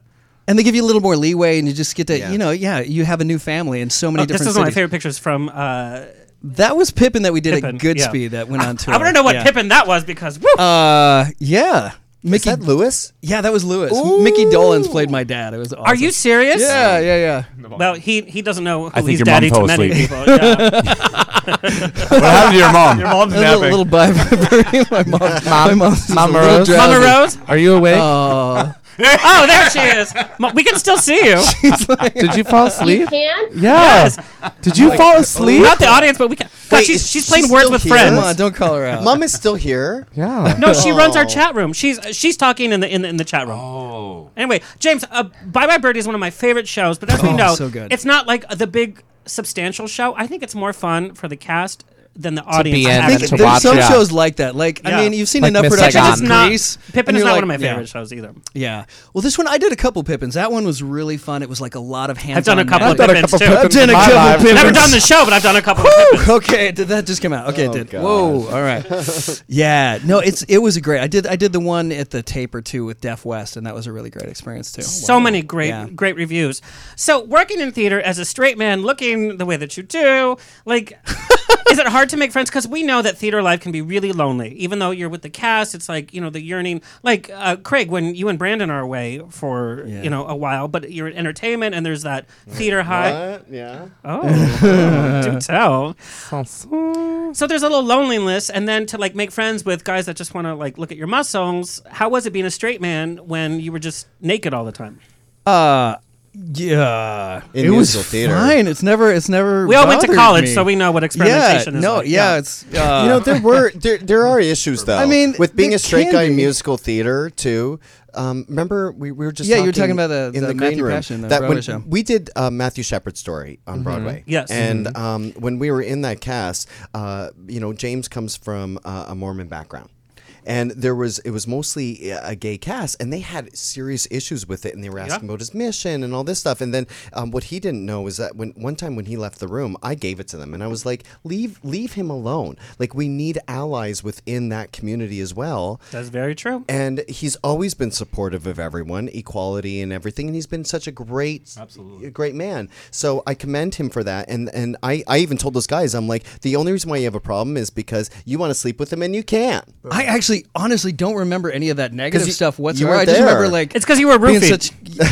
Speaker 21: And they give you a little more leeway, and you just get to, you know, yeah, you have a new family in so many
Speaker 5: Oh, this
Speaker 21: different.
Speaker 5: is one of my
Speaker 21: cities.
Speaker 5: favorite pictures from uh
Speaker 21: That was Pippin that we did
Speaker 5: Pippin,
Speaker 21: at Goodspeed
Speaker 5: yeah.
Speaker 21: that went on tour.
Speaker 5: I want to know what
Speaker 21: yeah.
Speaker 5: Pippin that was because woo,
Speaker 21: Uh, yeah. Mickey, is that
Speaker 18: Lewis?
Speaker 21: Yeah, that was Lewis. Mickey Dolans played my dad. It was. Awesome.
Speaker 5: Are you serious?
Speaker 21: Yeah, yeah, yeah.
Speaker 5: Well, he he doesn't know
Speaker 21: I think
Speaker 5: who he's
Speaker 21: your mom
Speaker 5: daddy to
Speaker 21: fell
Speaker 5: many
Speaker 21: asleep.
Speaker 5: people. Yeah.
Speaker 21: What happened to your mom?
Speaker 8: Your mom's
Speaker 21: A little-
Speaker 8: napping.
Speaker 21: little bi- my mom- my mom's just a
Speaker 8: Mama
Speaker 21: little
Speaker 8: Rose.
Speaker 21: drowsy.
Speaker 5: Mama Rose?
Speaker 8: [LAUGHS] Are you awake?
Speaker 21: Oh.
Speaker 5: [LAUGHS] oh, there she is. Ma- We can still see
Speaker 21: [LAUGHS]
Speaker 5: you.
Speaker 8: Did you fall asleep?
Speaker 5: can?
Speaker 8: Yeah. Did you fall asleep?
Speaker 5: Not the audience, but we can. God, she's, she's playing words with friends.
Speaker 21: call her
Speaker 5: out.
Speaker 18: Mom is still here.
Speaker 8: Yeah.
Speaker 5: No, she runs
Speaker 8: Oh.
Speaker 5: our chat room. She's she's talking in the in the, in the chat room. Oh. Anyway, James, uh, Bye Bye Birdie is one of my favorite shows, but as we
Speaker 21: Oh,
Speaker 5: know,
Speaker 21: so good.
Speaker 5: it's not like the big substantial show. I think it's more fun for the cast than the audience.
Speaker 21: I
Speaker 5: having
Speaker 21: think
Speaker 5: it.
Speaker 21: there's some shows like that. Like
Speaker 5: Yeah.
Speaker 21: I mean, you've seen
Speaker 5: Like
Speaker 21: enough
Speaker 5: Miss
Speaker 21: production
Speaker 5: Saigon. Pippin is not-
Speaker 21: Grease. and
Speaker 5: Pippin is
Speaker 21: you're
Speaker 5: not
Speaker 21: like-
Speaker 5: one of my
Speaker 21: yeah.
Speaker 5: favorite shows either.
Speaker 21: Yeah. Well, this one I did a couple Pippins. That one was really fun. It was like a lot of hands.
Speaker 5: done a couple of I've done a Pippins, couple too.
Speaker 21: I've
Speaker 5: Pippins
Speaker 21: done a
Speaker 5: in my
Speaker 21: couple
Speaker 5: life.
Speaker 21: Pippins.
Speaker 5: Never done the show, but I've done a couple of
Speaker 21: Whew, Okay, did that just come out?
Speaker 5: Oh,
Speaker 21: Okay, it did. Whoa. All
Speaker 5: [LAUGHS]
Speaker 21: right. yeah. No, it's it was a great. I did I did the one at the tape or two with Def West, and that was a really great experience too.
Speaker 5: So many great
Speaker 21: Yeah.
Speaker 5: great reviews. So working in theater as a straight man, looking the way that you do, like, [LAUGHS] is it hard to make friends? Because we know that theater life can be really lonely. Even though you're with the cast, it's like you know the yearning. Like uh, Craig, when you and Brandon are away for you know a while, but you're in entertainment and there's that theater high.
Speaker 18: What? Yeah.
Speaker 9: [LAUGHS]
Speaker 21: [LAUGHS]
Speaker 5: Oh, do tell. So there's a little loneliness, and then to like make friends with guys that just want to like look at your muscles. How was it being a straight man when you were just naked all the time?
Speaker 21: Uh, yeah.
Speaker 18: In
Speaker 21: it was
Speaker 18: musical theater.
Speaker 21: fine. It's never. It's never.
Speaker 5: We all went to
Speaker 21: bothered
Speaker 5: college,
Speaker 21: me.
Speaker 5: so we know what experimentation
Speaker 21: yeah,
Speaker 5: is
Speaker 21: No.
Speaker 5: like.
Speaker 21: Yeah.
Speaker 5: Yeah.
Speaker 21: It's. Uh,
Speaker 18: you know, there were there, there are issues though.
Speaker 21: I mean,
Speaker 18: with being
Speaker 21: there
Speaker 18: a straight
Speaker 21: can
Speaker 18: guy in
Speaker 21: be.
Speaker 18: musical theater too. Um, remember, we, we were just
Speaker 21: Yeah, you were talking about the-
Speaker 18: in
Speaker 21: the
Speaker 18: the
Speaker 21: Matthew
Speaker 18: green room
Speaker 21: Passion, the
Speaker 18: that when
Speaker 21: Broadway show.
Speaker 18: we did uh, Matthew Shepard's story on Broadway.
Speaker 21: Yes.
Speaker 18: and
Speaker 21: Mhm.
Speaker 18: um, when we were in that cast, uh, you know, James comes from uh, a Mormon background. And there was it was mostly uh, a gay cast, and they had serious issues with it, and they were asking about his mission and all this stuff. And then um, what he didn't know is that when one time when he left the room, I gave it to them, and I was like, "Leave, leave him alone. Like we need allies within that community as well."
Speaker 5: That's very true.
Speaker 18: And he's always been supportive of everyone, equality and everything, and he's been such a great a great man. So I commend him for that. And and I, I even told those guys, I'm like, the only reason why you have a problem is because you want to sleep with him and you can't.
Speaker 21: I actually, honestly, don't remember any of that negative
Speaker 18: 'Cause you-
Speaker 21: stuff
Speaker 18: you
Speaker 21: whatsoever.
Speaker 18: weren't
Speaker 21: I just remember
Speaker 18: there.
Speaker 21: like
Speaker 5: It's 'cause you were
Speaker 21: being
Speaker 5: roofied.
Speaker 21: such-
Speaker 8: Uh,
Speaker 5: [LAUGHS]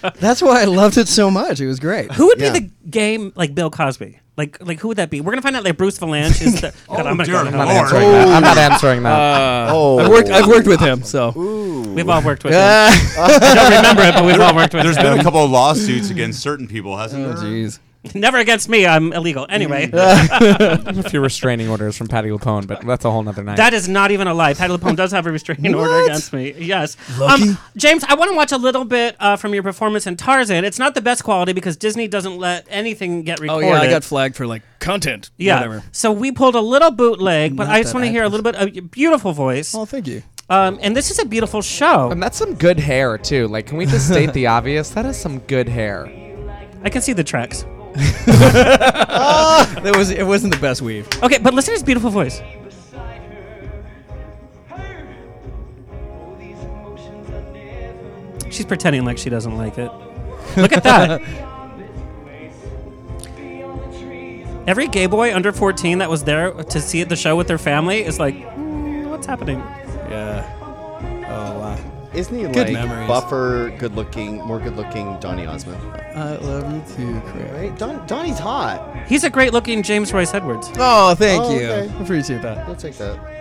Speaker 21: Ah, [LAUGHS] that's why I loved it so much. It was great.
Speaker 5: Who would be the game like Bill Cosby? Like like who would that be? We're gonna find out that Bruce Valanche is
Speaker 13: [LAUGHS]
Speaker 5: the.
Speaker 13: Oh,
Speaker 5: God, I'm gonna go
Speaker 8: I'm not
Speaker 5: there.
Speaker 8: answering that. I'm not answering that.
Speaker 13: Uh,
Speaker 21: oh. I've worked. I've worked with him. So
Speaker 5: We've all worked with him. [LAUGHS]
Speaker 21: Ah.
Speaker 5: I don't remember it, but we've all worked with
Speaker 13: There's
Speaker 5: him.
Speaker 13: been a couple of lawsuits
Speaker 5: [LAUGHS]
Speaker 13: against certain people, hasn't
Speaker 8: Oh,
Speaker 13: there?
Speaker 21: Jeez.
Speaker 5: Never against me. I'm illegal. Anyway,
Speaker 8: a few restraining orders from Patty Lapone, but that's a whole nother night.
Speaker 5: [LAUGHS] That is not even a lie. Patty Lapone does have a restraining order
Speaker 8: What?
Speaker 5: against me. Yes. Um,
Speaker 8: Lucky.
Speaker 5: James, I want to watch a little bit uh, from your performance in Tarzan. It's not the best quality because Disney doesn't let anything get
Speaker 21: Oh
Speaker 5: recorded.
Speaker 21: yeah, I got flagged for like content.
Speaker 5: Yeah.
Speaker 21: Whatever.
Speaker 5: So we pulled a little bootleg, but
Speaker 21: Not
Speaker 5: I just
Speaker 21: that
Speaker 5: want to
Speaker 21: I-
Speaker 5: hear a little bit of your beautiful voice.
Speaker 21: Oh, thank you.
Speaker 5: Um, and
Speaker 21: [LAUGHS]
Speaker 5: this is a beautiful show.
Speaker 8: And that's some good hair too. Like, can we just state the obvious? That is some good hair.
Speaker 5: I can see the
Speaker 8: [LAUGHS]
Speaker 5: tracks.
Speaker 21: That was. It wasn't the best weave.
Speaker 5: Okay, but listen to his beautiful voice. She's pretending like she doesn't like it. Look
Speaker 21: [LAUGHS]
Speaker 5: at that. Every gay boy under 14 that was there to see the show with their family is like, "Mm, what's happening?
Speaker 21: Yeah. Oh wow.
Speaker 18: Isn't he
Speaker 21: Good
Speaker 18: like
Speaker 21: memories.
Speaker 18: buffer, good looking, more good looking Donny Osmond?
Speaker 21: I love you too, Craig.
Speaker 18: Right? Don, Donny's hot.
Speaker 5: He's a great looking James Royce Edwards.
Speaker 21: Oh, thank
Speaker 18: Oh,
Speaker 21: you.
Speaker 18: okay.
Speaker 21: Appreciate that.
Speaker 18: I'll take that.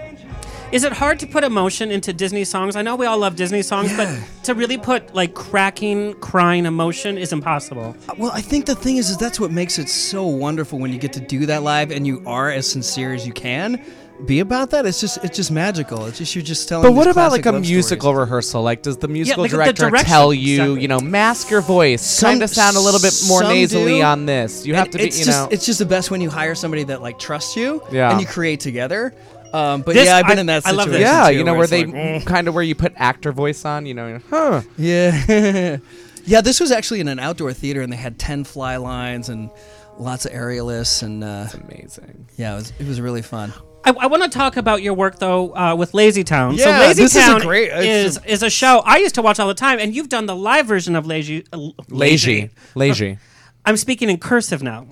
Speaker 5: Is it hard to put emotion into Disney songs? I know we all love Disney songs, but to really put like cracking, crying emotion is impossible.
Speaker 21: Uh, Well, I think the thing is, is that's what makes it so wonderful when you get to do that live and you are as sincere as you can. Be about that. It's just, it's just magical. It's just you're just telling.
Speaker 8: But
Speaker 21: these
Speaker 8: what about like
Speaker 21: classic
Speaker 8: a
Speaker 21: love
Speaker 8: musical rehearsal? Like, does the musical
Speaker 5: like, the
Speaker 8: director
Speaker 5: direction,
Speaker 8: tell you,
Speaker 5: exactly.
Speaker 8: you know, mask your voice,
Speaker 21: Some-
Speaker 8: kind of sound a little bit more
Speaker 21: some
Speaker 8: nasally
Speaker 21: do,
Speaker 8: on this? You
Speaker 21: and
Speaker 8: have to be,
Speaker 21: it's
Speaker 8: you
Speaker 21: just,
Speaker 8: know.
Speaker 21: It's just the best when you hire somebody that like trusts you.
Speaker 8: Yeah.
Speaker 21: And you create together. Um, but
Speaker 5: This-
Speaker 21: yeah, I've been
Speaker 5: I-
Speaker 21: in that
Speaker 5: I
Speaker 21: situation.
Speaker 5: love this.
Speaker 8: yeah,
Speaker 21: too,
Speaker 8: you know where
Speaker 21: it's
Speaker 8: they
Speaker 21: like, "Mm."
Speaker 8: kind of where you put actor voice on, you know, [LAUGHS] huh?
Speaker 21: Yeah. [LAUGHS] yeah, this was actually in an outdoor theater and they had 10 fly lines and lots of aerialists and uh, That's
Speaker 8: amazing.
Speaker 21: Yeah, it was, it was really fun.
Speaker 5: I, I want to talk about your work though uh, with Lazy Town.
Speaker 21: Yeah,
Speaker 5: so Lazy
Speaker 21: this is a
Speaker 5: Town
Speaker 21: great- it's
Speaker 5: is is a show I used to watch all the time, and you've done the live version of Lazy. Uh, L-
Speaker 8: Lazy, lazy.
Speaker 5: I'm speaking in cursive now,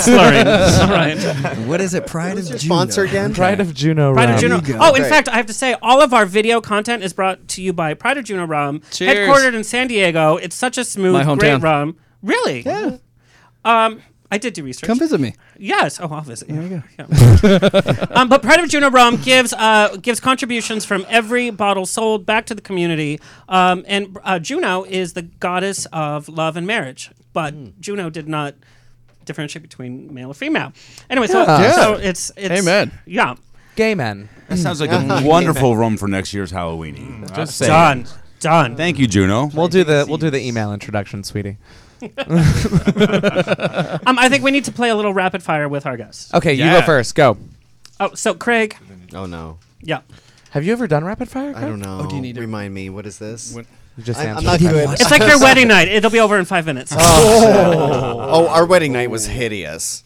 Speaker 21: [LAUGHS]
Speaker 5: slurring. all right.
Speaker 21: What is it? Pride of Juno.
Speaker 18: Sponsor again?
Speaker 8: Pride of Juno.
Speaker 5: Pride of
Speaker 8: Rum.
Speaker 5: Juno.
Speaker 21: There you go.
Speaker 5: Oh, in
Speaker 18: Great.
Speaker 5: fact, I have to say, all of our video content is brought to you by Pride of Juno Rum,
Speaker 21: Cheers.
Speaker 5: headquartered in San Diego. It's such a smooth,
Speaker 21: My hometown.
Speaker 5: great rum. Really? Yeah. Um, I did do research.
Speaker 21: Come visit me.
Speaker 5: Yes. Oh, I'll visit you.
Speaker 21: There you
Speaker 5: go. um, but Pride of Juno Rum gives uh, gives contributions from every bottle sold back to the community. Um, and uh, Juno is the goddess of love and marriage. But Juno did not differentiate between male or female. Anyway, so,
Speaker 8: Yeah.
Speaker 5: so
Speaker 8: Yeah.
Speaker 5: it's it's
Speaker 8: Amen.
Speaker 5: Yeah.
Speaker 8: Gay men.
Speaker 10: That sounds like a wonderful room for next year's Halloween.
Speaker 8: Just saying.
Speaker 5: Done. Done.
Speaker 10: Thank you, Juno.
Speaker 8: We'll do the we'll do the email introduction, sweetie.
Speaker 5: Um, I think we need to play a little rapid fire with our guests.
Speaker 8: Okay, you go first. Go.
Speaker 5: Oh, so Craig.
Speaker 18: Oh no.
Speaker 5: Yeah.
Speaker 8: Have you ever done rapid fire?
Speaker 18: I don't know.
Speaker 5: Oh, do you need to-
Speaker 18: Remind me, what is this?
Speaker 8: You just
Speaker 18: I'm, I'm
Speaker 8: answered
Speaker 18: not
Speaker 8: the
Speaker 18: good.
Speaker 8: question.
Speaker 5: It's like
Speaker 18: [LAUGHS]
Speaker 5: your wedding night. It'll be over in five minutes.
Speaker 18: Oh. Oh, our wedding night was hideous.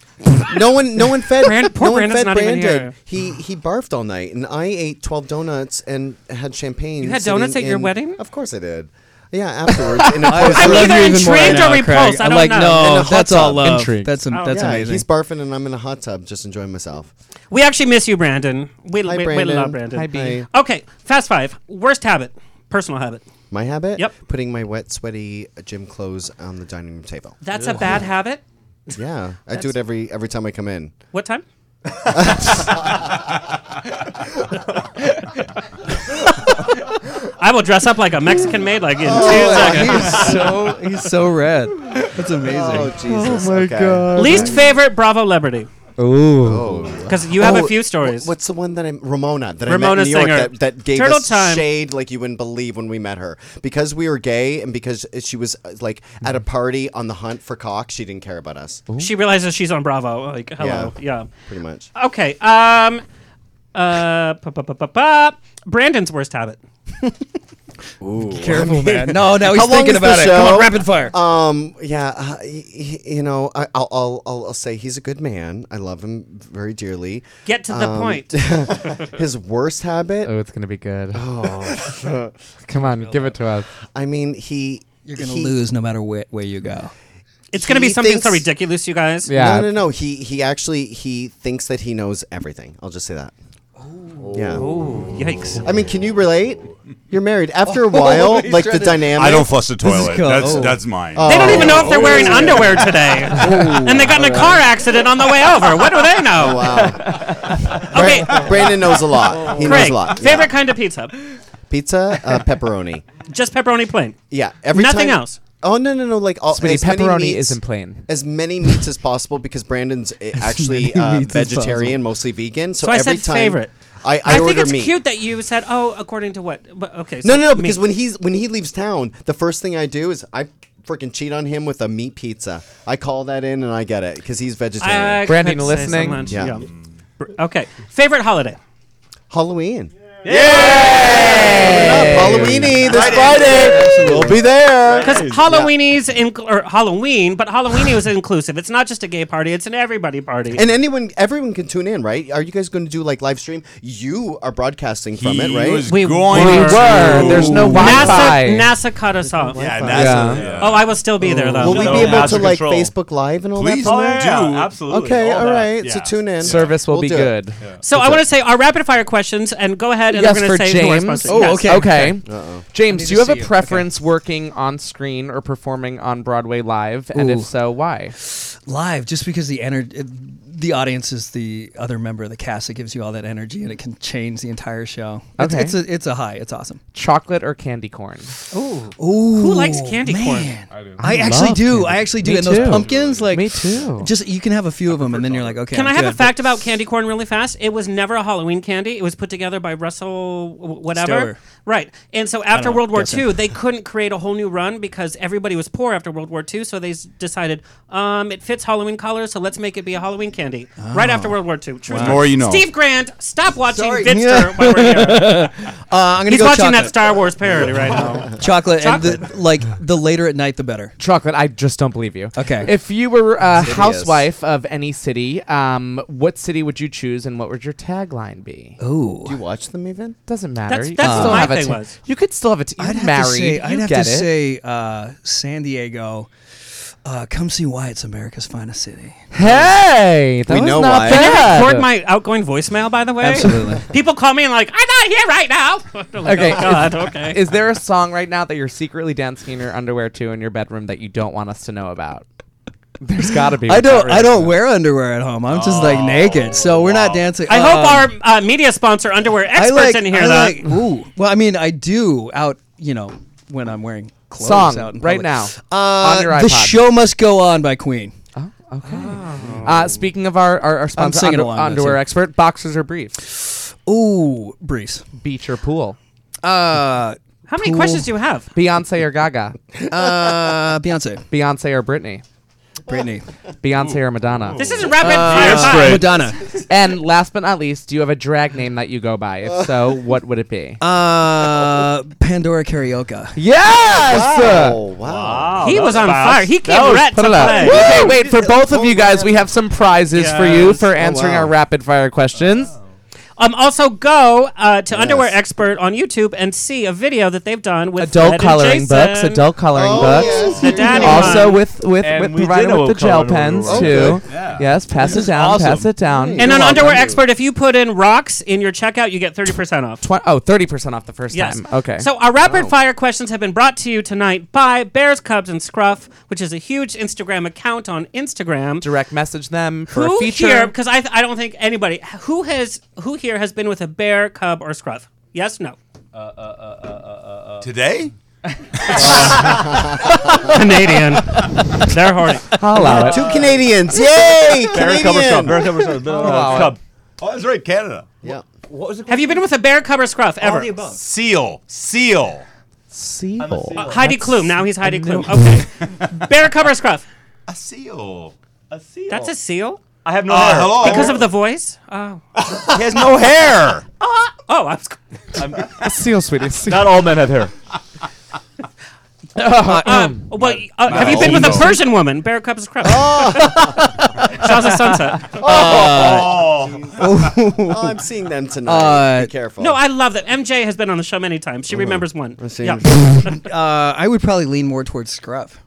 Speaker 18: no one, no one fed.
Speaker 5: Brand- poor
Speaker 18: no one
Speaker 5: Brandon's
Speaker 18: fed
Speaker 5: not even
Speaker 18: Brandon.
Speaker 5: here.
Speaker 18: He he barfed all night, and I ate twelve donuts and had champagne.
Speaker 5: You had
Speaker 18: sitting
Speaker 5: donuts at your
Speaker 18: in-
Speaker 5: wedding?
Speaker 18: Of course I did. Yeah, afterwards. in a
Speaker 21: I-
Speaker 18: poster-
Speaker 21: I love I'm you even more intrigued now, or Craig. repulsed, I I'm don't like, know. no,
Speaker 18: In a hot
Speaker 21: that's all
Speaker 18: tub.
Speaker 21: love. Intrigued. That's
Speaker 5: Oh,
Speaker 21: am- that's amazing.
Speaker 18: He's barfing, and I'm in a hot tub, just enjoying myself.
Speaker 5: We actually miss you, Brandon. We,
Speaker 18: Hi,
Speaker 5: we, we
Speaker 18: Brandon.
Speaker 5: love Brandon.
Speaker 18: Hi, B.
Speaker 5: Okay, fast five. Worst habit,
Speaker 21: [LAUGHS]
Speaker 5: personal habit.
Speaker 18: My habit. Yep. Putting my wet, sweaty gym clothes on the dining room table.
Speaker 5: That's a bad habit.
Speaker 18: Yeah, I
Speaker 5: That's-
Speaker 18: do it every every time I come in.
Speaker 5: What
Speaker 18: [LAUGHS]
Speaker 5: time? I will dress up like a Mexican maid, like in two seconds.
Speaker 21: Oh, he's so he's so red. That's amazing.
Speaker 18: Oh, Jesus,
Speaker 21: my
Speaker 18: okay.
Speaker 21: god.
Speaker 5: Least favorite Bravo celebrity.
Speaker 18: Ooh.
Speaker 5: 'Cause you have a
Speaker 18: Oh,
Speaker 5: few stories.
Speaker 18: wh- What's the one that I'm Ramona that I met
Speaker 5: Ramona
Speaker 18: in New York
Speaker 5: Singer.
Speaker 18: that, that gave
Speaker 5: Turtle
Speaker 18: us
Speaker 5: Time.
Speaker 18: shade like you wouldn't believe when we met her because we were gay and because she was uh, like at a
Speaker 5: Mm-hmm.
Speaker 18: party on the hunt for cock. She didn't care about us.
Speaker 5: She realizes she's on Bravo. Like, hello, yeah.
Speaker 18: pretty much.
Speaker 5: Okay. Um. Uh. Pa, pa, pa, pa, pa. Brandon's worst habit.
Speaker 21: Careful,
Speaker 18: I [LAUGHS] mean-
Speaker 21: man. No, now he's
Speaker 18: How long
Speaker 21: thinking
Speaker 18: is
Speaker 21: about
Speaker 18: the
Speaker 21: it. Come on,
Speaker 18: show?
Speaker 21: rapid fire.
Speaker 18: Um, yeah, uh, y- y- you know, I, I'll, I'll, I'll I'll say he's a good man. I love him very dearly. Um,
Speaker 5: Get to the point.
Speaker 18: [LAUGHS] his worst habit.
Speaker 8: Oh, it's gonna be good.
Speaker 18: Oh,
Speaker 8: [LAUGHS] Come on, give it to us.
Speaker 18: I mean, he.
Speaker 21: You're gonna
Speaker 18: he-
Speaker 21: lose no matter where, where you go.
Speaker 5: It's gonna be
Speaker 18: He
Speaker 5: something so
Speaker 18: thinks-
Speaker 5: ridiculous, you guys.
Speaker 18: No, no, no. He he actually he thinks that he knows everything. I'll just say that. Oh. Yeah.
Speaker 5: Yikes.
Speaker 18: I mean, can you relate? You're married. After a while,
Speaker 21: he's
Speaker 18: like
Speaker 21: trying
Speaker 18: the
Speaker 21: to-
Speaker 18: dynamic.
Speaker 13: I don't flush the
Speaker 21: This is
Speaker 13: toilet.
Speaker 21: cool.
Speaker 13: That's
Speaker 21: Oh.
Speaker 13: that's mine.
Speaker 5: They don't even know if they're
Speaker 13: Oh.
Speaker 5: wearing underwear
Speaker 18: [LAUGHS]
Speaker 5: today,
Speaker 18: Oh.
Speaker 5: [LAUGHS] and they got in a car accident on the way over. What do they know? [LAUGHS] Okay.
Speaker 18: Bra- Brandon knows a lot. He knows
Speaker 5: Craig,
Speaker 18: a lot. Yeah.
Speaker 5: favorite kind of pizza?
Speaker 18: pizza, uh, pepperoni.
Speaker 5: Just pepperoni plain.
Speaker 18: Yeah, every
Speaker 5: Nothing
Speaker 18: time-
Speaker 5: else.
Speaker 18: Oh no no no! Like all,
Speaker 8: Sweetie,
Speaker 18: as many
Speaker 8: pepperoni
Speaker 18: meats-
Speaker 8: isn't plain.
Speaker 18: As many meats as possible because Brandon's
Speaker 8: [LAUGHS]
Speaker 18: uh, actually
Speaker 8: many
Speaker 18: uh,
Speaker 8: meats as
Speaker 18: vegetarian, mostly vegan. So,
Speaker 5: So I
Speaker 18: every
Speaker 5: said
Speaker 18: time
Speaker 5: favorite.
Speaker 18: I, I, order
Speaker 5: think it's
Speaker 18: meat.
Speaker 5: cute that you said, "Oh, according to what?" But okay.
Speaker 18: No
Speaker 5: so
Speaker 18: no no! Because
Speaker 5: meat.
Speaker 18: when he's when he leaves town, the first thing I do is I freaking cheat on him with a meat pizza. I call that in and I get it because he's vegetarian.
Speaker 5: I
Speaker 8: Brandon,
Speaker 5: couldn't say so
Speaker 8: listening?
Speaker 5: much,
Speaker 18: Yeah.
Speaker 5: Br- Okay. Favorite holiday.
Speaker 18: Halloween. Coming up, Halloweeny this Friday. We'll be there.
Speaker 5: Because Halloweenies inc- or Halloween, but Halloween is inclusive. It's not just a gay party; it's an everybody party.
Speaker 18: And anyone, everyone can tune in, right? Are you guys going to do like live stream? You are broadcasting from it,
Speaker 13: He
Speaker 18: right?
Speaker 13: was We going were. to-
Speaker 8: Were. There's no Wi-Fi.
Speaker 5: NASA, NASA cut us off.
Speaker 13: Yeah,
Speaker 18: Wi-Fi.
Speaker 13: NASA.
Speaker 8: Yeah.
Speaker 13: yeah.
Speaker 5: Oh, I will still be there though. Oh,
Speaker 18: Will we
Speaker 13: No,
Speaker 18: be able to
Speaker 13: master
Speaker 18: like
Speaker 13: control.
Speaker 18: Facebook Live and all
Speaker 13: Please
Speaker 18: that? from
Speaker 13: do.
Speaker 18: there?
Speaker 13: Yeah, absolutely.
Speaker 18: Okay,
Speaker 13: All
Speaker 18: all
Speaker 13: that.
Speaker 18: right. So
Speaker 13: Yeah.
Speaker 18: tune in.
Speaker 8: Service will
Speaker 18: We'll
Speaker 8: be
Speaker 18: do it.
Speaker 8: good.
Speaker 5: So I want to say our rapid fire questions and go ahead and
Speaker 8: yes,
Speaker 5: we're
Speaker 8: for
Speaker 5: going to say who our
Speaker 8: James. Oh,
Speaker 5: sponsors-
Speaker 18: Oh,
Speaker 5: Yes.
Speaker 8: Okay.
Speaker 18: Uh-oh.
Speaker 8: James,
Speaker 21: I
Speaker 8: do
Speaker 21: need to
Speaker 8: you have
Speaker 21: see
Speaker 8: a
Speaker 21: you.
Speaker 8: preference working on screen or performing on Broadway live? And if
Speaker 21: Ooh.
Speaker 8: so, why?
Speaker 21: live just because the energy the audience is the other member of the cast that gives you all that energy and it can change the entire show It's-
Speaker 8: Okay.
Speaker 21: it's, a it's a high it's awesome
Speaker 8: Chocolate or candy corn?
Speaker 5: Who likes candy
Speaker 21: man.
Speaker 5: corn?
Speaker 21: i, actually
Speaker 8: love
Speaker 21: do
Speaker 8: candy
Speaker 21: i actually do
Speaker 8: corn.
Speaker 21: and
Speaker 8: Me
Speaker 21: those
Speaker 8: too.
Speaker 21: pumpkins like
Speaker 8: Me too.
Speaker 21: just you can have a few of them and then you're like okay
Speaker 5: Can
Speaker 21: I'm
Speaker 5: I have
Speaker 21: good,
Speaker 5: a fact about candy corn really fast? It was never a Halloween candy. It was put together by Russell w- whatever.
Speaker 21: Stover.
Speaker 5: Right. And so after
Speaker 21: know,
Speaker 5: World War
Speaker 21: guessing.
Speaker 5: II, they couldn't create a whole new run because everybody was poor after World War II. So they s- decided um, it fits Halloween colors, so let's make it be a Halloween candy. Right after
Speaker 21: Oh.
Speaker 5: World War II. True
Speaker 13: Wow.
Speaker 5: story.
Speaker 13: More you know.
Speaker 5: Steve Grant, stop
Speaker 21: [LAUGHS]
Speaker 5: watching
Speaker 21: Sorry.
Speaker 5: Vidster
Speaker 21: Yeah.
Speaker 5: while we're here.
Speaker 21: but- [LAUGHS] uh, i'm gonna
Speaker 5: He's
Speaker 21: go
Speaker 5: watching
Speaker 21: chocolate
Speaker 5: that Star Wars parody right now.
Speaker 21: [LAUGHS] chocolate, and the, like the later at night the better
Speaker 8: Chocolate. I just don't believe you.
Speaker 21: okay
Speaker 8: If you were a
Speaker 18: hideous.
Speaker 8: housewife of any city, um, what city would you choose, and what would your tagline be?
Speaker 18: Do you
Speaker 21: oh
Speaker 18: watch them even?
Speaker 8: Doesn't matter.
Speaker 5: That's-
Speaker 8: You
Speaker 5: that's
Speaker 8: could
Speaker 5: what
Speaker 8: still
Speaker 5: my
Speaker 8: have a
Speaker 5: thing
Speaker 8: ta-
Speaker 5: was.
Speaker 8: You could still have a. T-
Speaker 21: i'd
Speaker 8: you're
Speaker 21: have
Speaker 8: married.
Speaker 21: to say i'd
Speaker 8: you
Speaker 21: have
Speaker 8: get
Speaker 21: to
Speaker 8: it.
Speaker 21: say uh, san diego uh, come see why it's america's finest city
Speaker 8: Hey, that
Speaker 18: We
Speaker 8: was
Speaker 18: know
Speaker 8: not
Speaker 18: why.
Speaker 5: Can I
Speaker 8: bad.
Speaker 5: record my outgoing voicemail, by the way?
Speaker 21: Absolutely.
Speaker 5: [LAUGHS] People call me and like, I'm not here right now. [LAUGHS] They're like,
Speaker 8: Okay,
Speaker 5: Oh, God.
Speaker 8: is-
Speaker 21: [LAUGHS]
Speaker 5: Okay.
Speaker 8: [LAUGHS] Is there a song right now that Oh, you're secretly dancing in your underwear to in your bedroom that you don't want us to know about? There's got to be.
Speaker 21: [LAUGHS] I don't. I don't wear underwear at home. I'm just like naked, so we're not dancing.
Speaker 5: I
Speaker 21: Um,
Speaker 5: hope our uh, media sponsor,
Speaker 21: I
Speaker 5: underwear experts,
Speaker 21: like-
Speaker 5: in here.
Speaker 21: I
Speaker 5: that
Speaker 21: like- ooh. Well, I mean, I do out. You know, when I'm wearing clothes
Speaker 8: Song,
Speaker 21: out in
Speaker 8: right
Speaker 21: public.
Speaker 8: now,
Speaker 21: Uh,
Speaker 8: on your
Speaker 21: The
Speaker 8: iPod.
Speaker 21: show must go on by Queen.
Speaker 8: Uh, speaking of our our, our sponsor,
Speaker 21: singing
Speaker 8: under-
Speaker 21: along, that's
Speaker 8: underwear
Speaker 21: it.
Speaker 8: expert, boxers or briefs?
Speaker 21: Ooh, briefs.
Speaker 8: Beach or pool? Uh,
Speaker 5: How many questions do you have?
Speaker 8: Beyonce or Gaga?
Speaker 21: Uh, Beyonce.
Speaker 8: Beyonce or Britney?
Speaker 21: Britney.
Speaker 8: Beyonce or Madonna?
Speaker 5: This is rapid fire
Speaker 21: Yes, time. Madonna.
Speaker 8: and last but not least, do you have a drag name that you go by? If so, what would it be?
Speaker 21: Uh, [LAUGHS] Pandora Karaoke.
Speaker 8: Yes!
Speaker 21: Wow,
Speaker 8: wow.
Speaker 5: He was on fire. He came right
Speaker 8: put
Speaker 5: to
Speaker 8: it up.
Speaker 5: play.
Speaker 8: Okay, wait, for both of you guys, we have some prizes for you
Speaker 5: Yes.
Speaker 8: for
Speaker 5: Oh,
Speaker 8: answering
Speaker 5: wow.
Speaker 8: our rapid fire questions.
Speaker 5: Um, also go uh, to Underwear Expert on YouTube and see a video that they've done with Fred
Speaker 8: Adult
Speaker 5: and
Speaker 8: coloring
Speaker 5: Jason.
Speaker 8: books, adult coloring
Speaker 5: Oh,
Speaker 8: books.
Speaker 5: The daddy
Speaker 8: also
Speaker 5: one.
Speaker 8: with with,
Speaker 5: And
Speaker 8: with
Speaker 5: we did
Speaker 8: provided with the
Speaker 5: adult
Speaker 8: gel
Speaker 5: coloring
Speaker 8: pens
Speaker 5: when we
Speaker 8: too.
Speaker 5: were little.
Speaker 8: Yes, pass
Speaker 5: This
Speaker 8: it
Speaker 5: is
Speaker 8: down, pass
Speaker 5: awesome.
Speaker 8: it down.
Speaker 5: And on Underwear Expert, if you put in rocks in your checkout, you get 30% off.
Speaker 8: Twen- oh, 30% off the first time. Okay.
Speaker 5: So our rapid fire questions have been brought to you tonight by Bears, Cubs, and Scruff, which is a huge Instagram account on Instagram.
Speaker 8: Direct message them for
Speaker 5: who
Speaker 8: a feature.
Speaker 5: here? Because I, I don't think anybody who has who here has been with a bear, cub, or scruff. Yes, no.
Speaker 4: Uh, uh, uh, uh, uh, uh,
Speaker 10: Today?
Speaker 5: [LAUGHS] Canadian. They're horny.
Speaker 8: I'll allow it.
Speaker 18: Two Canadians. Yay!
Speaker 4: Bear
Speaker 18: Canadian.
Speaker 4: cover shop. Bear cover shop.
Speaker 18: I'll allow
Speaker 4: Uh,
Speaker 18: it.
Speaker 4: Cub.
Speaker 10: Oh, that's right, Canada.
Speaker 18: Yeah.
Speaker 4: What was it?
Speaker 5: Have you been with a bear, cub, or scruff ever?
Speaker 4: the above.
Speaker 10: Seal. Seal.
Speaker 8: Seal.
Speaker 5: Uh, Heidi Klum. Now he's Heidi Klum.
Speaker 8: [LAUGHS]
Speaker 5: Okay. bear, cub, or scruff.
Speaker 10: A seal.
Speaker 4: A seal.
Speaker 5: That's a seal.
Speaker 4: I have no
Speaker 10: Uh,
Speaker 4: hair.
Speaker 10: hello.
Speaker 5: Because of the voice. Oh.
Speaker 10: He has no hair.
Speaker 5: [LAUGHS] Oh, I was.
Speaker 8: seal, sweetie. Seal.
Speaker 4: Not all men have hair.
Speaker 8: [LAUGHS]
Speaker 5: Um,
Speaker 9: Mm.
Speaker 5: well, uh, have you been with a
Speaker 4: no.
Speaker 5: Persian woman? Bear, cub, or scruff? Shaw's a sunset. Uh,
Speaker 18: Oh, I'm seeing them tonight.
Speaker 21: Uh,
Speaker 18: Be careful. Mm-hmm.
Speaker 5: No, I love that. MJ has been on the show many times. She remembers one.
Speaker 18: I see.
Speaker 5: Yeah.
Speaker 18: [LAUGHS]
Speaker 21: Uh, I would probably lean more
Speaker 8: [LAUGHS]
Speaker 21: towards Scruff.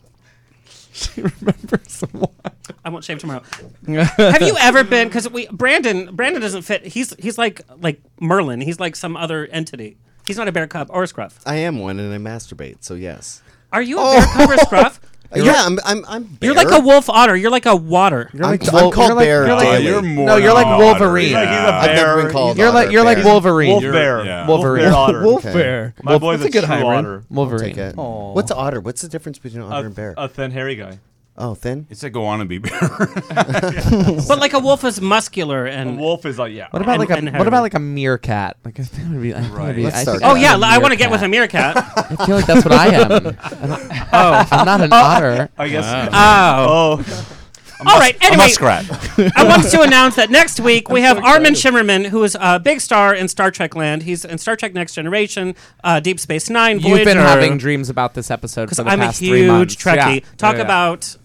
Speaker 5: I won't shave tomorrow. Have you ever been? Because we Brandon Brandon doesn't fit. He's he's like like Merlin. He's like some other entity. He's not a bear cub or a scruff.
Speaker 18: I am one, and I masturbate. So yes.
Speaker 5: Are you a bear cub
Speaker 18: [LAUGHS]
Speaker 5: or a scruff?
Speaker 18: Oh. yeah, I'm. I'm. I'm bear.
Speaker 5: You're like a wolf otter. You're like a water.
Speaker 18: I'm, I'm called bear daily.
Speaker 8: no, you're like Wolverine.
Speaker 4: He's like, he's a
Speaker 18: I've never been
Speaker 4: bear.
Speaker 18: called.
Speaker 8: You're like
Speaker 18: otter,
Speaker 8: you're like
Speaker 18: bear.
Speaker 8: Wolverine.
Speaker 4: Wolf
Speaker 8: You're-
Speaker 4: bear.
Speaker 18: yeah.
Speaker 8: Wolverine.
Speaker 4: Wolf bear otter.
Speaker 8: Wolf
Speaker 18: Okay.
Speaker 8: bear.
Speaker 4: My
Speaker 8: Wolf-
Speaker 4: boy's
Speaker 8: that's a
Speaker 4: a
Speaker 8: good
Speaker 4: true
Speaker 8: hybrid.
Speaker 4: otter.
Speaker 8: Wolverine.
Speaker 18: Take it. What's otter? What's the difference between otter
Speaker 4: A,
Speaker 18: and bear?
Speaker 4: a thin
Speaker 18: [LAUGHS]
Speaker 4: hairy guy.
Speaker 18: oh, thin.
Speaker 10: It's like a [LAUGHS] wannabe bear.
Speaker 5: But like a wolf is muscular
Speaker 4: A
Speaker 5: and.
Speaker 4: wolf is like yeah.
Speaker 8: What about
Speaker 5: And-
Speaker 8: like a
Speaker 5: and
Speaker 8: what
Speaker 5: hairy.
Speaker 8: about like a meerkat? Like [LAUGHS] I think it would be. I think it would be-
Speaker 18: Right.
Speaker 8: I think
Speaker 18: Let's
Speaker 8: I'd
Speaker 5: Oh
Speaker 8: be
Speaker 18: start
Speaker 5: yeah,
Speaker 8: a
Speaker 5: I want to get with a
Speaker 8: meerkat.
Speaker 5: meerkat.
Speaker 8: I feel like that's what I am.
Speaker 5: [LAUGHS]
Speaker 8: I don't- I'm not an otter.
Speaker 4: I guess.
Speaker 5: Oh.
Speaker 4: Oh.
Speaker 5: All right.
Speaker 10: a
Speaker 5: Anyway, [LAUGHS]
Speaker 10: muskrat.
Speaker 5: I wanted to announce that next week we have Armin Shimmerman, who is a big star in Star Trek land. He's in Star Trek Next Generation, uh, Deep Space Nine,
Speaker 8: You've
Speaker 5: Voyager.
Speaker 8: been having dreams about this episode for
Speaker 5: because
Speaker 8: the
Speaker 5: I'm a
Speaker 8: past three months.
Speaker 5: huge Trekkie.
Speaker 8: Yeah.
Speaker 5: Talk
Speaker 8: Yeah.
Speaker 5: about.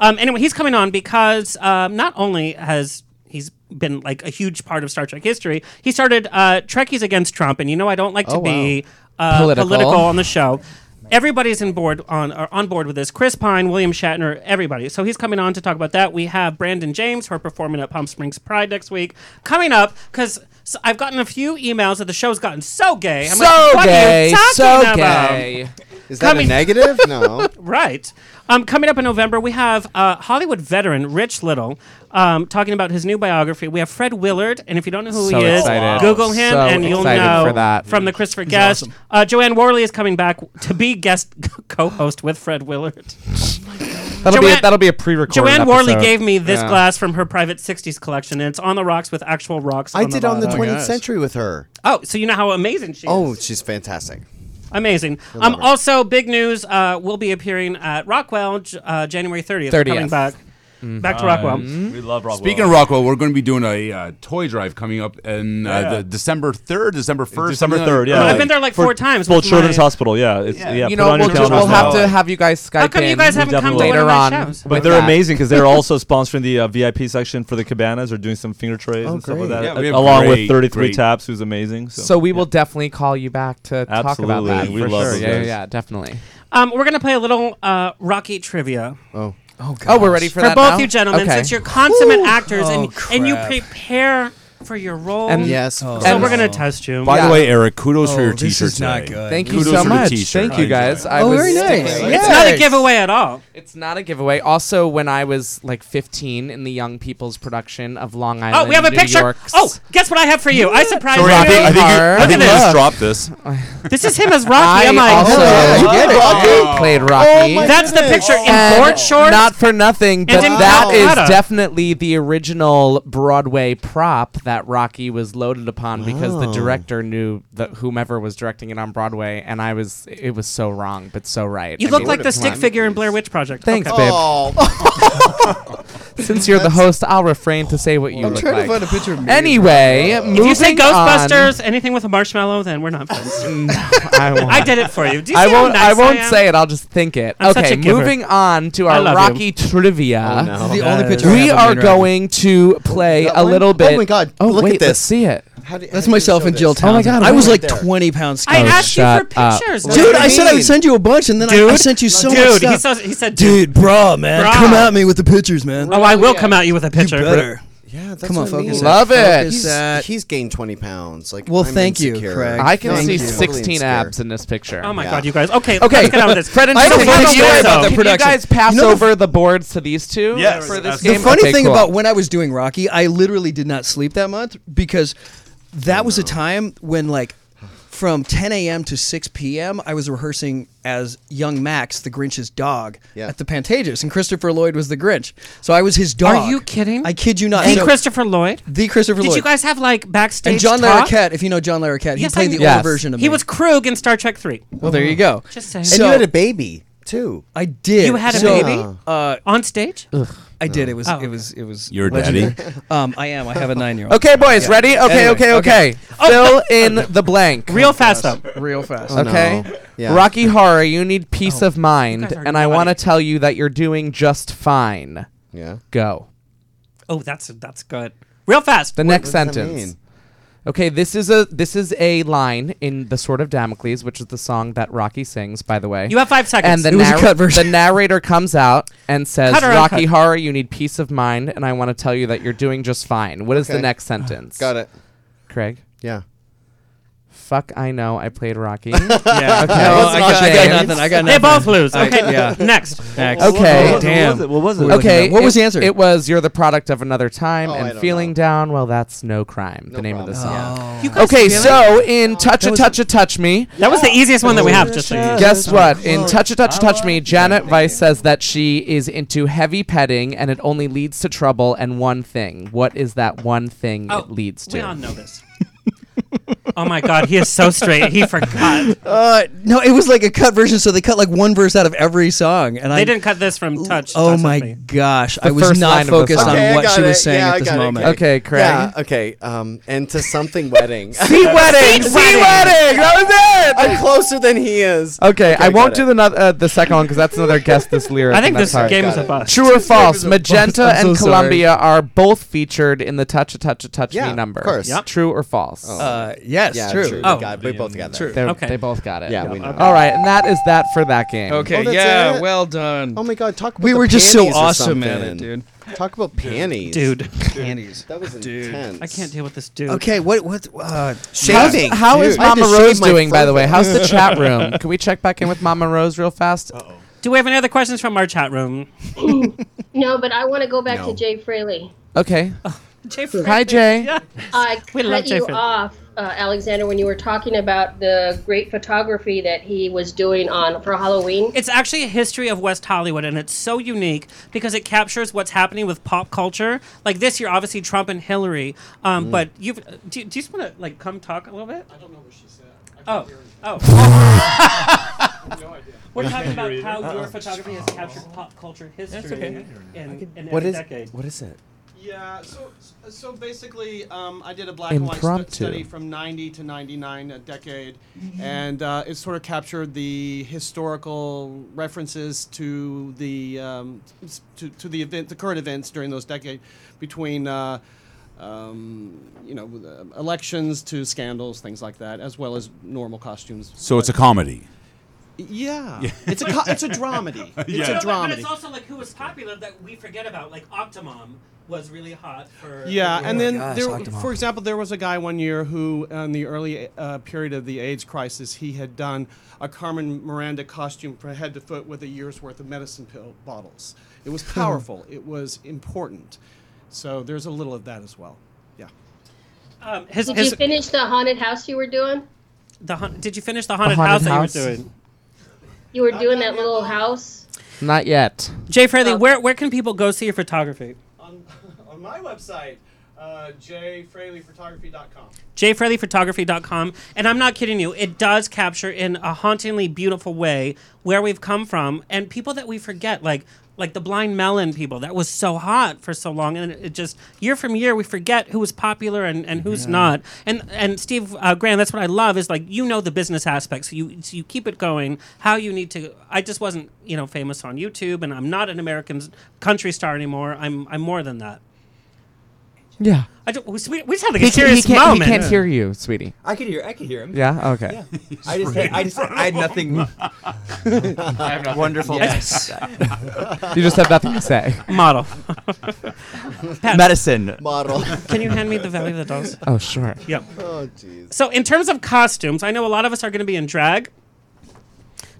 Speaker 5: Um, anyway, he's coming on because um, not only has he's been like a huge part of Star Trek history, he started uh, Trekkies Against Trump, and you know I don't like to
Speaker 8: Oh, wow.
Speaker 5: be uh,
Speaker 8: Political.
Speaker 5: on the show. Everybody's on board on are on board with this. Chris Pine, William Shatner, everybody. So he's coming on to talk about that. We have Brandon James who are performing at Palm Springs Pride next week. Coming up because I've gotten a few emails that the show's gotten so gay. I'm
Speaker 8: So
Speaker 5: like, what are
Speaker 8: gay,
Speaker 5: you talking
Speaker 8: so
Speaker 5: about?
Speaker 8: gay.
Speaker 18: Is that
Speaker 5: Coming-
Speaker 18: a negative?
Speaker 5: [LAUGHS]
Speaker 18: No.
Speaker 5: Right. Um, coming up in November, we have uh, Hollywood veteran Rich Little um, talking about his new biography. We have Fred Willard, and if you don't know who
Speaker 8: So
Speaker 5: he is,
Speaker 8: excited.
Speaker 5: Google him,
Speaker 8: So
Speaker 5: and you'll
Speaker 8: excited
Speaker 5: know
Speaker 8: for that.
Speaker 5: from the Christopher Guest. Uh, Joanne Worley is coming back to be guest [LAUGHS] co-host with Fred
Speaker 18: [LAUGHS]
Speaker 5: Willard.
Speaker 18: Oh
Speaker 8: That'll be
Speaker 5: Joanne-
Speaker 8: a, that'll be a pre-recorded.
Speaker 5: Joanne
Speaker 8: episode.
Speaker 5: Worley gave me this
Speaker 8: Yeah.
Speaker 5: glass from her private '60s collection, and it's on the rocks with actual rocks.
Speaker 18: I did on the
Speaker 5: bottom.
Speaker 18: 20th century with her.
Speaker 5: Oh, so you know how amazing she is.
Speaker 18: Oh, she's fantastic.
Speaker 5: Amazing. Um, also, big news. Uh, we'll be appearing at Rockwell J- uh, January 30th.
Speaker 8: 30th.
Speaker 5: Coming back.
Speaker 8: Mm-hmm.
Speaker 5: Back to Rockwell.
Speaker 4: We love Rockwell.
Speaker 10: Speaking of Rockwell, we're going to be doing a uh, toy drive coming up in uh,
Speaker 4: Yeah.
Speaker 10: the December 3rd, December 1st.
Speaker 4: December
Speaker 10: something like-
Speaker 4: 3rd, yeah.
Speaker 5: I've been there like
Speaker 4: For
Speaker 5: four times.
Speaker 4: Full
Speaker 5: with
Speaker 4: Children's
Speaker 5: my-
Speaker 4: Hospital. Yeah. It's, yeah.
Speaker 8: you
Speaker 4: put
Speaker 8: know,
Speaker 4: on
Speaker 8: we'll,
Speaker 4: your
Speaker 8: just,
Speaker 4: calendars
Speaker 8: we'll have
Speaker 4: now.
Speaker 8: to have you guys Skype
Speaker 5: come you
Speaker 8: in
Speaker 5: guys haven't come to
Speaker 8: later
Speaker 5: one of my
Speaker 8: on.
Speaker 5: shows?
Speaker 4: But
Speaker 8: with
Speaker 4: they're
Speaker 8: that.
Speaker 4: amazing
Speaker 8: [LAUGHS]
Speaker 4: because they're also sponsoring the uh, VIP section for the cabanas. They're doing some finger
Speaker 8: Oh,
Speaker 4: trays and stuff like
Speaker 18: great.
Speaker 4: that,
Speaker 10: Yeah, we have
Speaker 4: along
Speaker 10: great,
Speaker 4: with 33
Speaker 10: great-
Speaker 4: Taps, who's amazing. So,
Speaker 8: So [LAUGHS] we will definitely call you back to talk about
Speaker 4: Absolutely.
Speaker 8: that
Speaker 4: We
Speaker 8: for
Speaker 4: love
Speaker 8: sure.
Speaker 4: those
Speaker 8: Yeah, yeah,
Speaker 4: guys.
Speaker 8: yeah, definitely.
Speaker 5: Um, we're going to play a little uh, Rocky trivia
Speaker 18: Oh.
Speaker 8: Oh, we're ready for,
Speaker 5: for
Speaker 8: that
Speaker 5: both
Speaker 8: now?
Speaker 5: you gentlemen,
Speaker 8: Okay. Oh,
Speaker 5: since you're consummate actors and, and you prepare for your role.
Speaker 8: And-
Speaker 5: yes.
Speaker 8: Oh.
Speaker 5: So
Speaker 8: and-
Speaker 5: we're gonna test you.
Speaker 13: By the way, Eric, kudos for your
Speaker 8: Oh, this
Speaker 13: T-shirt
Speaker 8: is not
Speaker 13: today.
Speaker 8: good.
Speaker 13: Thank
Speaker 8: Thank
Speaker 13: you
Speaker 8: you
Speaker 13: Kudos
Speaker 8: so
Speaker 13: for the
Speaker 8: much.
Speaker 13: t-shirt.
Speaker 8: Thank you guys.
Speaker 13: I
Speaker 8: I
Speaker 5: Oh,
Speaker 8: was
Speaker 5: very
Speaker 8: sticking
Speaker 5: nice.
Speaker 8: with
Speaker 5: It's
Speaker 8: it.
Speaker 5: not a giveaway at all.
Speaker 8: It's not a giveaway. Also, when I was like 15 in the Young People's production of Long Island,
Speaker 5: oh, we have a
Speaker 8: New
Speaker 5: picture.
Speaker 8: York's
Speaker 5: Oh, guess what I have for you? I surprised
Speaker 8: Sorry,
Speaker 5: you.
Speaker 8: I think- I think you- I
Speaker 5: Look at
Speaker 8: think
Speaker 5: this.
Speaker 8: you just
Speaker 13: dropped this.
Speaker 8: [LAUGHS]
Speaker 5: This is him as Rocky.
Speaker 8: I
Speaker 5: am I?
Speaker 8: also
Speaker 5: Oh,
Speaker 8: you did it.
Speaker 5: Rocky? Oh
Speaker 8: played Rocky.
Speaker 5: my That's the goodness. picture in board shorts
Speaker 8: Not for nothing,
Speaker 5: and
Speaker 8: but
Speaker 5: in
Speaker 8: that is
Speaker 5: Calcutta.
Speaker 8: definitely the original Broadway prop that Rocky was loaded upon because the
Speaker 5: Oh.
Speaker 18: Wow.
Speaker 8: director knew that whomever was directing it on Broadway, and I was it was so wrong but so right.
Speaker 5: You
Speaker 8: I
Speaker 5: look
Speaker 8: mean,
Speaker 5: like the
Speaker 8: come
Speaker 5: stick
Speaker 8: on.
Speaker 5: figure in Blair Witch Project.
Speaker 8: Thanks,
Speaker 5: Okay.
Speaker 8: babe. [LAUGHS] Since you're the host, I'll refrain to say what you
Speaker 5: I'm
Speaker 8: look
Speaker 5: trying to
Speaker 8: like.
Speaker 5: find a picture of me.
Speaker 8: Anyway,
Speaker 5: If you say
Speaker 8: moving on-
Speaker 5: Ghostbusters, anything with a marshmallow, then we're not
Speaker 8: [LAUGHS]
Speaker 5: friends.
Speaker 8: I, won't.
Speaker 5: [LAUGHS] I did it for you. Do you
Speaker 8: I
Speaker 5: see how
Speaker 8: won't.
Speaker 5: nice
Speaker 8: I won't
Speaker 5: am?
Speaker 8: say it. I'll just think it.
Speaker 5: I'm such
Speaker 8: okay,
Speaker 5: a giver.
Speaker 8: moving on to
Speaker 5: I
Speaker 8: our
Speaker 5: love you.
Speaker 8: Rocky trivia. Uh,
Speaker 18: Oh, no. This is the only picture I
Speaker 8: we
Speaker 18: have of
Speaker 8: are
Speaker 18: me and Rocky.
Speaker 8: going to play
Speaker 18: That
Speaker 8: a
Speaker 18: one?
Speaker 8: little
Speaker 18: Oh
Speaker 8: bit.
Speaker 18: my God,
Speaker 8: Oh
Speaker 18: look at
Speaker 8: wait,
Speaker 18: this.
Speaker 8: Let's see it.
Speaker 18: That's myself and Jill
Speaker 8: Oh my God!
Speaker 21: I was
Speaker 8: wait.
Speaker 21: like 20 pounds.
Speaker 8: Oh,
Speaker 5: I
Speaker 21: skinnier.
Speaker 5: asked you for pictures.
Speaker 21: Dude, I said I would send you a bunch, and then I, I
Speaker 5: Dude.
Speaker 21: sent you so
Speaker 5: Dude,
Speaker 21: much
Speaker 5: he
Speaker 21: stuff.
Speaker 5: says- he said,
Speaker 21: dude, bro, man,
Speaker 5: Bruh.
Speaker 21: come at me with the pictures, man.
Speaker 5: Oh, I will come at you with a picture.
Speaker 21: You better.
Speaker 18: Yeah, that's
Speaker 21: Come on,
Speaker 18: what I mean.
Speaker 21: focus. Love it.
Speaker 18: He's,
Speaker 21: Focus
Speaker 18: he's gained 20 pounds. Like,
Speaker 21: Well,
Speaker 18: I'm
Speaker 21: thank you,
Speaker 18: insecure.
Speaker 21: Craig.
Speaker 8: I can
Speaker 18: No,
Speaker 8: see
Speaker 18: I'm totally
Speaker 8: 16
Speaker 18: insecure.
Speaker 8: abs in this picture.
Speaker 5: Oh my
Speaker 18: Yeah.
Speaker 5: god, you guys. Okay,
Speaker 8: Okay,
Speaker 5: let's [LAUGHS] get on with this.
Speaker 8: Fred and
Speaker 5: I don't
Speaker 8: Jill,
Speaker 5: think
Speaker 8: can
Speaker 5: you
Speaker 8: you,
Speaker 5: guys-
Speaker 8: can you guys pass
Speaker 21: You know the-
Speaker 8: over the boards to these two?
Speaker 21: Yes,
Speaker 8: for this
Speaker 21: The
Speaker 8: game.
Speaker 21: funny
Speaker 8: Okay,
Speaker 21: thing
Speaker 8: cool.
Speaker 21: about when I was doing Rocky, I literally did not sleep that month because that was a time when like from 10 a.m. to 6 p.m. I was rehearsing as young Max, the Grinch's dog, at the Pantages, and Christopher Lloyd was the Grinch. So I was his dog.
Speaker 5: Are you kidding?
Speaker 21: I kid you not.
Speaker 5: The
Speaker 21: So-
Speaker 5: Christopher Lloyd.
Speaker 21: The Christopher
Speaker 5: Did
Speaker 21: Lloyd.
Speaker 5: you guys have like backstage?
Speaker 21: and John
Speaker 5: talk?
Speaker 21: Larroquette, if you know John Larroquette, he
Speaker 5: Yes, I
Speaker 21: played the
Speaker 5: knew-
Speaker 21: older version of
Speaker 5: He
Speaker 21: me.
Speaker 5: was Krug in Star Trek Three.
Speaker 21: Well, there you go.
Speaker 5: Uh-huh. Just saying.
Speaker 18: And you had a baby, too. Uh-huh.
Speaker 21: I did.
Speaker 5: You had a
Speaker 21: So,
Speaker 5: baby
Speaker 21: uh,
Speaker 5: on stage.
Speaker 21: I did. It was.
Speaker 5: Oh, okay.
Speaker 21: It was. It was.
Speaker 13: You're a
Speaker 21: legendary.
Speaker 5: [LAUGHS]
Speaker 13: daddy?
Speaker 21: Um, I am. I have a nine-year-old.
Speaker 8: Okay, boys,
Speaker 21: Yeah.
Speaker 8: ready? Okay,
Speaker 21: Anyway,
Speaker 8: okay, okay. Fill in the blank.
Speaker 5: Oh, Real fast though. Oh.
Speaker 21: Real fast.
Speaker 8: okay?
Speaker 18: Oh, Yeah.
Speaker 8: Rocky Horror, you need peace of
Speaker 5: You
Speaker 8: mind,
Speaker 5: guys are
Speaker 8: and I want to tell you that you're doing just fine.
Speaker 18: Yeah.
Speaker 8: Go.
Speaker 5: Oh, that's that's good. Real fast.
Speaker 8: The next
Speaker 18: what does that
Speaker 8: sentence.
Speaker 18: mean?
Speaker 8: Okay, this is a this is a line in the Sword of Damocles, which is the song that Rocky sings, by the way.
Speaker 5: You have five
Speaker 8: And
Speaker 5: seconds.
Speaker 8: the,
Speaker 5: It was a
Speaker 8: narr-
Speaker 5: cut
Speaker 8: the narrator comes out and says,
Speaker 5: Cut or
Speaker 8: "Rocky
Speaker 5: uncut?
Speaker 8: Horror, you need peace of mind, and I want to tell you that you're doing just fine." What is
Speaker 18: Okay.
Speaker 8: the next sentence?
Speaker 18: Got it.
Speaker 8: Craig.
Speaker 18: Yeah.
Speaker 8: Fuck, I know. I played Rocky.
Speaker 21: Yeah.
Speaker 8: Okay.
Speaker 21: No, I got- I got
Speaker 8: James.
Speaker 21: nothing. I got
Speaker 5: They
Speaker 21: nothing.
Speaker 5: both lose.
Speaker 21: I-
Speaker 5: Okay.
Speaker 21: yeah.
Speaker 5: Next.
Speaker 21: Next.
Speaker 8: Okay.
Speaker 21: Oh, damn.
Speaker 4: What was it?
Speaker 21: We're looking
Speaker 8: Okay.
Speaker 21: at- What was
Speaker 8: it-
Speaker 21: the answer?
Speaker 8: It was "You're the product of another time
Speaker 18: Oh, I
Speaker 8: and
Speaker 18: don't
Speaker 8: feeling
Speaker 18: know.
Speaker 8: down." Well, that's no crime. the name of the song.
Speaker 21: Oh.
Speaker 5: You guys
Speaker 8: Okay,
Speaker 5: feel it?
Speaker 8: so in "Touch a
Speaker 21: was-
Speaker 8: Touch a Touch Me,"
Speaker 5: that was the easiest one that we have. Just so you know.
Speaker 8: guess what? In "Touch a Touch Touch Me," Janet Weiss says that she is into heavy petting and it only leads to trouble and one thing. What is that one thing
Speaker 5: Oh,
Speaker 8: it leads
Speaker 5: We all
Speaker 8: to?
Speaker 5: know this. [LAUGHS] oh my God, he is so straight. He forgot.
Speaker 21: Uh, no, it was like a cut version, so they cut like one verse out of every song, and I.
Speaker 5: They didn't cut this from touch.
Speaker 21: oh
Speaker 5: Touch
Speaker 21: my
Speaker 5: Me.
Speaker 21: gosh, I
Speaker 8: The
Speaker 21: was
Speaker 8: first
Speaker 21: not
Speaker 8: line of the
Speaker 21: focused
Speaker 8: song.
Speaker 21: on
Speaker 8: Okay,
Speaker 18: I
Speaker 21: what
Speaker 18: got
Speaker 21: she was
Speaker 18: it.
Speaker 21: saying
Speaker 18: Yeah,
Speaker 21: at
Speaker 18: I
Speaker 21: this
Speaker 18: got it.
Speaker 21: moment.
Speaker 8: Okay, Craig.
Speaker 18: Yeah, okay. Um, and to something
Speaker 21: [LAUGHS]
Speaker 18: wedding.
Speaker 8: Sea
Speaker 18: [LAUGHS]
Speaker 8: wedding.
Speaker 18: Sea
Speaker 8: Sea wedding. That was it.
Speaker 18: I'm closer than he is.
Speaker 8: Okay, I won't
Speaker 18: got
Speaker 8: do
Speaker 18: it.
Speaker 8: the noth- uh, the second one because that's another guess this lyric.
Speaker 5: I think
Speaker 8: and
Speaker 5: this
Speaker 8: that's
Speaker 5: game
Speaker 8: hard.
Speaker 5: is a bust.
Speaker 8: True or false?
Speaker 18: [LAUGHS]
Speaker 21: I'm
Speaker 8: Magenta
Speaker 21: so
Speaker 8: and
Speaker 21: sorry.
Speaker 8: Columbia are both featured in the "Touch a Touch a Touch
Speaker 18: Yeah,
Speaker 8: Me"
Speaker 18: of
Speaker 8: number.
Speaker 18: course. Yep.
Speaker 8: True or false?
Speaker 21: Uh, yes,
Speaker 18: Yeah,
Speaker 21: true.
Speaker 18: We,
Speaker 5: Oh.
Speaker 18: got, we both got that.
Speaker 21: True.
Speaker 8: They're-
Speaker 5: okay.
Speaker 8: They both got it.
Speaker 18: Yeah, we know.
Speaker 8: All right, and that is that for that game.
Speaker 18: Oh,
Speaker 21: Okay,
Speaker 18: that's
Speaker 21: yeah,
Speaker 18: it?
Speaker 21: well done.
Speaker 18: Oh my god, talk about
Speaker 21: we
Speaker 18: the
Speaker 21: were just so
Speaker 18: panties or
Speaker 21: awesome at it,
Speaker 18: something.
Speaker 21: dude.
Speaker 18: Talk about panties.
Speaker 5: [LAUGHS] dude.
Speaker 21: Panties.
Speaker 18: That was intense.
Speaker 5: I can't deal with this dude.
Speaker 21: Okay, what what? Uh,
Speaker 8: How's-
Speaker 18: Shaving.
Speaker 8: How is
Speaker 18: Dude, I had
Speaker 8: Mama
Speaker 18: to shave
Speaker 8: Rose
Speaker 18: my
Speaker 8: doing, by the way?
Speaker 18: further. [LAUGHS]
Speaker 8: How's the chat room? Can we check back in with Mama Rose real fast?
Speaker 5: Do we have any other questions from our chat room?
Speaker 12: No, but I want to go back
Speaker 18: No.
Speaker 12: to Jay Fraley.
Speaker 8: Okay.
Speaker 5: Jay
Speaker 8: Hi, Jay.
Speaker 12: I
Speaker 5: [LAUGHS] We love
Speaker 12: cut
Speaker 5: Jay
Speaker 12: you
Speaker 5: Fraley.
Speaker 12: off, uh, Alexander, when you were talking about the great photography that he was doing on for Halloween.
Speaker 5: It's actually a history of West Hollywood, and it's so unique because it captures what's happening with pop culture. Like this year, obviously Trump and Hillary. Um,
Speaker 22: Mm.
Speaker 5: But you, do, do you just want to like come talk a little bit? I don't know what she said. [LAUGHS] Oh, oh. We're talking about how your photography has captured pop culture history in, in
Speaker 18: What
Speaker 5: every
Speaker 18: is
Speaker 5: decade.
Speaker 18: what is it?
Speaker 22: Yeah, so so basically, um, I did a black and white
Speaker 8: Impromptu.
Speaker 22: stu- study from 90 to 99, a decade, and uh, it sort of captured the historical references to the um, s- to, to the event, the current events during those decades, between uh, um, you know uh, elections to scandals, things like that, as well as normal costumes.
Speaker 13: So it's a
Speaker 22: But-
Speaker 13: comedy.
Speaker 22: Yeah.
Speaker 13: Yeah.
Speaker 22: It's a co- it's a [LAUGHS] dramedy. It's
Speaker 13: Yeah.
Speaker 22: a
Speaker 13: No,
Speaker 5: But,
Speaker 22: dramedy.
Speaker 5: [LAUGHS] it's also like who was popular that we forget about. Like Optimum was really hot for. Oh
Speaker 22: Yeah, and then
Speaker 5: there's
Speaker 22: there, for example, there was a guy one year who, in the early uh, period of the AIDS crisis, he had done a Carmen Miranda costume from head to foot with a year's worth of medicine pill bottles. It was powerful. it was important. So there's a little of that as well. Yeah.
Speaker 5: Um, his,
Speaker 12: Did
Speaker 5: his,
Speaker 12: you finish the haunted house you were doing?
Speaker 5: the hun- did you finish the haunted,
Speaker 8: haunted
Speaker 5: house,
Speaker 8: house?
Speaker 5: that you were doing?
Speaker 12: You
Speaker 5: Oh,
Speaker 12: were doing that little house?
Speaker 8: Not yet.
Speaker 5: Jay Fraley, where where can people go see your photography?
Speaker 22: On, on my website, uh, jfraleyphotography.com.
Speaker 5: jfreddyphotography.com and i'm not kidding you it does capture in a hauntingly beautiful way where we've come from and people that we forget like like the blind melon people that was so hot for so long and it just year from year we forget who was popular and, and who's
Speaker 9: Yeah.
Speaker 5: not and and steve uh, graham that's what i love is like you know the business aspects you so you keep it going how you need to i just wasn't you know famous on youtube and i'm not an american s- country star anymore i'm i'm more than that
Speaker 8: Yeah.
Speaker 5: I don't, we, we just had like a
Speaker 8: He, can,
Speaker 5: serious
Speaker 8: not
Speaker 5: moment.
Speaker 8: he can't hear you, sweetie.
Speaker 11: I could hear. I could hear him.
Speaker 8: Yeah? Okay.
Speaker 11: Yeah. I just. Had, I just. I had
Speaker 5: [LAUGHS]
Speaker 11: nothing. [LAUGHS] Wonderful.
Speaker 8: Yes. [LAUGHS] you just have nothing to say.
Speaker 5: Model.
Speaker 11: Medicine.
Speaker 5: Can you hand me the Valley of the Dolls?
Speaker 8: Oh, sure.
Speaker 5: Yep.
Speaker 18: [LAUGHS] Oh, jeez.
Speaker 5: So, in terms of costumes, I know a lot of us are going to be in drag.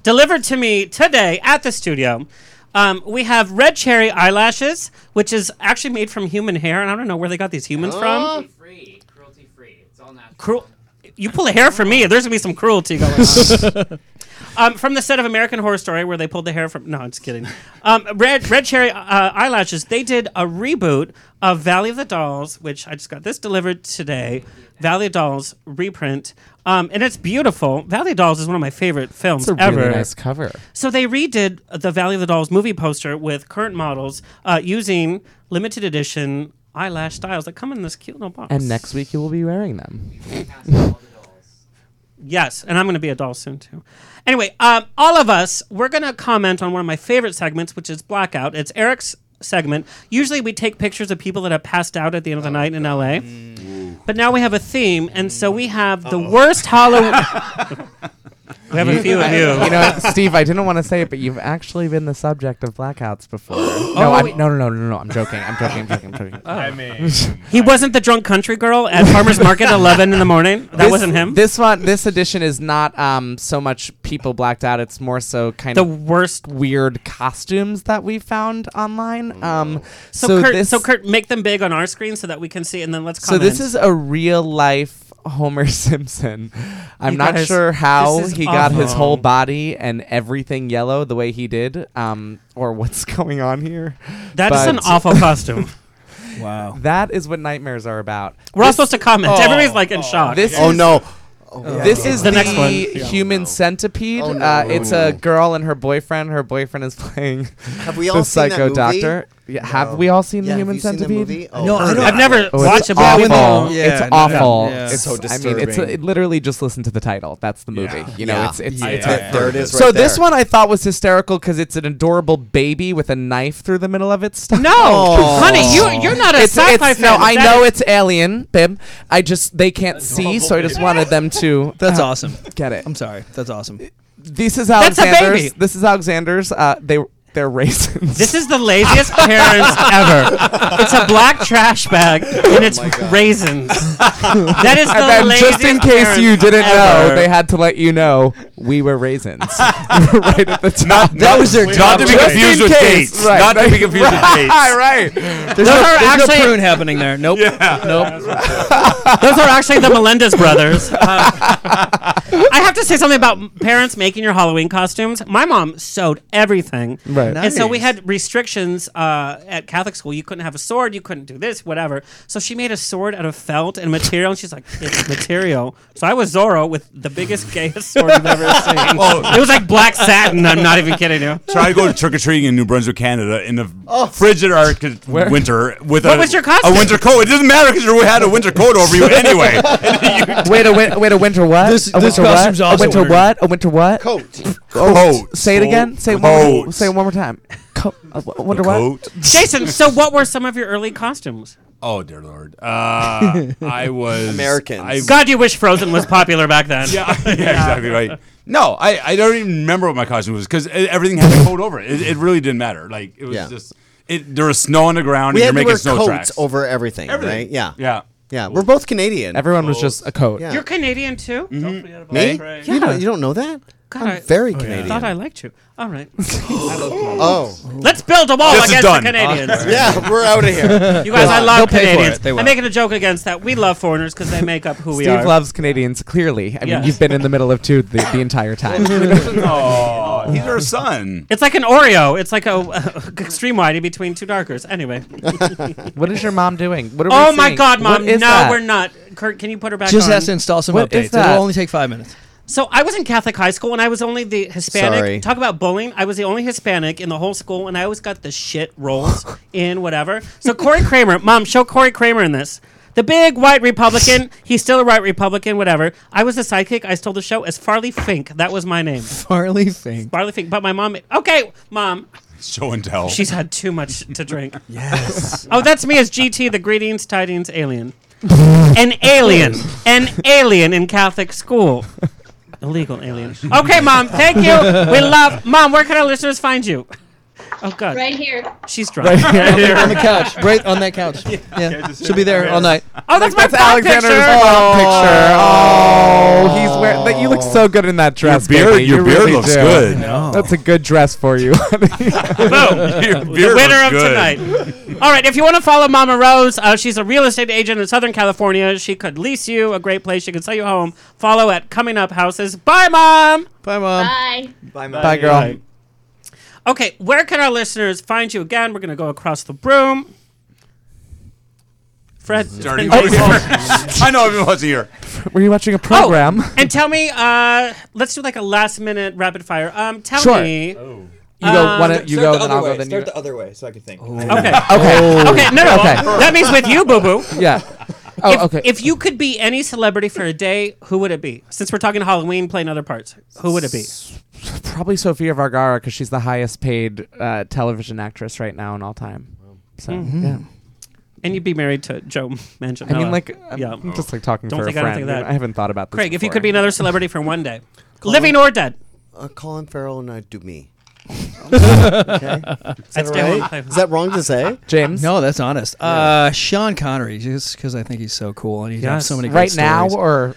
Speaker 5: Delivered to me today at the studio, um, we have red cherry eyelashes, which is actually made from human hair, and I don't know where they got these humans from.
Speaker 3: free, cruelty free. It's all natural.
Speaker 5: Cruel. You pull a hair from me, there's gonna be some cruelty going
Speaker 18: [LAUGHS]
Speaker 5: on. um, from the set of American Horror Story, where they pulled the hair from. No, I'm just kidding. Um, red red cherry uh, eyelashes. They did a reboot of Valley of the Dolls, which I just got this delivered today. Valley of Dolls reprint, um, and it's beautiful. Valley of Dolls is one of my favorite films
Speaker 8: It's a really
Speaker 5: ever.
Speaker 8: nice cover.
Speaker 5: So they redid the Valley of the Dolls movie poster with current models uh, using limited edition eyelash styles that come in this cute little box.
Speaker 8: And next week you will be wearing them.
Speaker 5: Yes, and I'm going to be a doll soon too. Anyway, um, all of us, we're going to comment on one of my favorite segments, which is blackout. It's Eric's segment. Usually, we take pictures of people that have passed out at the end of the night in LA, but now we have a theme, and so we have the worst Halloween. we have a few of you.
Speaker 8: You know, Steve, I didn't want to say it, but you've actually been the subject of blackouts
Speaker 5: [GASPS]
Speaker 8: before. no, I'm,
Speaker 5: Oh, wait.
Speaker 8: no, no, no, no, no. I'm joking. I'm joking. I'm joking. I'm joking.
Speaker 5: [LAUGHS] [LAUGHS]
Speaker 8: [LAUGHS]
Speaker 5: I mean, he wasn't the drunk country girl at Farmer's Market at 11 in the morning. That
Speaker 8: This-
Speaker 5: wasn't him.
Speaker 8: This one, this edition is not um, so much people blacked out. It's more so kind
Speaker 5: The
Speaker 8: of
Speaker 5: worst Mm.
Speaker 8: weird costumes that we found online. Um,
Speaker 5: So,
Speaker 8: so,
Speaker 5: Kurt,
Speaker 8: this,
Speaker 5: so Kurt, make them big on our screen so that we can see, and then let's
Speaker 8: so
Speaker 5: comment.
Speaker 8: this is a real life Homer [LAUGHS] Simpson. I'm
Speaker 5: You
Speaker 8: not
Speaker 5: guys,
Speaker 8: sure how
Speaker 5: this is
Speaker 8: he got his
Speaker 5: awful.
Speaker 8: whole body and everything yellow the way he did, um, or what's [LAUGHS] going on here.
Speaker 5: That is an awful
Speaker 8: [LAUGHS]
Speaker 5: costume.
Speaker 8: Wow. That is what nightmares are about. Oh.
Speaker 5: We're all supposed to comment. Everybody's like in shock.
Speaker 8: This
Speaker 5: Oh,
Speaker 8: is-
Speaker 5: no.
Speaker 18: Oh,
Speaker 8: this
Speaker 18: yeah.
Speaker 8: is
Speaker 18: The
Speaker 8: the,
Speaker 18: next one. Yeah.
Speaker 8: human centipede.
Speaker 18: Oh, no.
Speaker 8: uh,
Speaker 18: Oh,
Speaker 8: it's a girl and her boyfriend. Her boyfriend is playing
Speaker 18: Have we
Speaker 8: the
Speaker 18: all seen that
Speaker 8: psycho
Speaker 18: movie?
Speaker 8: doctor. Yeah, Have we all seen
Speaker 18: Yeah,
Speaker 8: the
Speaker 18: have
Speaker 8: human
Speaker 18: you seen that
Speaker 8: centipede?
Speaker 18: movie? Oh,
Speaker 8: No, I
Speaker 18: heard
Speaker 8: don't-
Speaker 18: about
Speaker 8: I've never
Speaker 18: it. Oh,
Speaker 8: watched
Speaker 18: it's
Speaker 8: it, but we
Speaker 18: awful.
Speaker 8: know-
Speaker 18: Yeah,
Speaker 8: it's
Speaker 18: no,
Speaker 8: awful.
Speaker 18: yeah.
Speaker 8: It's
Speaker 18: So
Speaker 8: I mean, it's a,
Speaker 18: disturbing.
Speaker 8: it literally just listen to the title. That's the movie. You know,
Speaker 18: Yeah.
Speaker 8: it's it's,
Speaker 18: Yeah.
Speaker 8: it's
Speaker 18: Yeah.
Speaker 8: a-
Speaker 18: There it is
Speaker 8: So
Speaker 18: right
Speaker 8: this
Speaker 18: there.
Speaker 8: one I thought was hysterical because it's an adorable baby with a knife through the middle of its stomach.
Speaker 5: No, honey, you- you're not a
Speaker 8: it's,
Speaker 5: sci-fi
Speaker 8: it's-
Speaker 5: fan.
Speaker 8: No, I
Speaker 5: That
Speaker 8: know
Speaker 5: is-
Speaker 8: it's alien, Bib. I just they can't see, so I just wanted them to.
Speaker 21: [LAUGHS] That's
Speaker 8: uh,
Speaker 21: awesome.
Speaker 8: Get it?
Speaker 21: I'm sorry. That's awesome.
Speaker 8: This is
Speaker 21: That's a
Speaker 8: Alexander's.
Speaker 21: baby.
Speaker 8: This is Alexander's. Uh, they they're raisins.
Speaker 5: This is the
Speaker 8: [LAUGHS]
Speaker 5: laziest parents ever. It's a black trash bag and it's raisins. That is the
Speaker 8: Oh and then
Speaker 5: laziest
Speaker 8: just in case you
Speaker 5: parents
Speaker 8: didn't
Speaker 5: ever.
Speaker 8: know, they had to let you know we were raisins [LAUGHS] right at the top.
Speaker 13: That was their Not job to be description. confused with dates. Not to be confused
Speaker 21: [LAUGHS]
Speaker 13: with dates.
Speaker 8: [LAUGHS] Right, right.
Speaker 21: There's, no, there's no prune happening there. Nope.
Speaker 5: Nope. Those are
Speaker 8: [LAUGHS]
Speaker 5: actually the Melendez brothers. Um, I have to say something about m- parents making your Halloween costumes. My mom sewed everything.
Speaker 8: Right.
Speaker 5: And so we
Speaker 8: Nice.
Speaker 5: had restrictions uh, at Catholic school. You couldn't have a sword, you couldn't do this, whatever. So she made a sword out of felt and material. And she's like, it's material. So I was Zorro with the biggest, gayest sword
Speaker 8: [LAUGHS]
Speaker 5: I've ever seen.
Speaker 13: Oh.
Speaker 5: It was like black satin. I'm not even kidding you.
Speaker 13: Try to go trick or treating in New Brunswick, Canada, in the frigid
Speaker 8: [LAUGHS]
Speaker 13: Arctic
Speaker 5: Where?
Speaker 13: winter with
Speaker 5: What
Speaker 13: a
Speaker 5: was your costume?
Speaker 13: a winter coat. It doesn't matter because you had a winter coat over you [LAUGHS]
Speaker 5: [LAUGHS]
Speaker 10: [LAUGHS]
Speaker 13: anyway.
Speaker 8: wait a win- wait a winter what?
Speaker 13: This-
Speaker 8: a
Speaker 13: this
Speaker 8: winter
Speaker 13: costume's
Speaker 8: what?
Speaker 13: also
Speaker 8: a winter
Speaker 13: weird.
Speaker 8: what? A winter what? Coat.
Speaker 13: Coat.
Speaker 8: Say it again. Say it one. More, say it one more time. Coat. A w- a winter what? [LAUGHS]
Speaker 5: Jason, so what were some of your early costumes?
Speaker 10: Oh dear lord! Uh, I
Speaker 18: [LAUGHS]
Speaker 10: was
Speaker 18: Americans.
Speaker 10: I-
Speaker 5: God, you wish Frozen was popular
Speaker 10: [LAUGHS]
Speaker 5: back then.
Speaker 10: yeah, yeah, exactly right. No, I, I don't even remember what my costume was because everything had a coat over it. it. It really didn't matter. Like it was
Speaker 18: Yeah.
Speaker 10: just it. There was snow on the ground.
Speaker 18: we had
Speaker 10: and you're
Speaker 18: to
Speaker 10: making
Speaker 18: wear
Speaker 10: snow
Speaker 18: coats
Speaker 10: tracks.
Speaker 18: over everything,
Speaker 10: Everything.
Speaker 18: right? Yeah.
Speaker 10: Yeah.
Speaker 18: Yeah. We're both Canadian.
Speaker 8: Everyone was just a coat.
Speaker 18: Yeah.
Speaker 5: You're Canadian too. Don't forget about
Speaker 18: Me?
Speaker 5: that.
Speaker 18: You, don't, you don't know that?
Speaker 5: God,
Speaker 18: I'm
Speaker 5: I-
Speaker 10: Oh,
Speaker 18: very
Speaker 5: I
Speaker 18: Canadian.
Speaker 5: thought I liked you. All right.
Speaker 18: Oh.
Speaker 5: Let's build a wall
Speaker 18: This is
Speaker 5: against
Speaker 18: done.
Speaker 5: the Canadians.
Speaker 18: Awesome. Yeah, we're outta here.
Speaker 5: [LAUGHS] You guys, I
Speaker 18: They'll
Speaker 5: love
Speaker 18: pay for it.
Speaker 5: Canadians.
Speaker 18: They
Speaker 5: I'm
Speaker 18: will.
Speaker 5: making a joke against that. We love foreigners because they make up who we
Speaker 8: Steve
Speaker 5: are.
Speaker 8: loves Canadians, clearly. I mean,
Speaker 5: Yes.
Speaker 8: you've been in the middle of two the, the entire
Speaker 5: [LAUGHS]
Speaker 8: time.
Speaker 10: oh, he's her son.
Speaker 5: It's like an Oreo. It's like a, [LAUGHS] a extreme whitey between two darkers. Anyway.
Speaker 8: [LAUGHS] what is your mom doing? What are we
Speaker 5: oh my
Speaker 8: seeing?
Speaker 5: God, mom!
Speaker 8: What is
Speaker 5: no,
Speaker 8: that?
Speaker 5: we're not. Kurt, can you put her back?
Speaker 21: Just
Speaker 5: on?
Speaker 21: has to install some
Speaker 8: What is
Speaker 21: updates. It'll
Speaker 8: that?
Speaker 21: only take
Speaker 18: [LAUGHS]
Speaker 21: five minutes.
Speaker 5: So I was in Catholic high school, and I was only the Hispanic.
Speaker 18: Sorry.
Speaker 5: Talk about bullying! I was the only Hispanic in the whole school, and I always got the shit
Speaker 8: [GASPS]
Speaker 5: rolls in whatever. So Corey Kramer, mom, show Corey Kramer in this. The big white
Speaker 21: [LAUGHS]
Speaker 5: Republican. He's still a white Republican, whatever. I was the sidekick. I stole the show as Farley Fink. That was my name.
Speaker 21: Farley Fink.
Speaker 5: Farley Fink. But my mom. Okay, mom.
Speaker 10: Show and tell.
Speaker 5: She's had too much
Speaker 21: [LAUGHS]
Speaker 5: to drink. yes. Oh, that's me as GT, the greetings, tidings, alien. An alien. An alien in Catholic school. Illegal alien. Okay, Mom. Thank you. [LAUGHS] We love. Mom, where can our listeners find you? Oh, God.
Speaker 9: Right here.
Speaker 5: She's drunk.
Speaker 21: Right here.
Speaker 5: [LAUGHS]
Speaker 21: on the couch. Right on that couch. Yeah. She'll be there all night.
Speaker 5: Oh, that's my
Speaker 8: That's
Speaker 5: prom
Speaker 8: Alexander's
Speaker 5: picture.
Speaker 8: prom picture. [LAUGHS] Oh, he's wearing. But you look so good in that dress.
Speaker 10: beard-
Speaker 8: baby.
Speaker 10: your
Speaker 8: You
Speaker 10: beard
Speaker 8: really
Speaker 10: looks
Speaker 8: do.
Speaker 10: good.
Speaker 8: That's a good dress for you.
Speaker 5: Oh.
Speaker 10: [LAUGHS] Your
Speaker 5: the
Speaker 10: beard
Speaker 5: winner
Speaker 10: looks
Speaker 5: of
Speaker 10: good. [LAUGHS]
Speaker 5: tonight. All right, if you want to follow Mama Rose, uh, she's a real estate agent in Southern California. She could lease you a great place. She could sell you a home. Follow at Coming Up Houses. Bye, Mom.
Speaker 21: Bye, Mom.
Speaker 9: Bye.
Speaker 8: Bye, girl.
Speaker 5: Okay, where can our listeners find you again? We're going to go across the room. Fred. [LAUGHS]
Speaker 10: Dirty Rosie. [LAUGHS] I know everyone wasn't here.
Speaker 8: Were you watching a program?
Speaker 5: Oh, and tell me, uh, let's do like a last minute rapid fire. Um, tell
Speaker 8: Sure.
Speaker 5: me.
Speaker 8: You go.
Speaker 5: um,
Speaker 8: One, you go.
Speaker 11: Oh. Start the
Speaker 8: Then
Speaker 11: other
Speaker 8: I'll
Speaker 11: way.
Speaker 8: go. Then you
Speaker 11: Start
Speaker 8: go.
Speaker 11: the other way so I can think.
Speaker 5: Okay.
Speaker 8: Okay.
Speaker 5: Okay. No. no.
Speaker 8: Okay.
Speaker 5: That means with you, Boo Boo.
Speaker 8: Yeah. Oh,
Speaker 5: if,
Speaker 8: okay.
Speaker 5: If you could be any celebrity for a day, who would it be? Since we're talking Halloween, playing other parts, who would it be?
Speaker 8: Probably Sofia Vergara because she's the highest paid uh, television actress right now in all time. So
Speaker 5: Mhm.
Speaker 8: yeah.
Speaker 5: And you'd be married to Joe Manganiello.
Speaker 8: I mean, like, I'm just like talking
Speaker 5: Don't [LAUGHS]
Speaker 8: for a
Speaker 5: think I don't
Speaker 8: friend.
Speaker 5: think that.
Speaker 8: I haven't thought about this.
Speaker 5: Craig, if you
Speaker 8: before.
Speaker 5: could be another celebrity for one day,
Speaker 18: Colin-
Speaker 5: living or dead.
Speaker 18: Uh, Colin Farrell and I do me.
Speaker 21: Okay.
Speaker 18: Is that, right? Is that wrong to say?
Speaker 8: James?
Speaker 21: No, that's honest. Uh, Sean Connery, just because I think he's so cool and he has so many. Great
Speaker 8: right now
Speaker 21: stories.
Speaker 8: or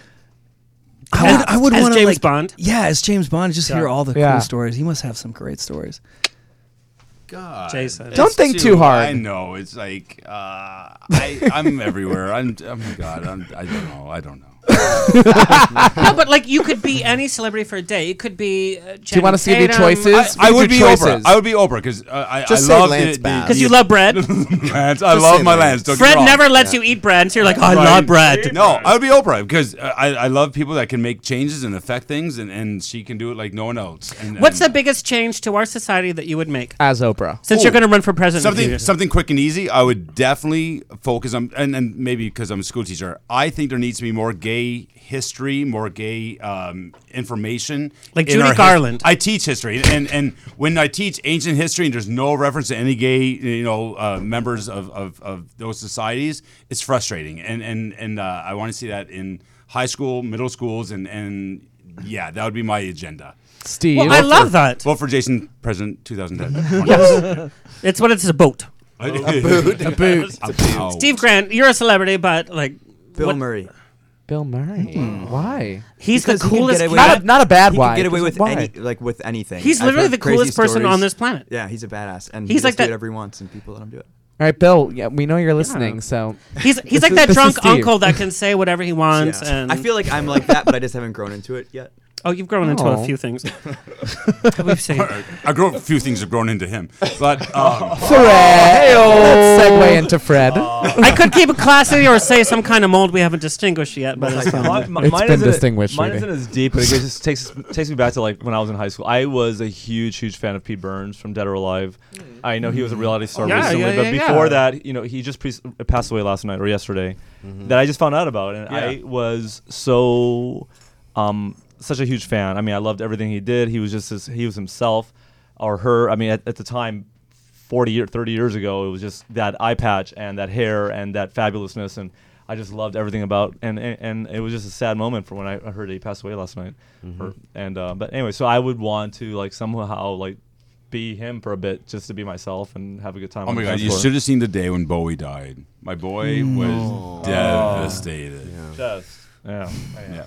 Speaker 21: I would, I would
Speaker 5: As
Speaker 21: want
Speaker 5: James
Speaker 21: like,
Speaker 5: Bond?
Speaker 21: Yeah, as James Bond, just hear all the
Speaker 8: Yeah.
Speaker 21: cool stories. He must have some great
Speaker 5: [LAUGHS]
Speaker 21: stories.
Speaker 10: God,
Speaker 5: Jason.
Speaker 8: Don't
Speaker 10: it's
Speaker 8: think too hard.
Speaker 10: I know. It's like uh, I, I'm [LAUGHS] everywhere. I'm. Oh my God. I'm, I don't know. I don't know.
Speaker 5: no, but like you could be any celebrity for a day. It could be. Uh, do
Speaker 8: wanna see any choices?
Speaker 10: I, I
Speaker 8: We
Speaker 10: would
Speaker 8: do
Speaker 10: be
Speaker 8: choices.
Speaker 10: Oprah. I would be Oprah because uh, I,
Speaker 18: Just say
Speaker 10: I love
Speaker 18: Lance
Speaker 10: the,
Speaker 18: Bass.
Speaker 5: Because you love bread.
Speaker 10: [LAUGHS] Lance. I
Speaker 18: Just
Speaker 10: love
Speaker 18: say
Speaker 10: my
Speaker 18: Lance.
Speaker 10: Lance. Don't get me
Speaker 5: Fred
Speaker 10: wrong.
Speaker 5: never lets you eat bread, so you're [LAUGHS] like, I
Speaker 10: Right.
Speaker 5: love bread.
Speaker 10: No, I would be Oprah because uh, I, I love people that can make changes and affect things, and, and she can do it like no one else. And,
Speaker 5: What's the
Speaker 10: and
Speaker 5: biggest change to our society that you would make?
Speaker 8: as Oprah.
Speaker 5: Since
Speaker 10: Oh.
Speaker 5: you're going to run for president, in a few
Speaker 10: something
Speaker 5: years?
Speaker 10: something quick and easy? I would definitely focus on, and, and maybe because I'm a school teacher, I think there needs to be more gay history, more gay um, information.
Speaker 5: Like
Speaker 10: in
Speaker 5: Judy
Speaker 10: our his-
Speaker 5: Garland.
Speaker 10: I teach history, and and when I teach ancient history, and there's no reference to any gay, you know, uh, members of, of, of those societies, it's frustrating. And and and uh, I want to see that in high school, middle schools, and and yeah, that would be my agenda.
Speaker 8: Steve.
Speaker 5: Well, I love that.
Speaker 10: Vote for Jason, President [LAUGHS] 2010.
Speaker 5: [LAUGHS] It's what it's about.
Speaker 10: [LAUGHS] A
Speaker 18: boot. A boot.
Speaker 5: Steve Grant, you're a celebrity, but like
Speaker 11: Bill
Speaker 5: what-
Speaker 11: Murray.
Speaker 8: Bill Murray. Hmm. Why?
Speaker 5: he's the
Speaker 11: Because he can
Speaker 5: coolest.
Speaker 11: get away
Speaker 8: Not
Speaker 11: with-
Speaker 8: a, not a bad
Speaker 11: he
Speaker 8: why.
Speaker 11: Can get away
Speaker 8: just
Speaker 11: with
Speaker 8: why?
Speaker 11: any like with anything.
Speaker 5: He's
Speaker 11: I've
Speaker 5: literally
Speaker 11: heard
Speaker 5: the
Speaker 11: crazy
Speaker 5: coolest person
Speaker 11: stories.
Speaker 5: on this planet.
Speaker 11: Yeah, he's a badass, and
Speaker 5: He's
Speaker 11: he's
Speaker 5: like
Speaker 11: like do
Speaker 5: that-
Speaker 11: it every once, and people let him do it.
Speaker 8: All right, Bill. Yeah, we know you're listening. [LAUGHS] So
Speaker 5: He's he's
Speaker 8: This
Speaker 5: like
Speaker 8: is-
Speaker 5: that
Speaker 8: this is
Speaker 5: drunk
Speaker 8: Steve.
Speaker 5: uncle that can say whatever he wants.
Speaker 11: Yeah.
Speaker 5: And
Speaker 11: I feel like
Speaker 8: [LAUGHS]
Speaker 11: I'm like that, but I just haven't grown into it yet.
Speaker 5: oh, you've grown into a
Speaker 8: Oh.
Speaker 5: few things. We've seen.
Speaker 10: I grow a few things have grown into him, but um, Uh,
Speaker 8: Fred. Let's segue into Fred.
Speaker 5: Oh.
Speaker 10: Oh.
Speaker 5: I could keep it classy or say some kind of mold we haven't distinguished yet, but it's fine.
Speaker 4: Mi- mi-
Speaker 8: It's
Speaker 4: mine
Speaker 8: been
Speaker 4: isn't-
Speaker 8: distinguished,
Speaker 4: Mine
Speaker 8: really.
Speaker 4: isn't as deep, but it just takes takes me back to like when I was in high school. I was a huge, huge fan of Pete Burns from Dead or Alive.
Speaker 8: Mm.
Speaker 4: I know he was a reality star
Speaker 5: Yeah,
Speaker 4: recently,
Speaker 5: yeah, yeah,
Speaker 4: but before
Speaker 5: yeah.
Speaker 4: that, you know, he just pre- passed away last night or yesterday, that I just found out about, and I was so, um, such a huge fan. I mean, I loved everything he did. He was just his, he was himself, or her. I mean, at, at the time, 40 or 30 years ago, it was just that eye patch and that hair and that fabulousness. And I just loved everything about and and, and it was just a sad moment for when I I heard he passed away last night.
Speaker 23: Mhm.
Speaker 10: Mm-hmm.
Speaker 4: Or- and uh, but anyway, so I would want to like somehow like be him for a bit just to be myself and have a good time.
Speaker 10: Oh
Speaker 4: on
Speaker 10: my
Speaker 4: the
Speaker 10: god,
Speaker 4: dance
Speaker 10: you
Speaker 4: floor.
Speaker 10: should have seen the day when Bowie died. My boy was
Speaker 4: Oh.
Speaker 10: devastated.
Speaker 4: Just- yeah. yeah.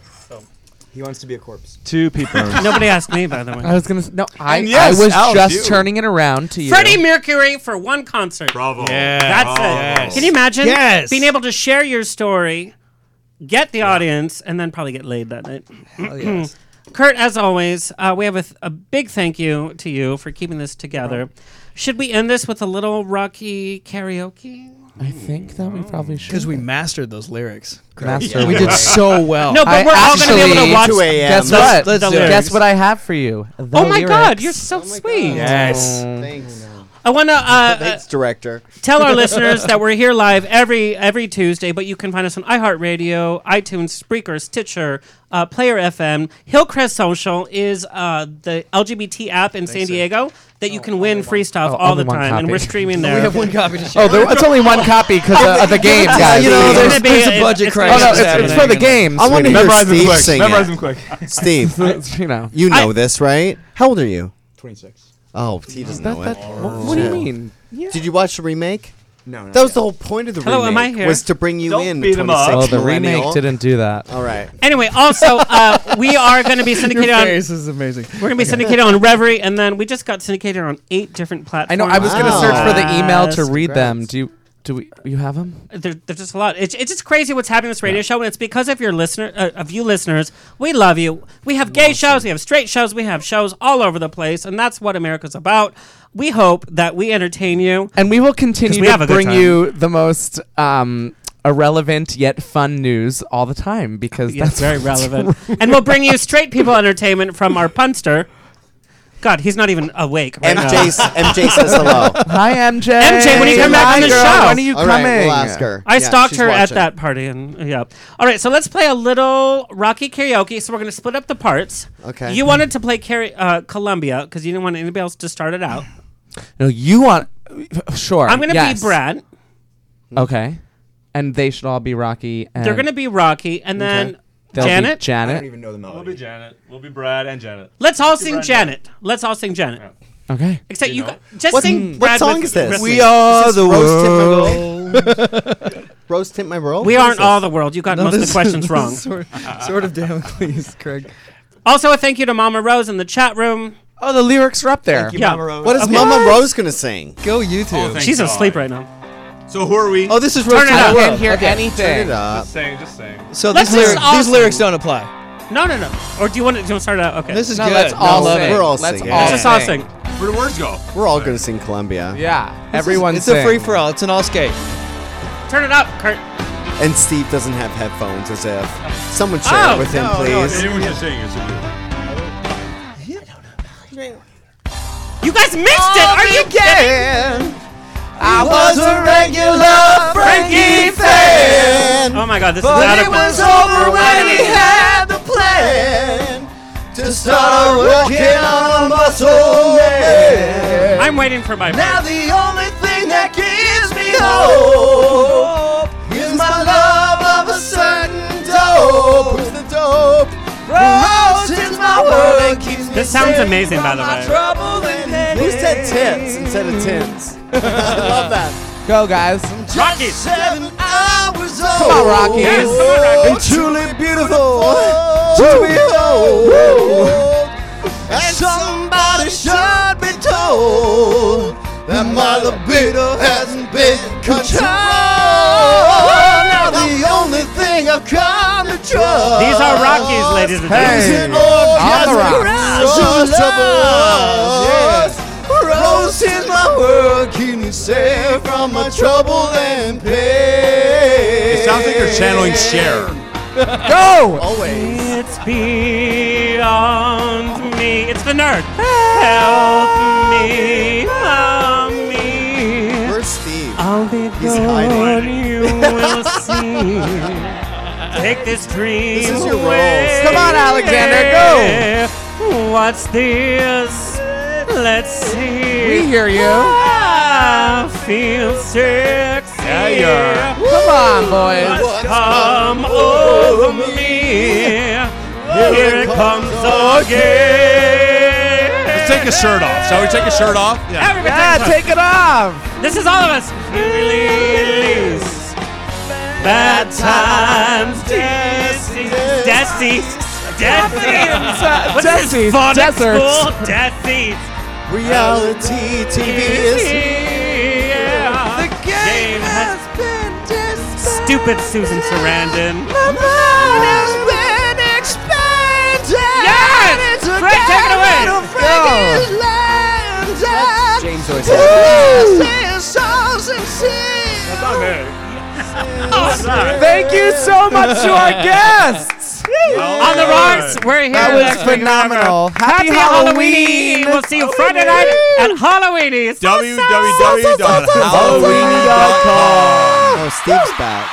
Speaker 9: He wants to be a corpse.
Speaker 4: Two people.
Speaker 5: [LAUGHS] Nobody asked me, by the way.
Speaker 8: I was gonna s- no. I,
Speaker 5: And yes,
Speaker 8: I was
Speaker 5: Al,
Speaker 8: just
Speaker 5: you.
Speaker 8: turning it around to you.
Speaker 5: Freddie Mercury for one concert. Bravo.
Speaker 8: Yeah.
Speaker 5: That's
Speaker 8: Bravo.
Speaker 5: it.
Speaker 8: Yes.
Speaker 5: Can you imagine
Speaker 8: Yes.
Speaker 5: being able to share your story, get the audience, and then probably get laid that night?
Speaker 8: yes.
Speaker 5: [CLEARS THROAT] Kurt, as always, uh, we have a, th- a big thank you to you for keeping this together. Should we end this with a little Rocky karaoke?
Speaker 8: I think that we probably should.
Speaker 21: Because we mastered those lyrics.
Speaker 8: Master
Speaker 21: We
Speaker 8: Word.
Speaker 21: did so well.
Speaker 5: No, but
Speaker 8: I
Speaker 5: we're all gonna be able to
Speaker 8: actually-
Speaker 5: watch 2 a.m.
Speaker 8: Guess
Speaker 5: the-
Speaker 8: what?
Speaker 5: the lyrics.
Speaker 8: guess what I have for you. The
Speaker 5: oh my God,
Speaker 8: lyrics.
Speaker 5: you're so sweet.
Speaker 8: Yes.
Speaker 18: Thanks.
Speaker 5: I want to. Uh,
Speaker 18: Thanks, director.
Speaker 5: Tell our listeners that we're here live every every Tuesday, but you can find us on iHeartRadio, iTunes, Spreaker, Stitcher, uh, Player FM. Hillcrest Social is uh, the LGBT app in San Diego that you can win free stuff
Speaker 8: Oh,
Speaker 5: all
Speaker 8: only
Speaker 5: the
Speaker 8: one
Speaker 5: time, and
Speaker 8: copy.
Speaker 5: we're streaming
Speaker 8: We
Speaker 5: there.
Speaker 8: have
Speaker 21: one copy to
Speaker 8: Oh, there, it's only one copy because uh,
Speaker 18: [LAUGHS]
Speaker 8: of the game, guys.
Speaker 18: you know, there's-
Speaker 5: there's a budget
Speaker 8: Oh
Speaker 18: crisis
Speaker 8: no, it's, it's
Speaker 18: happening.
Speaker 8: for the games.
Speaker 18: I want to
Speaker 8: sweetie.
Speaker 18: hear Steve sing it.
Speaker 8: [LAUGHS]
Speaker 18: Steve,
Speaker 8: It's, you know,
Speaker 18: you know this, right? How old are you?
Speaker 9: 26.
Speaker 18: Oh, he doesn't
Speaker 8: that-
Speaker 18: know
Speaker 8: that-
Speaker 18: it. Oh,
Speaker 8: what- what do you
Speaker 18: Shit.
Speaker 8: mean? Yeah.
Speaker 18: Did you watch the remake?
Speaker 9: No,
Speaker 18: That was the whole point of the
Speaker 5: Hello, am I
Speaker 18: remake.
Speaker 5: here?
Speaker 18: Was to bring you
Speaker 5: Don't
Speaker 18: in.
Speaker 5: beat 'em up.
Speaker 18: 26
Speaker 8: Well, Oh, the
Speaker 18: millennial.
Speaker 8: remake didn't do that.
Speaker 18: All right.
Speaker 5: [LAUGHS] Anyway, also uh, we are going to be
Speaker 8: [LAUGHS]
Speaker 5: syndicated
Speaker 8: Your
Speaker 5: on.
Speaker 8: face is amazing.
Speaker 5: We're going to be
Speaker 8: Okay.
Speaker 5: syndicated on Reverie, and then we just got syndicated on eight different
Speaker 8: I
Speaker 5: platforms.
Speaker 8: know. I was
Speaker 5: Oh,
Speaker 8: going to search for the email to
Speaker 5: Yes.
Speaker 8: read them. Do you? Do we? You have them?
Speaker 5: There, there's just a lot. It's, it's just crazy what's happening in this radio show, and it's because of your listener, uh, of you listeners. We love you. We have gay shows, we have straight shows, we have shows all over the place, and that's what America's about. We hope that we entertain you,
Speaker 8: And we will continue
Speaker 5: 'Cause we
Speaker 8: to
Speaker 5: have a good
Speaker 8: bring
Speaker 5: time.
Speaker 8: you the most um, irrelevant yet fun news all the time because
Speaker 5: Yeah,
Speaker 8: that's [LAUGHS]
Speaker 5: it's very
Speaker 8: what's
Speaker 5: relevant, and we'll bring you straight people entertainment from our punster. God, he's not even awake. Right
Speaker 18: MJ
Speaker 5: now.
Speaker 18: MJ says hello.
Speaker 5: [LAUGHS]
Speaker 8: Hi, MJ.
Speaker 5: MJ, when you come back
Speaker 8: Hi,
Speaker 5: on the
Speaker 8: girl.
Speaker 5: show,
Speaker 8: When are you
Speaker 18: All right,
Speaker 8: coming?
Speaker 18: we'll ask her.
Speaker 5: I
Speaker 18: Yeah,
Speaker 5: stalked
Speaker 18: she's
Speaker 5: her at
Speaker 18: watching.
Speaker 5: that party, and yeah. All right, so let's play a little Rocky karaoke. So we're gonna split up the parts.
Speaker 18: Okay.
Speaker 5: You wanted to play Cari- uh, Columbia because you didn't want anybody else to start it out.
Speaker 8: No, you want? Sure.
Speaker 5: I'm gonna
Speaker 8: yes.
Speaker 5: be Brad.
Speaker 8: Okay. And they should all be Rocky. And
Speaker 5: They're gonna be Rocky, and then
Speaker 8: They'll be
Speaker 5: Janet.
Speaker 8: Janet. I don't
Speaker 9: even know the melody.
Speaker 4: We'll be Janet. We'll be Brad and Janet.
Speaker 5: Let's all sing
Speaker 4: Brad.
Speaker 5: Janet. Let's all sing Janet.
Speaker 8: Okay.
Speaker 5: Except
Speaker 4: You
Speaker 5: you,
Speaker 4: know.
Speaker 5: gu- just
Speaker 18: What-
Speaker 5: sing.
Speaker 18: what
Speaker 5: Brad
Speaker 18: song
Speaker 5: with-
Speaker 18: is this?
Speaker 5: with
Speaker 18: We
Speaker 5: me.
Speaker 18: are the
Speaker 5: world.
Speaker 18: Rose tint my world.
Speaker 5: [LAUGHS] We
Speaker 18: What is
Speaker 5: aren't
Speaker 18: this?
Speaker 5: all the world. You got most of the
Speaker 18: [LAUGHS]
Speaker 5: questions wrong.
Speaker 21: sort, sort of Damocles, Craig.
Speaker 5: Also, a thank you to Mama Rose in the chat room.
Speaker 8: Oh, the lyrics are up there.
Speaker 18: you, Mama Rose. What is Mama Rose gonna sing?
Speaker 21: Go YouTube.
Speaker 5: She's asleep right now.
Speaker 10: So who are we?
Speaker 21: Oh, this is
Speaker 5: Turn
Speaker 21: Road
Speaker 5: it
Speaker 21: to the
Speaker 5: up.
Speaker 21: World.
Speaker 5: I can't hear
Speaker 21: Okay.
Speaker 5: anything.
Speaker 18: Turn it up.
Speaker 4: Just saying, just saying.
Speaker 21: So
Speaker 5: Let's
Speaker 21: these, lyric,
Speaker 5: just all
Speaker 21: these
Speaker 5: sing.
Speaker 21: lyrics don't apply.
Speaker 5: No, no, no. Or do you want to, do you want to start out? Okay.
Speaker 21: This is
Speaker 8: No,
Speaker 21: good.
Speaker 8: let's all
Speaker 18: No,
Speaker 8: sing.
Speaker 18: we're all
Speaker 8: let's
Speaker 18: singing.
Speaker 8: All
Speaker 18: Let's
Speaker 5: just all sing.
Speaker 10: Where do words go?
Speaker 18: We're all gonna sing Columbia.
Speaker 8: Yeah.
Speaker 21: This is-
Speaker 8: Everyone
Speaker 21: It's
Speaker 8: sing.
Speaker 21: a free for all. It's an all skate.
Speaker 5: Turn it up, Kurt.
Speaker 18: And Steve doesn't have headphones, as if someone share
Speaker 5: Oh,
Speaker 18: it with him,
Speaker 5: no, no,
Speaker 18: please.
Speaker 10: Anyone should sing it. should be-
Speaker 5: You guys mixed it. Are you kidding?
Speaker 8: I was a regular Frankie fan.
Speaker 5: Oh my God, this
Speaker 8: But
Speaker 5: is
Speaker 8: it
Speaker 5: adequate.
Speaker 8: was over when he
Speaker 9: had the plan to
Speaker 8: start working
Speaker 9: on a muscle
Speaker 5: I'm waiting for my.
Speaker 9: Now the only thing that gives me hope is my love of a certain dope. Who's the dope? Rose is my world and keeps me
Speaker 5: This sounds
Speaker 9: safe
Speaker 5: amazing, by
Speaker 9: from
Speaker 5: the
Speaker 9: my
Speaker 5: way.
Speaker 9: trouble and
Speaker 18: Who said
Speaker 9: headaches.
Speaker 18: tits
Speaker 9: [LAUGHS]
Speaker 18: instead of tins? I love that.
Speaker 8: Go, guys.
Speaker 9: Just Seven hours old.
Speaker 8: Come on, Rockies. Yes, come on,
Speaker 9: And truly beautiful to behold. And somebody should be told that my libido hasn't been controlled. Now the only thing I've come to trust.
Speaker 5: These are Rockies, ladies and
Speaker 9: Hey,
Speaker 5: gentlemen.
Speaker 9: on
Speaker 8: On the
Speaker 9: the Yes. Rose is my world, keep me safe from my trouble and pain.
Speaker 10: It sounds like you're channeling Cher.
Speaker 8: Go!
Speaker 9: Always.
Speaker 5: It's beyond me. It's the nerd. Help me, help me.
Speaker 18: Where's Steve?
Speaker 5: I'll be
Speaker 18: He's
Speaker 5: gone.
Speaker 18: hiding.
Speaker 5: You will see.
Speaker 9: [LAUGHS]
Speaker 5: Take this dream
Speaker 18: This is your roles.
Speaker 5: away.
Speaker 8: Come on, Alexander,
Speaker 5: go. What's this? Let's see.
Speaker 8: We hear you.
Speaker 5: I
Speaker 9: I feel sexy.
Speaker 5: Yeah, yeah.
Speaker 8: Come on, boys.
Speaker 5: Must come over me. Here it comes again.
Speaker 10: Let's take his shirt off. Shall we take his shirt off?
Speaker 5: Everybody Yeah, take
Speaker 8: it off.
Speaker 9: This is all of us. Release bad times, Desi, Desi, Desi. What's
Speaker 5: Desi,
Speaker 9: this phonics
Speaker 5: deserts.
Speaker 9: school? Desi.
Speaker 24: Reality TV
Speaker 9: Yeah. The game has Stupid Susan Sarandon.
Speaker 5: Yes! Frank, take it away.
Speaker 21: James
Speaker 9: Oh,
Speaker 8: Thank you so much to our guests.
Speaker 9: On the rocks, we're here.
Speaker 8: That was phenomenal. Happy, Halloween.
Speaker 9: We'll see you Friday night at Halloweenies.
Speaker 24: www.halloween.com. Oh, Steve's back.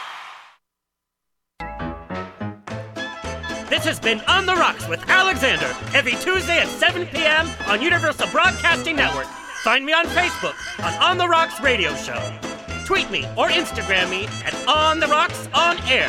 Speaker 5: [LAUGHS] This has been On the Rocks with Alexander every Tuesday at 7 p.m. on Universal Broadcasting Network. Find me on Facebook on On the Rocks Radio Show. Tweet me or Instagram me at On the Rocks On Air.